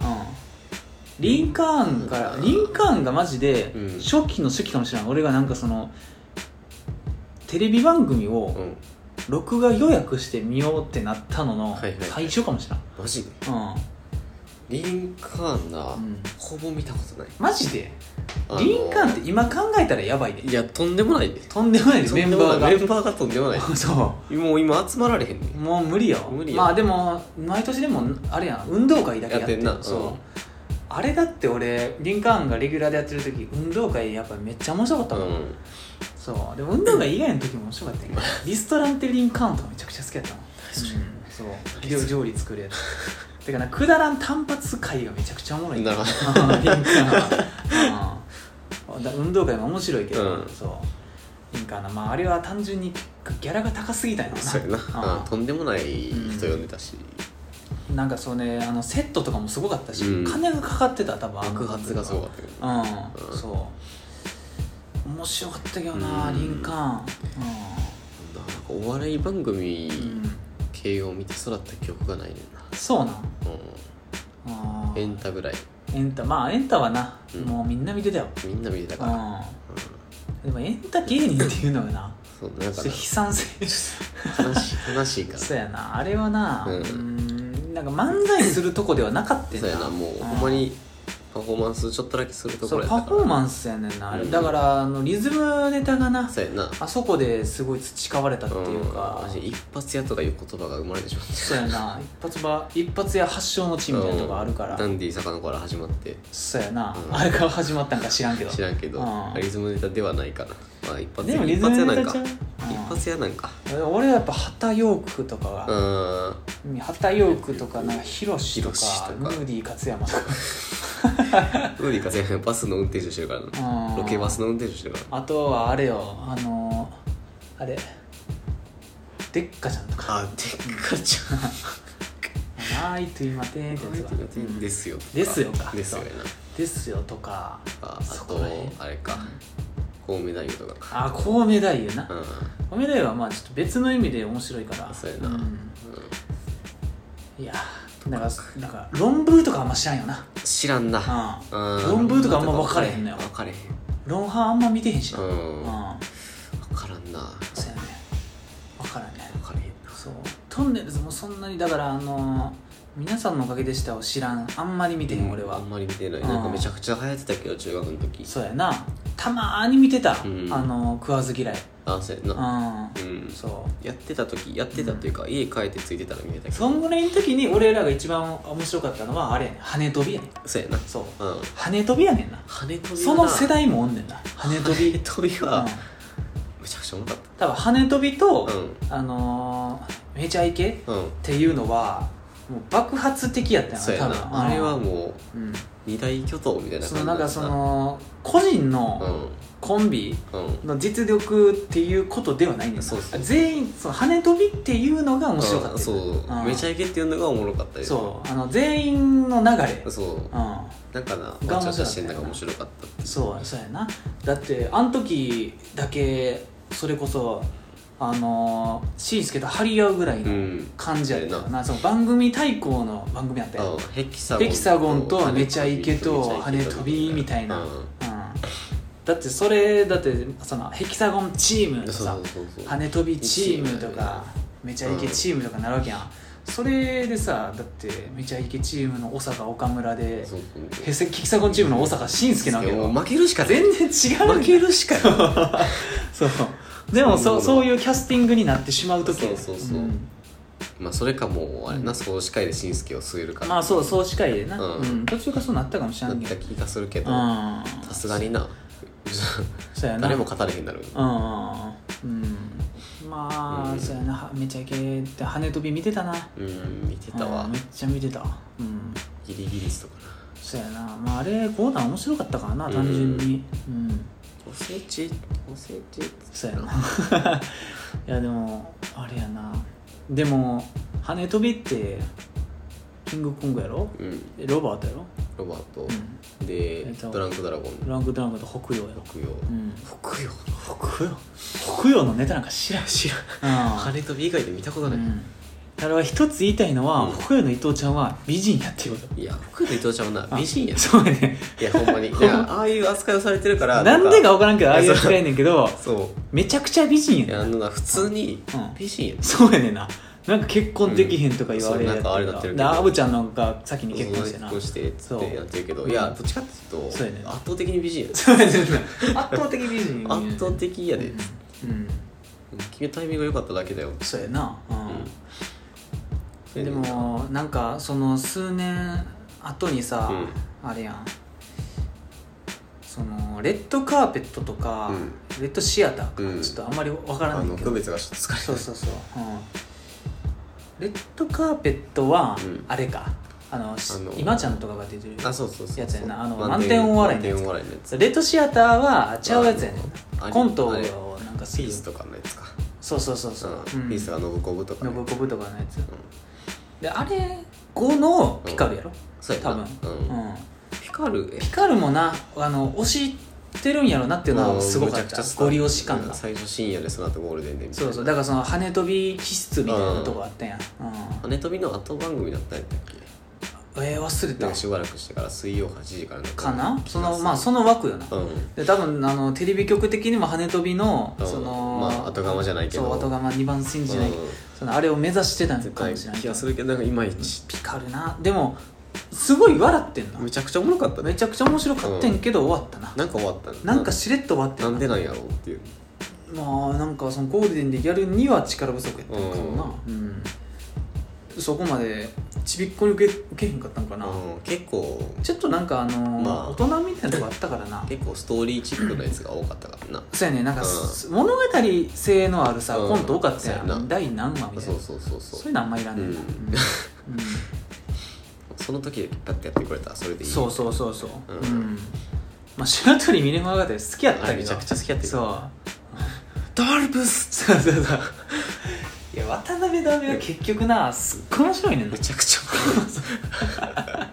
[SPEAKER 1] リンカーンからリンカーンがマジで
[SPEAKER 2] うん
[SPEAKER 1] 初期の初期かもしれない俺がなんかそのテレビ番組
[SPEAKER 2] う
[SPEAKER 1] を
[SPEAKER 2] ん
[SPEAKER 1] 録画予約して見ようってなったのの
[SPEAKER 2] はいはいはい
[SPEAKER 1] 最初かもしれ
[SPEAKER 2] マジで
[SPEAKER 1] ない
[SPEAKER 2] リンカーンな、
[SPEAKER 1] うん
[SPEAKER 2] ほぼ見たことない
[SPEAKER 1] マジで
[SPEAKER 2] あの
[SPEAKER 1] リンカーンって今考えたらやばいで
[SPEAKER 2] いやとんでもないで
[SPEAKER 1] とんでもないで
[SPEAKER 2] と
[SPEAKER 1] メ
[SPEAKER 2] ん
[SPEAKER 1] ン
[SPEAKER 2] でもな
[SPEAKER 1] バ
[SPEAKER 2] いメ
[SPEAKER 1] ー
[SPEAKER 2] ンバーがとんでもない
[SPEAKER 1] が そ
[SPEAKER 2] もう今集まられへんね
[SPEAKER 1] うもう無理よ
[SPEAKER 2] 無理よ
[SPEAKER 1] まあでも毎年でもあれやん運動会だけ
[SPEAKER 2] や
[SPEAKER 1] やっ
[SPEAKER 2] って
[SPEAKER 1] る
[SPEAKER 2] てんな
[SPEAKER 1] そうあれだって俺リンカーンがレギュラーでやってる時運動会やっぱめっちゃ面白かった
[SPEAKER 2] うん
[SPEAKER 1] も
[SPEAKER 2] うんん
[SPEAKER 1] そうでも運動会以外の時も面白かったんやけどリストランテリンカウントがめちゃくちゃ好きやったの、うん、そう料料理作るやつてかなくだらん単発会がめちゃくちゃおもろい
[SPEAKER 2] なるほど
[SPEAKER 1] うんリンカーンはうんだ運動会も面白いけど、
[SPEAKER 2] うん
[SPEAKER 1] そうリンカーンのまああれは単純にギャラが高すぎたんやろ
[SPEAKER 2] そうやな
[SPEAKER 1] うん
[SPEAKER 2] あとんでもない人呼んでたし、
[SPEAKER 1] なんかそうねあのセットとかもすごかったし、
[SPEAKER 2] うん
[SPEAKER 1] 金がかかってた多分
[SPEAKER 2] 爆発がすごかったけど
[SPEAKER 1] うん、
[SPEAKER 2] うん
[SPEAKER 1] そう面白かったけどな、
[SPEAKER 2] うん
[SPEAKER 1] リンカーン
[SPEAKER 2] なんかお笑い番組
[SPEAKER 1] うん、うん
[SPEAKER 2] 系を見て育った記憶がないねんな
[SPEAKER 1] そうなん
[SPEAKER 2] う
[SPEAKER 1] あ
[SPEAKER 2] んエ
[SPEAKER 1] ー
[SPEAKER 2] ンタぐらい
[SPEAKER 1] エンタまあエンタはな、
[SPEAKER 2] うん
[SPEAKER 1] もうみんな見てたよ、
[SPEAKER 2] みんな見てたから、うん、
[SPEAKER 1] うん、でもエンタ芸人っていうのがな
[SPEAKER 2] そうなん
[SPEAKER 1] ちょ
[SPEAKER 2] か
[SPEAKER 1] っと悲惨性
[SPEAKER 2] な悲しい悲しいから
[SPEAKER 1] そ
[SPEAKER 2] そう
[SPEAKER 1] やなあれはなう
[SPEAKER 2] うん
[SPEAKER 1] ーんなんか漫才するとこではなかったん
[SPEAKER 2] うやなもうほんまにパフォーマンスちょっとだけするとこ
[SPEAKER 1] そ
[SPEAKER 2] ろ
[SPEAKER 1] う
[SPEAKER 2] やった
[SPEAKER 1] パ
[SPEAKER 2] から
[SPEAKER 1] フォーマンスやねんなあれ、
[SPEAKER 2] うん
[SPEAKER 1] だからあのリズムネタがな
[SPEAKER 2] そうやな
[SPEAKER 1] あそこですごい培われたっていうか、
[SPEAKER 2] うん一発屋とかいう言葉が生まれてしまった
[SPEAKER 1] そうやな一発ば一発や発祥の地みたいなとこあるから、
[SPEAKER 2] うんダンディ坂のから始まって
[SPEAKER 1] そうやな、
[SPEAKER 2] うん
[SPEAKER 1] あれから始まったんか知らんけど
[SPEAKER 2] 知らんけど、
[SPEAKER 1] うん
[SPEAKER 2] リズムネタではないから、まあ、一発
[SPEAKER 1] で
[SPEAKER 2] 屋
[SPEAKER 1] もリ
[SPEAKER 2] 一
[SPEAKER 1] ズム
[SPEAKER 2] 発屋な
[SPEAKER 1] ネ
[SPEAKER 2] ん
[SPEAKER 1] タち
[SPEAKER 2] か
[SPEAKER 1] ゃううん
[SPEAKER 2] 一発屋なんか
[SPEAKER 1] 俺はやっぱ畑ヨークとか
[SPEAKER 2] う
[SPEAKER 1] が、
[SPEAKER 2] ん
[SPEAKER 1] 畑ヨークとかなんかヒロシとか
[SPEAKER 2] ヒロシとか
[SPEAKER 1] ムーディ勝山とか
[SPEAKER 2] ウーディ風邪バスの運転手してるから
[SPEAKER 1] う
[SPEAKER 2] なんロケバスの運転手してるから
[SPEAKER 1] あとはあれよあのーあれデッカちゃんとか
[SPEAKER 2] あでっかちゃん
[SPEAKER 1] 「ナイトゥイマテン」ってやつがうん
[SPEAKER 2] ですよ
[SPEAKER 1] ですよか
[SPEAKER 2] ですよやな
[SPEAKER 1] ですよ」とか
[SPEAKER 2] ああ
[SPEAKER 1] そことらへん
[SPEAKER 2] あれかコウメ太夫とか
[SPEAKER 1] あコウメ太夫な
[SPEAKER 2] かう
[SPEAKER 1] コウメ太夫はまあちょっと別の意味で面白いから
[SPEAKER 2] そうやなんん
[SPEAKER 1] いやなんかなんか論文とかあんま知らんよな
[SPEAKER 2] 知らんな
[SPEAKER 1] うん論文とかあんま分かれへんのよ
[SPEAKER 2] 分かれへん
[SPEAKER 1] ロンハーあんま見てへんしな
[SPEAKER 2] う
[SPEAKER 1] うんん
[SPEAKER 2] 分からんな
[SPEAKER 1] そうやね分からんね
[SPEAKER 2] 分からへんな
[SPEAKER 1] そうトンネルズもそんなにだからあの皆さんのおかげでしたを知らんあんまり見てへん俺は、
[SPEAKER 2] あんまり見てない
[SPEAKER 1] うん
[SPEAKER 2] なんかめちゃくちゃ流行ってたけど中学の時
[SPEAKER 1] そうやなたまーに見てた、
[SPEAKER 2] うん
[SPEAKER 1] あの食わず嫌い
[SPEAKER 2] あそうや
[SPEAKER 1] う
[SPEAKER 2] なんうん
[SPEAKER 1] そう
[SPEAKER 2] やってた時やってたっていうか家帰ってついてたら見えたけど
[SPEAKER 1] そんぐらいの時に俺らが一番面白かったのはあれやねん羽飛びやねん
[SPEAKER 2] そうやな
[SPEAKER 1] そう
[SPEAKER 2] うん
[SPEAKER 1] 羽飛びやねんな
[SPEAKER 2] 羽飛び
[SPEAKER 1] その世代もおんねんな羽飛び
[SPEAKER 2] 羽飛び
[SPEAKER 1] う
[SPEAKER 2] は
[SPEAKER 1] ん
[SPEAKER 2] めちゃくちゃ重かっ
[SPEAKER 1] 多分羽飛びと、
[SPEAKER 2] たうん
[SPEAKER 1] あのー、めちゃイケっ
[SPEAKER 2] うん
[SPEAKER 1] ていうのはもう爆発的やったよ
[SPEAKER 2] そうや
[SPEAKER 1] な多分
[SPEAKER 2] なあれはもう
[SPEAKER 1] うん、
[SPEAKER 2] 二大巨頭みたいな感じ
[SPEAKER 1] そのなんかそ
[SPEAKER 2] だっ
[SPEAKER 1] の個人
[SPEAKER 2] た
[SPEAKER 1] のコンビ
[SPEAKER 2] うんうん
[SPEAKER 1] の実力っていうことではないんです
[SPEAKER 2] そうそう
[SPEAKER 1] 全員その羽飛びっていうのが面白かった
[SPEAKER 2] あそうめちゃ
[SPEAKER 1] ゃ
[SPEAKER 2] イケっていうのがおもろかったよ
[SPEAKER 1] そうあの全員の流れ
[SPEAKER 2] うそう
[SPEAKER 1] う
[SPEAKER 2] なんかなわちゃ
[SPEAKER 1] が面白かった
[SPEAKER 2] わちゃしてんのが面白かった
[SPEAKER 1] んそうそうやなだってあの時だけそれこそあのシースケと張り合うぐらいうの
[SPEAKER 2] ん
[SPEAKER 1] 感じやったよな、その番組対抗の番組やったよ
[SPEAKER 2] あヘキサゴン
[SPEAKER 1] ヘキサゴンとめちゃイケと羽飛びみたいな、
[SPEAKER 2] う
[SPEAKER 1] うんんだってそれだってそのヘキサゴンチームと
[SPEAKER 2] そう
[SPEAKER 1] さ
[SPEAKER 2] そうそうそう
[SPEAKER 1] 羽飛びチームと
[SPEAKER 2] チームだよ
[SPEAKER 1] か
[SPEAKER 2] ね
[SPEAKER 1] めちゃイケチームとかなるわけやん、それでさだってめちゃイケチームの小坂岡村で
[SPEAKER 2] そうそう
[SPEAKER 1] ヘセキサゴンチームの小坂慎介なわけ
[SPEAKER 2] もう
[SPEAKER 1] よ
[SPEAKER 2] 負けるしかない
[SPEAKER 1] 全然違うんだ
[SPEAKER 2] 負けるしかない
[SPEAKER 1] そうでも
[SPEAKER 2] そう
[SPEAKER 1] そうそ
[SPEAKER 2] なの
[SPEAKER 1] ういうキャスティングになってしまう時
[SPEAKER 2] そうそうそうんまあそれかもうあれな総司会で紳助を据えるか
[SPEAKER 1] ま
[SPEAKER 2] な
[SPEAKER 1] あそう総司会でな、
[SPEAKER 2] うん
[SPEAKER 1] うん途中からそうなったかもしれ
[SPEAKER 2] なんっ
[SPEAKER 1] けど
[SPEAKER 2] た気がするけど
[SPEAKER 1] うん
[SPEAKER 2] さすがにな
[SPEAKER 1] そうやな
[SPEAKER 2] 誰も語れへんなる
[SPEAKER 1] うんうんまあ、
[SPEAKER 2] うん
[SPEAKER 1] そうやなめちゃイケって羽飛び見てたな
[SPEAKER 2] うん見てた
[SPEAKER 1] う
[SPEAKER 2] わ
[SPEAKER 1] んめっちゃ見てたうん
[SPEAKER 2] ギリギリスとかな
[SPEAKER 1] そうやなまああれコーナー面白かったからな単純にうん、
[SPEAKER 2] おせちおせち
[SPEAKER 1] そう やないやでもあれやなでも羽飛びってキングコングやろ
[SPEAKER 2] うん
[SPEAKER 1] ロバートやろ、
[SPEAKER 2] ロバート
[SPEAKER 1] うん、
[SPEAKER 2] で
[SPEAKER 1] えっと
[SPEAKER 2] ドランクドラゴン
[SPEAKER 1] ランクドランクと北洋やろ
[SPEAKER 2] 北洋
[SPEAKER 1] うん
[SPEAKER 2] 北洋
[SPEAKER 1] 北洋北洋のネタなんか知らん
[SPEAKER 2] 知らん
[SPEAKER 1] うん
[SPEAKER 2] 羽飛び以外で見たこと
[SPEAKER 1] う
[SPEAKER 2] ない
[SPEAKER 1] ん、だから一つ言いたいのは、
[SPEAKER 2] うん
[SPEAKER 1] 北洋の伊藤ちゃんは美人やっていうこと
[SPEAKER 2] いや北洋の伊藤ちゃんはな美人や
[SPEAKER 1] そうやね
[SPEAKER 2] いやほんま にいやああいう扱いをされてるから
[SPEAKER 1] なんでか
[SPEAKER 2] か
[SPEAKER 1] 分からんけどああいう扱いやねんけど
[SPEAKER 2] そ
[SPEAKER 1] めちゃくちゃ美人や
[SPEAKER 2] うい
[SPEAKER 1] ねん
[SPEAKER 2] やあのな普通に
[SPEAKER 1] うん
[SPEAKER 2] 美人や
[SPEAKER 1] そうやねんななんか結婚できへんとか言われるや
[SPEAKER 2] うんそうなんかあれなってるけど
[SPEAKER 1] でアブちゃんなんか先に結婚してな
[SPEAKER 2] 結婚してってやってるけど
[SPEAKER 1] そう
[SPEAKER 2] いやどっちかっていうと
[SPEAKER 1] そうやね
[SPEAKER 2] 圧倒的に美人や
[SPEAKER 1] そうやねんな圧倒的美人やねん
[SPEAKER 2] 圧倒的やで
[SPEAKER 1] うん、うん
[SPEAKER 2] 決めタイミングが良かっただけだよ
[SPEAKER 1] そうやなうん、
[SPEAKER 2] うん
[SPEAKER 1] でもなんかその数年後にさ、あれやんそのレッドカーペットとか、
[SPEAKER 2] う
[SPEAKER 1] レッドシアターか、
[SPEAKER 2] うん
[SPEAKER 1] ちょっとあんまりわから
[SPEAKER 2] あ
[SPEAKER 1] ない
[SPEAKER 2] の
[SPEAKER 1] けど
[SPEAKER 2] 区別がちょっと疲れ
[SPEAKER 1] そうそうそう、うん、レッドカーペットは、
[SPEAKER 2] うん
[SPEAKER 1] あれかあの
[SPEAKER 2] あの
[SPEAKER 1] 今ちゃんとかが出てる
[SPEAKER 2] あそうそうそう
[SPEAKER 1] やつやなあの満点
[SPEAKER 2] お
[SPEAKER 1] お笑いの
[SPEAKER 2] 満
[SPEAKER 1] やつ
[SPEAKER 2] 点お笑いのやつ
[SPEAKER 1] レッドシアターはちゃうやつやね
[SPEAKER 2] あ
[SPEAKER 1] ん
[SPEAKER 2] の
[SPEAKER 1] コントを
[SPEAKER 2] あれ
[SPEAKER 1] なんかす
[SPEAKER 2] ピ
[SPEAKER 1] る
[SPEAKER 2] ースとかのやつか
[SPEAKER 1] そうそうそうそう、
[SPEAKER 2] うんピースがノブコブとか
[SPEAKER 1] ノ
[SPEAKER 2] ね
[SPEAKER 1] ブコブとかのやつであれ5のピカルやろ、
[SPEAKER 2] そうや
[SPEAKER 1] 多
[SPEAKER 2] な
[SPEAKER 1] 分、
[SPEAKER 2] うん
[SPEAKER 1] うん
[SPEAKER 2] ピカルえ
[SPEAKER 1] ピカルもなあの推してるんやろなっていうのはすごかっ
[SPEAKER 2] めちゃく
[SPEAKER 1] た
[SPEAKER 2] ちゃ
[SPEAKER 1] ゴリ押し感が、
[SPEAKER 2] 最初深夜でその後ゴールデンでみたい
[SPEAKER 1] そ
[SPEAKER 2] な
[SPEAKER 1] うそうだからその羽飛び気質みたいなとこあったやん、うん
[SPEAKER 2] 羽飛びの後番組だったんやったっけ
[SPEAKER 1] えー、忘れ
[SPEAKER 2] なんか
[SPEAKER 1] た
[SPEAKER 2] しばらくしてから水曜8時からの
[SPEAKER 1] かなそのまあその枠よな、
[SPEAKER 2] うん
[SPEAKER 1] で多分あのテレビ局的にも羽飛びの、
[SPEAKER 2] うん
[SPEAKER 1] その
[SPEAKER 2] まあ後釜じゃないけど
[SPEAKER 1] そう後釜2番線じゃない、
[SPEAKER 2] うん
[SPEAKER 1] そのあれを目指してたん
[SPEAKER 2] 絶
[SPEAKER 1] か
[SPEAKER 2] 対
[SPEAKER 1] もしれない
[SPEAKER 2] 気
[SPEAKER 1] けど
[SPEAKER 2] がするけどなんかいまいち
[SPEAKER 1] ピカルなでもすごい笑ってんな
[SPEAKER 2] めちゃくちゃおもろかったね
[SPEAKER 1] めちゃくちゃ面白かってんけど、終わったな
[SPEAKER 2] なんか終わったね
[SPEAKER 1] なんかしれっと終わってん
[SPEAKER 2] なんでなんやろうっていう
[SPEAKER 1] まあなんかそのゴールデンでやるには力不足やったのかもな、うんそこまでちびっこに受け受けへんかったのかな、
[SPEAKER 2] うん結構
[SPEAKER 1] ちょっとなんかあのー
[SPEAKER 2] まあ
[SPEAKER 1] 大人みたいなとこあったからな
[SPEAKER 2] 結構ストーリーチックなやつが多かったからな
[SPEAKER 1] そうやねなんか、物語性のあるさ、
[SPEAKER 2] うん
[SPEAKER 1] コント多かったや
[SPEAKER 2] そうやなん
[SPEAKER 1] 第何話みたいな
[SPEAKER 2] そ
[SPEAKER 1] そう
[SPEAKER 2] そうそうそう
[SPEAKER 1] ういうのあんまいらんねんな、
[SPEAKER 2] うん
[SPEAKER 1] うん
[SPEAKER 2] その時でパッてやってくれたらそれでいい
[SPEAKER 1] そうそうそうそう
[SPEAKER 2] うん
[SPEAKER 1] うん、まあ白鳥峰物語好きやったけ
[SPEAKER 2] あれ
[SPEAKER 1] ど
[SPEAKER 2] めちゃくちゃ好きやったけど
[SPEAKER 1] そうダルプスそうそうそういや渡辺ダメは結局なすっごい面白いねんな
[SPEAKER 2] めちゃくちゃ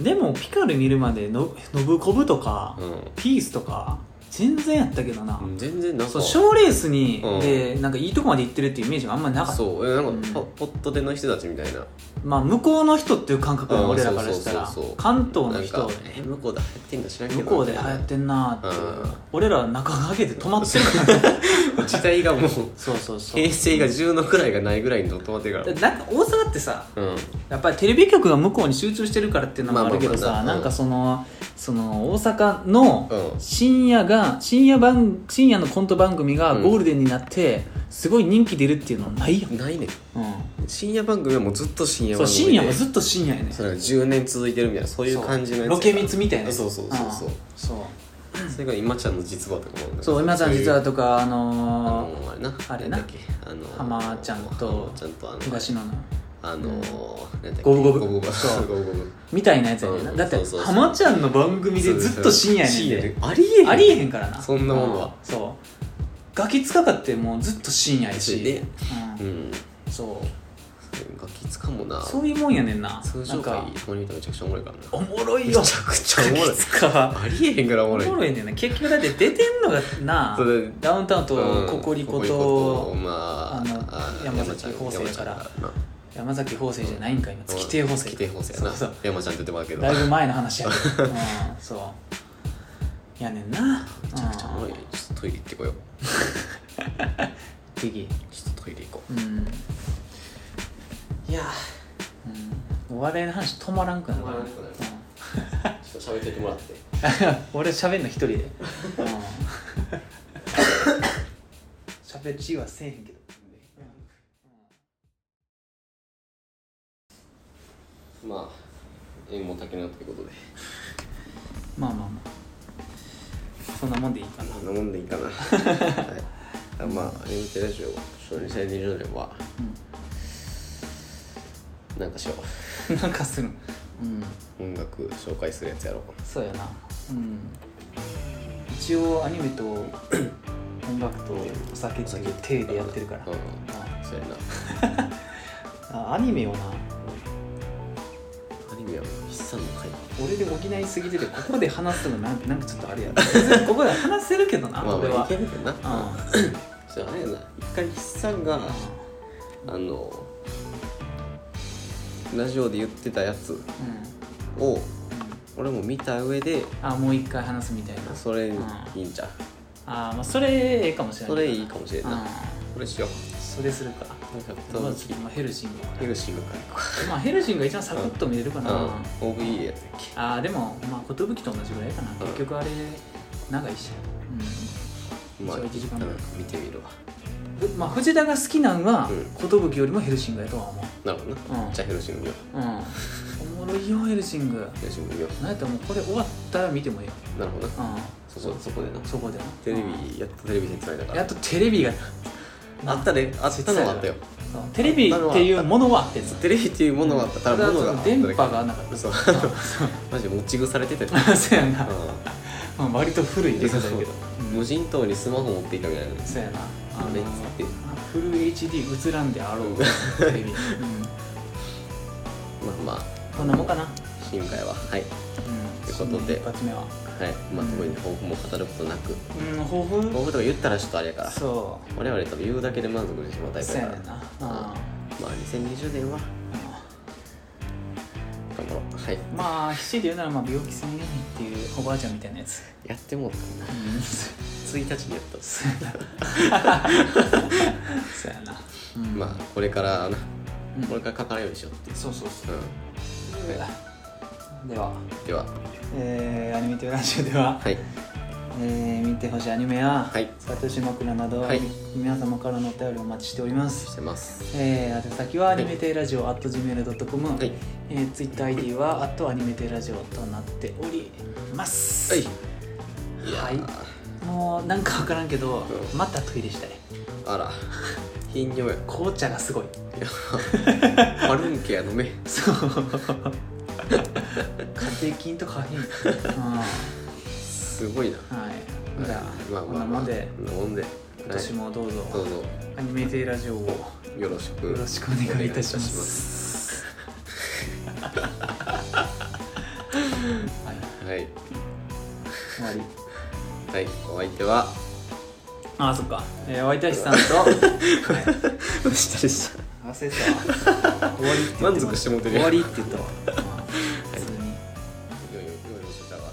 [SPEAKER 1] でもピカル見るまでのノブコブとか、
[SPEAKER 2] うん
[SPEAKER 1] ピースとか全然やったけどな、
[SPEAKER 2] 全然なん
[SPEAKER 1] そ
[SPEAKER 2] か
[SPEAKER 1] う賞レースに、
[SPEAKER 2] うん
[SPEAKER 1] でなんかいいとこまで行ってるっていうイメージがあんまりなかった
[SPEAKER 2] そうえな
[SPEAKER 1] うん
[SPEAKER 2] んかポポットでの人たちみたいな
[SPEAKER 1] まあ向こうの人っていう感覚が
[SPEAKER 2] うん
[SPEAKER 1] 俺らからしたら
[SPEAKER 2] そうそうそうそう
[SPEAKER 1] 関東の人
[SPEAKER 2] なんかえ向こうで流行ってんだ知らんけど
[SPEAKER 1] 向こうで流行ってんなーっていう、
[SPEAKER 2] うん
[SPEAKER 1] 俺らは中掛けて止まってるから ね
[SPEAKER 2] 時代がもう
[SPEAKER 1] そうそうそう
[SPEAKER 2] 平成が10のくらいがないぐらいに止まってるか
[SPEAKER 1] だ
[SPEAKER 2] ら
[SPEAKER 1] なんか大阪ってさ
[SPEAKER 2] うん
[SPEAKER 1] やっぱりテレビ局が向こうに集中してるからっていうのもあるけど
[SPEAKER 2] まあま
[SPEAKER 1] さ
[SPEAKER 2] あまあ
[SPEAKER 1] な
[SPEAKER 2] うん
[SPEAKER 1] んかそのその大阪の
[SPEAKER 2] うん
[SPEAKER 1] 深夜が深夜番深夜のコント番組がゴールデンになってすごい人気出るっていうのはないやん、
[SPEAKER 2] ないねん
[SPEAKER 1] う
[SPEAKER 2] 深夜番組はもうずっと深
[SPEAKER 1] ん、
[SPEAKER 2] 夜
[SPEAKER 1] そう
[SPEAKER 2] 番組で
[SPEAKER 1] 深夜はずっと深夜やねん
[SPEAKER 2] それが10年続いてるみたいなそういう感じのやつ
[SPEAKER 1] ロケ密みたいなやつ
[SPEAKER 2] そうそうそうそうん
[SPEAKER 1] そう
[SPEAKER 2] それが今ちゃんの実話とかもあるんだけど
[SPEAKER 1] そう今ちゃん実はとかあ
[SPEAKER 2] あ
[SPEAKER 1] の
[SPEAKER 2] のあれな
[SPEAKER 1] あれ
[SPEAKER 2] んだ
[SPEAKER 1] な
[SPEAKER 2] っけあの
[SPEAKER 1] 浜ちゃんと
[SPEAKER 2] 浜ちゃんとあの
[SPEAKER 1] ー東野の
[SPEAKER 2] あのーなんだっけ
[SPEAKER 1] 五分五分
[SPEAKER 2] 五分五分
[SPEAKER 1] そう
[SPEAKER 2] 五分五分
[SPEAKER 1] みたいなやつやねんな
[SPEAKER 2] うん
[SPEAKER 1] だって
[SPEAKER 2] そうそうそう
[SPEAKER 1] 浜ちゃんの番組でずっと深夜やねん
[SPEAKER 2] 深
[SPEAKER 1] で
[SPEAKER 2] 夜でありえへん
[SPEAKER 1] ありえへんからな
[SPEAKER 2] そんなもんは
[SPEAKER 1] うそうガキつかかってもうずっと深夜やし、
[SPEAKER 2] で
[SPEAKER 1] う
[SPEAKER 2] うんん
[SPEAKER 1] そう
[SPEAKER 2] ガキつかもな
[SPEAKER 1] そういうもんやねんな
[SPEAKER 2] 通
[SPEAKER 1] な
[SPEAKER 2] 常
[SPEAKER 1] んか
[SPEAKER 2] 回たまに見たらめちゃくちゃおもろいから
[SPEAKER 1] おもろいよ
[SPEAKER 2] めちゃくちゃおもろい
[SPEAKER 1] ガキ使は
[SPEAKER 2] なありえへんからお
[SPEAKER 1] お
[SPEAKER 2] もろい
[SPEAKER 1] もろいねんな結局だって出てんのがな
[SPEAKER 2] それ
[SPEAKER 1] ダウンタウン
[SPEAKER 2] う
[SPEAKER 1] と
[SPEAKER 2] ん
[SPEAKER 1] ココリコ
[SPEAKER 2] コ
[SPEAKER 1] と
[SPEAKER 2] コリコまあ
[SPEAKER 1] あの
[SPEAKER 2] あ
[SPEAKER 1] 山崎邦生やから
[SPEAKER 2] 山ちゃんな
[SPEAKER 1] 山崎邦生じゃないんか今月亭邦生
[SPEAKER 2] 規定法制やな
[SPEAKER 1] そうそう
[SPEAKER 2] 山ちゃんって言ってもらうけど
[SPEAKER 1] だいぶ前の話やけど、うん、そうやねんなめ
[SPEAKER 2] めちゃくちゃおもろいちょっとトイレ行ってこよう
[SPEAKER 1] 次
[SPEAKER 2] ちょっとトイレ行こう
[SPEAKER 1] うんいやー、うん、お笑いの話止まらんくなる
[SPEAKER 2] 止まらんくなるちょっと喋っててもらって
[SPEAKER 1] うん俺喋んの一人で、うん、喋りはせえへんけど
[SPEAKER 2] まあ縁も竹菜ということで
[SPEAKER 1] まあまあまあそんなもんでいいかな
[SPEAKER 2] こんなもんでいいか なはいあまあ「エンテラジオ」初2020年は、なんかしよ
[SPEAKER 1] なんかするうん
[SPEAKER 2] う音楽紹介するやつやろう
[SPEAKER 1] そうやなうん一応アニメと 音楽とお酒っていう体でやってるから、
[SPEAKER 2] うん
[SPEAKER 1] あ
[SPEAKER 2] そうやな
[SPEAKER 1] あアニメをな
[SPEAKER 2] アニメは筆算の回
[SPEAKER 1] 俺で補いすぎててここで話すのなんなんかちょっとあれやな別にここで話せるけ どな
[SPEAKER 2] まあ
[SPEAKER 1] 俺
[SPEAKER 2] まあ
[SPEAKER 1] はい
[SPEAKER 2] けるけどな
[SPEAKER 1] うん
[SPEAKER 2] そうあれやな一回筆算があのラジオで言ってたやつ
[SPEAKER 1] うん
[SPEAKER 2] を俺も見た上で
[SPEAKER 1] あもう一回話すみたいな
[SPEAKER 2] それいいんちゃう
[SPEAKER 1] あまあそれええかもしれな
[SPEAKER 2] そ
[SPEAKER 1] い
[SPEAKER 2] れいいかもしれん
[SPEAKER 1] う
[SPEAKER 2] なんこれしよう
[SPEAKER 1] それするか
[SPEAKER 2] な
[SPEAKER 1] まあ
[SPEAKER 2] んか
[SPEAKER 1] ちょっとまあヘルシング
[SPEAKER 2] ヘルシングか
[SPEAKER 1] まあヘルシングが一番サクッと見れるかな、
[SPEAKER 2] なうん OVE やったっけ
[SPEAKER 1] あーでもまあ寿と同じぐらいかな、
[SPEAKER 2] うん
[SPEAKER 1] 結局あれ長いし、
[SPEAKER 2] まあ、
[SPEAKER 1] そう一時間ぐらい
[SPEAKER 2] 見てみるわ。
[SPEAKER 1] うんまあ藤田が好きなんは
[SPEAKER 2] うん
[SPEAKER 1] 寿、よりもヘルシングやとは思
[SPEAKER 2] なるほどな。
[SPEAKER 1] うん
[SPEAKER 2] じゃあヘルシング見よ
[SPEAKER 1] ううんおもろいよヘルシング
[SPEAKER 2] う。ヘルシング見よ
[SPEAKER 1] なんやったらもうこれ終わったら見てもいいよ、
[SPEAKER 2] う。なるほど
[SPEAKER 1] う
[SPEAKER 2] な。そこ、そこでな。
[SPEAKER 1] ん、そこでな
[SPEAKER 2] テレビ、やっとテレビで繋いだか
[SPEAKER 1] やっ
[SPEAKER 2] ら。
[SPEAKER 1] とテレビが
[SPEAKER 2] あったね。あったのはあったよ。
[SPEAKER 1] そうテレビっていうものはあってんの
[SPEAKER 2] テレビっていうものはあった。ただ、ものがあっただけ。
[SPEAKER 1] 電波がなかった
[SPEAKER 2] そう。
[SPEAKER 1] そう
[SPEAKER 2] マジ、持ち腐れてたよ。
[SPEAKER 1] そうやな、
[SPEAKER 2] う
[SPEAKER 1] まあ、割と古い
[SPEAKER 2] ん
[SPEAKER 1] データだけど
[SPEAKER 2] 無人島にスマホ持っていたみたいな。
[SPEAKER 1] そうやなあ
[SPEAKER 2] あ
[SPEAKER 1] の
[SPEAKER 2] れっつって。
[SPEAKER 1] フル HD 映らんであろうテレビ、うん、
[SPEAKER 2] まあまあ、
[SPEAKER 1] こんなもんかな、
[SPEAKER 2] 今回は。はい。
[SPEAKER 1] うん、
[SPEAKER 2] ということで
[SPEAKER 1] 新年一発目は
[SPEAKER 2] はい。まあ、特に抱負も語ることなく。
[SPEAKER 1] うん抱負
[SPEAKER 2] 抱負とか言ったらちょっとあれやから。
[SPEAKER 1] そ
[SPEAKER 2] 我々多分言うだけで満足してしまうタ
[SPEAKER 1] う
[SPEAKER 2] イプ
[SPEAKER 1] そう
[SPEAKER 2] や
[SPEAKER 1] や
[SPEAKER 2] から
[SPEAKER 1] ねん。な
[SPEAKER 2] まあ、2020年は頑張ろう。はい。
[SPEAKER 1] うんまあ必死で言うならまあ病気せんようにっていうおばあちゃんみたいなやつ、
[SPEAKER 2] やってもうた
[SPEAKER 1] う、
[SPEAKER 2] なん 1日にやった
[SPEAKER 1] そうやなそうやな、うん、
[SPEAKER 2] まあこれからな
[SPEAKER 1] うん
[SPEAKER 2] これからかからんようにしようって、
[SPEAKER 1] そうそうそうでは、
[SPEAKER 2] ん、では
[SPEAKER 1] えー、アニメテレラジオでは、
[SPEAKER 2] はい
[SPEAKER 1] えー見てほしいアニメや、
[SPEAKER 2] はい
[SPEAKER 1] サトシマクラなど、
[SPEAKER 2] はい
[SPEAKER 1] 皆様からのお便りをお待ちしております
[SPEAKER 2] し、てます
[SPEAKER 1] えー、宛先はアニメテラジオ at gmail.com、
[SPEAKER 2] はい
[SPEAKER 1] えー、TwitterID は at アニメテラジオとなっております、
[SPEAKER 2] はいいや
[SPEAKER 1] は
[SPEAKER 2] ー
[SPEAKER 1] いもうなんかわからんけど、
[SPEAKER 2] う
[SPEAKER 1] またトイレしたい
[SPEAKER 2] あら頻 尿や
[SPEAKER 1] 紅茶がすごい
[SPEAKER 2] いやマルンケや飲め
[SPEAKER 1] そうカテキンとカフェイ ン、う、
[SPEAKER 2] すごいなん
[SPEAKER 1] はいじゃあ、
[SPEAKER 2] まあ
[SPEAKER 1] こん
[SPEAKER 2] まあ
[SPEAKER 1] な
[SPEAKER 2] ま
[SPEAKER 1] も
[SPEAKER 2] あ
[SPEAKER 1] んで
[SPEAKER 2] こんなもんで
[SPEAKER 1] 今年もどうぞ、
[SPEAKER 2] はいどうぞ
[SPEAKER 1] アニメテイラジオをよ
[SPEAKER 2] よろしく
[SPEAKER 1] ろしくお願いいたしま
[SPEAKER 2] お願いいたします
[SPEAKER 1] す。はい、
[SPEAKER 2] はい
[SPEAKER 1] 終わり。
[SPEAKER 2] はいお相手は
[SPEAKER 1] ああそっか、えー、お相手は さんと
[SPEAKER 2] どうしたでした
[SPEAKER 1] 焦った終わりって言ってました
[SPEAKER 2] 満足してもうてる
[SPEAKER 1] 終わりって言ったわ、まあ普通に
[SPEAKER 2] よいよいよいよいしょだわ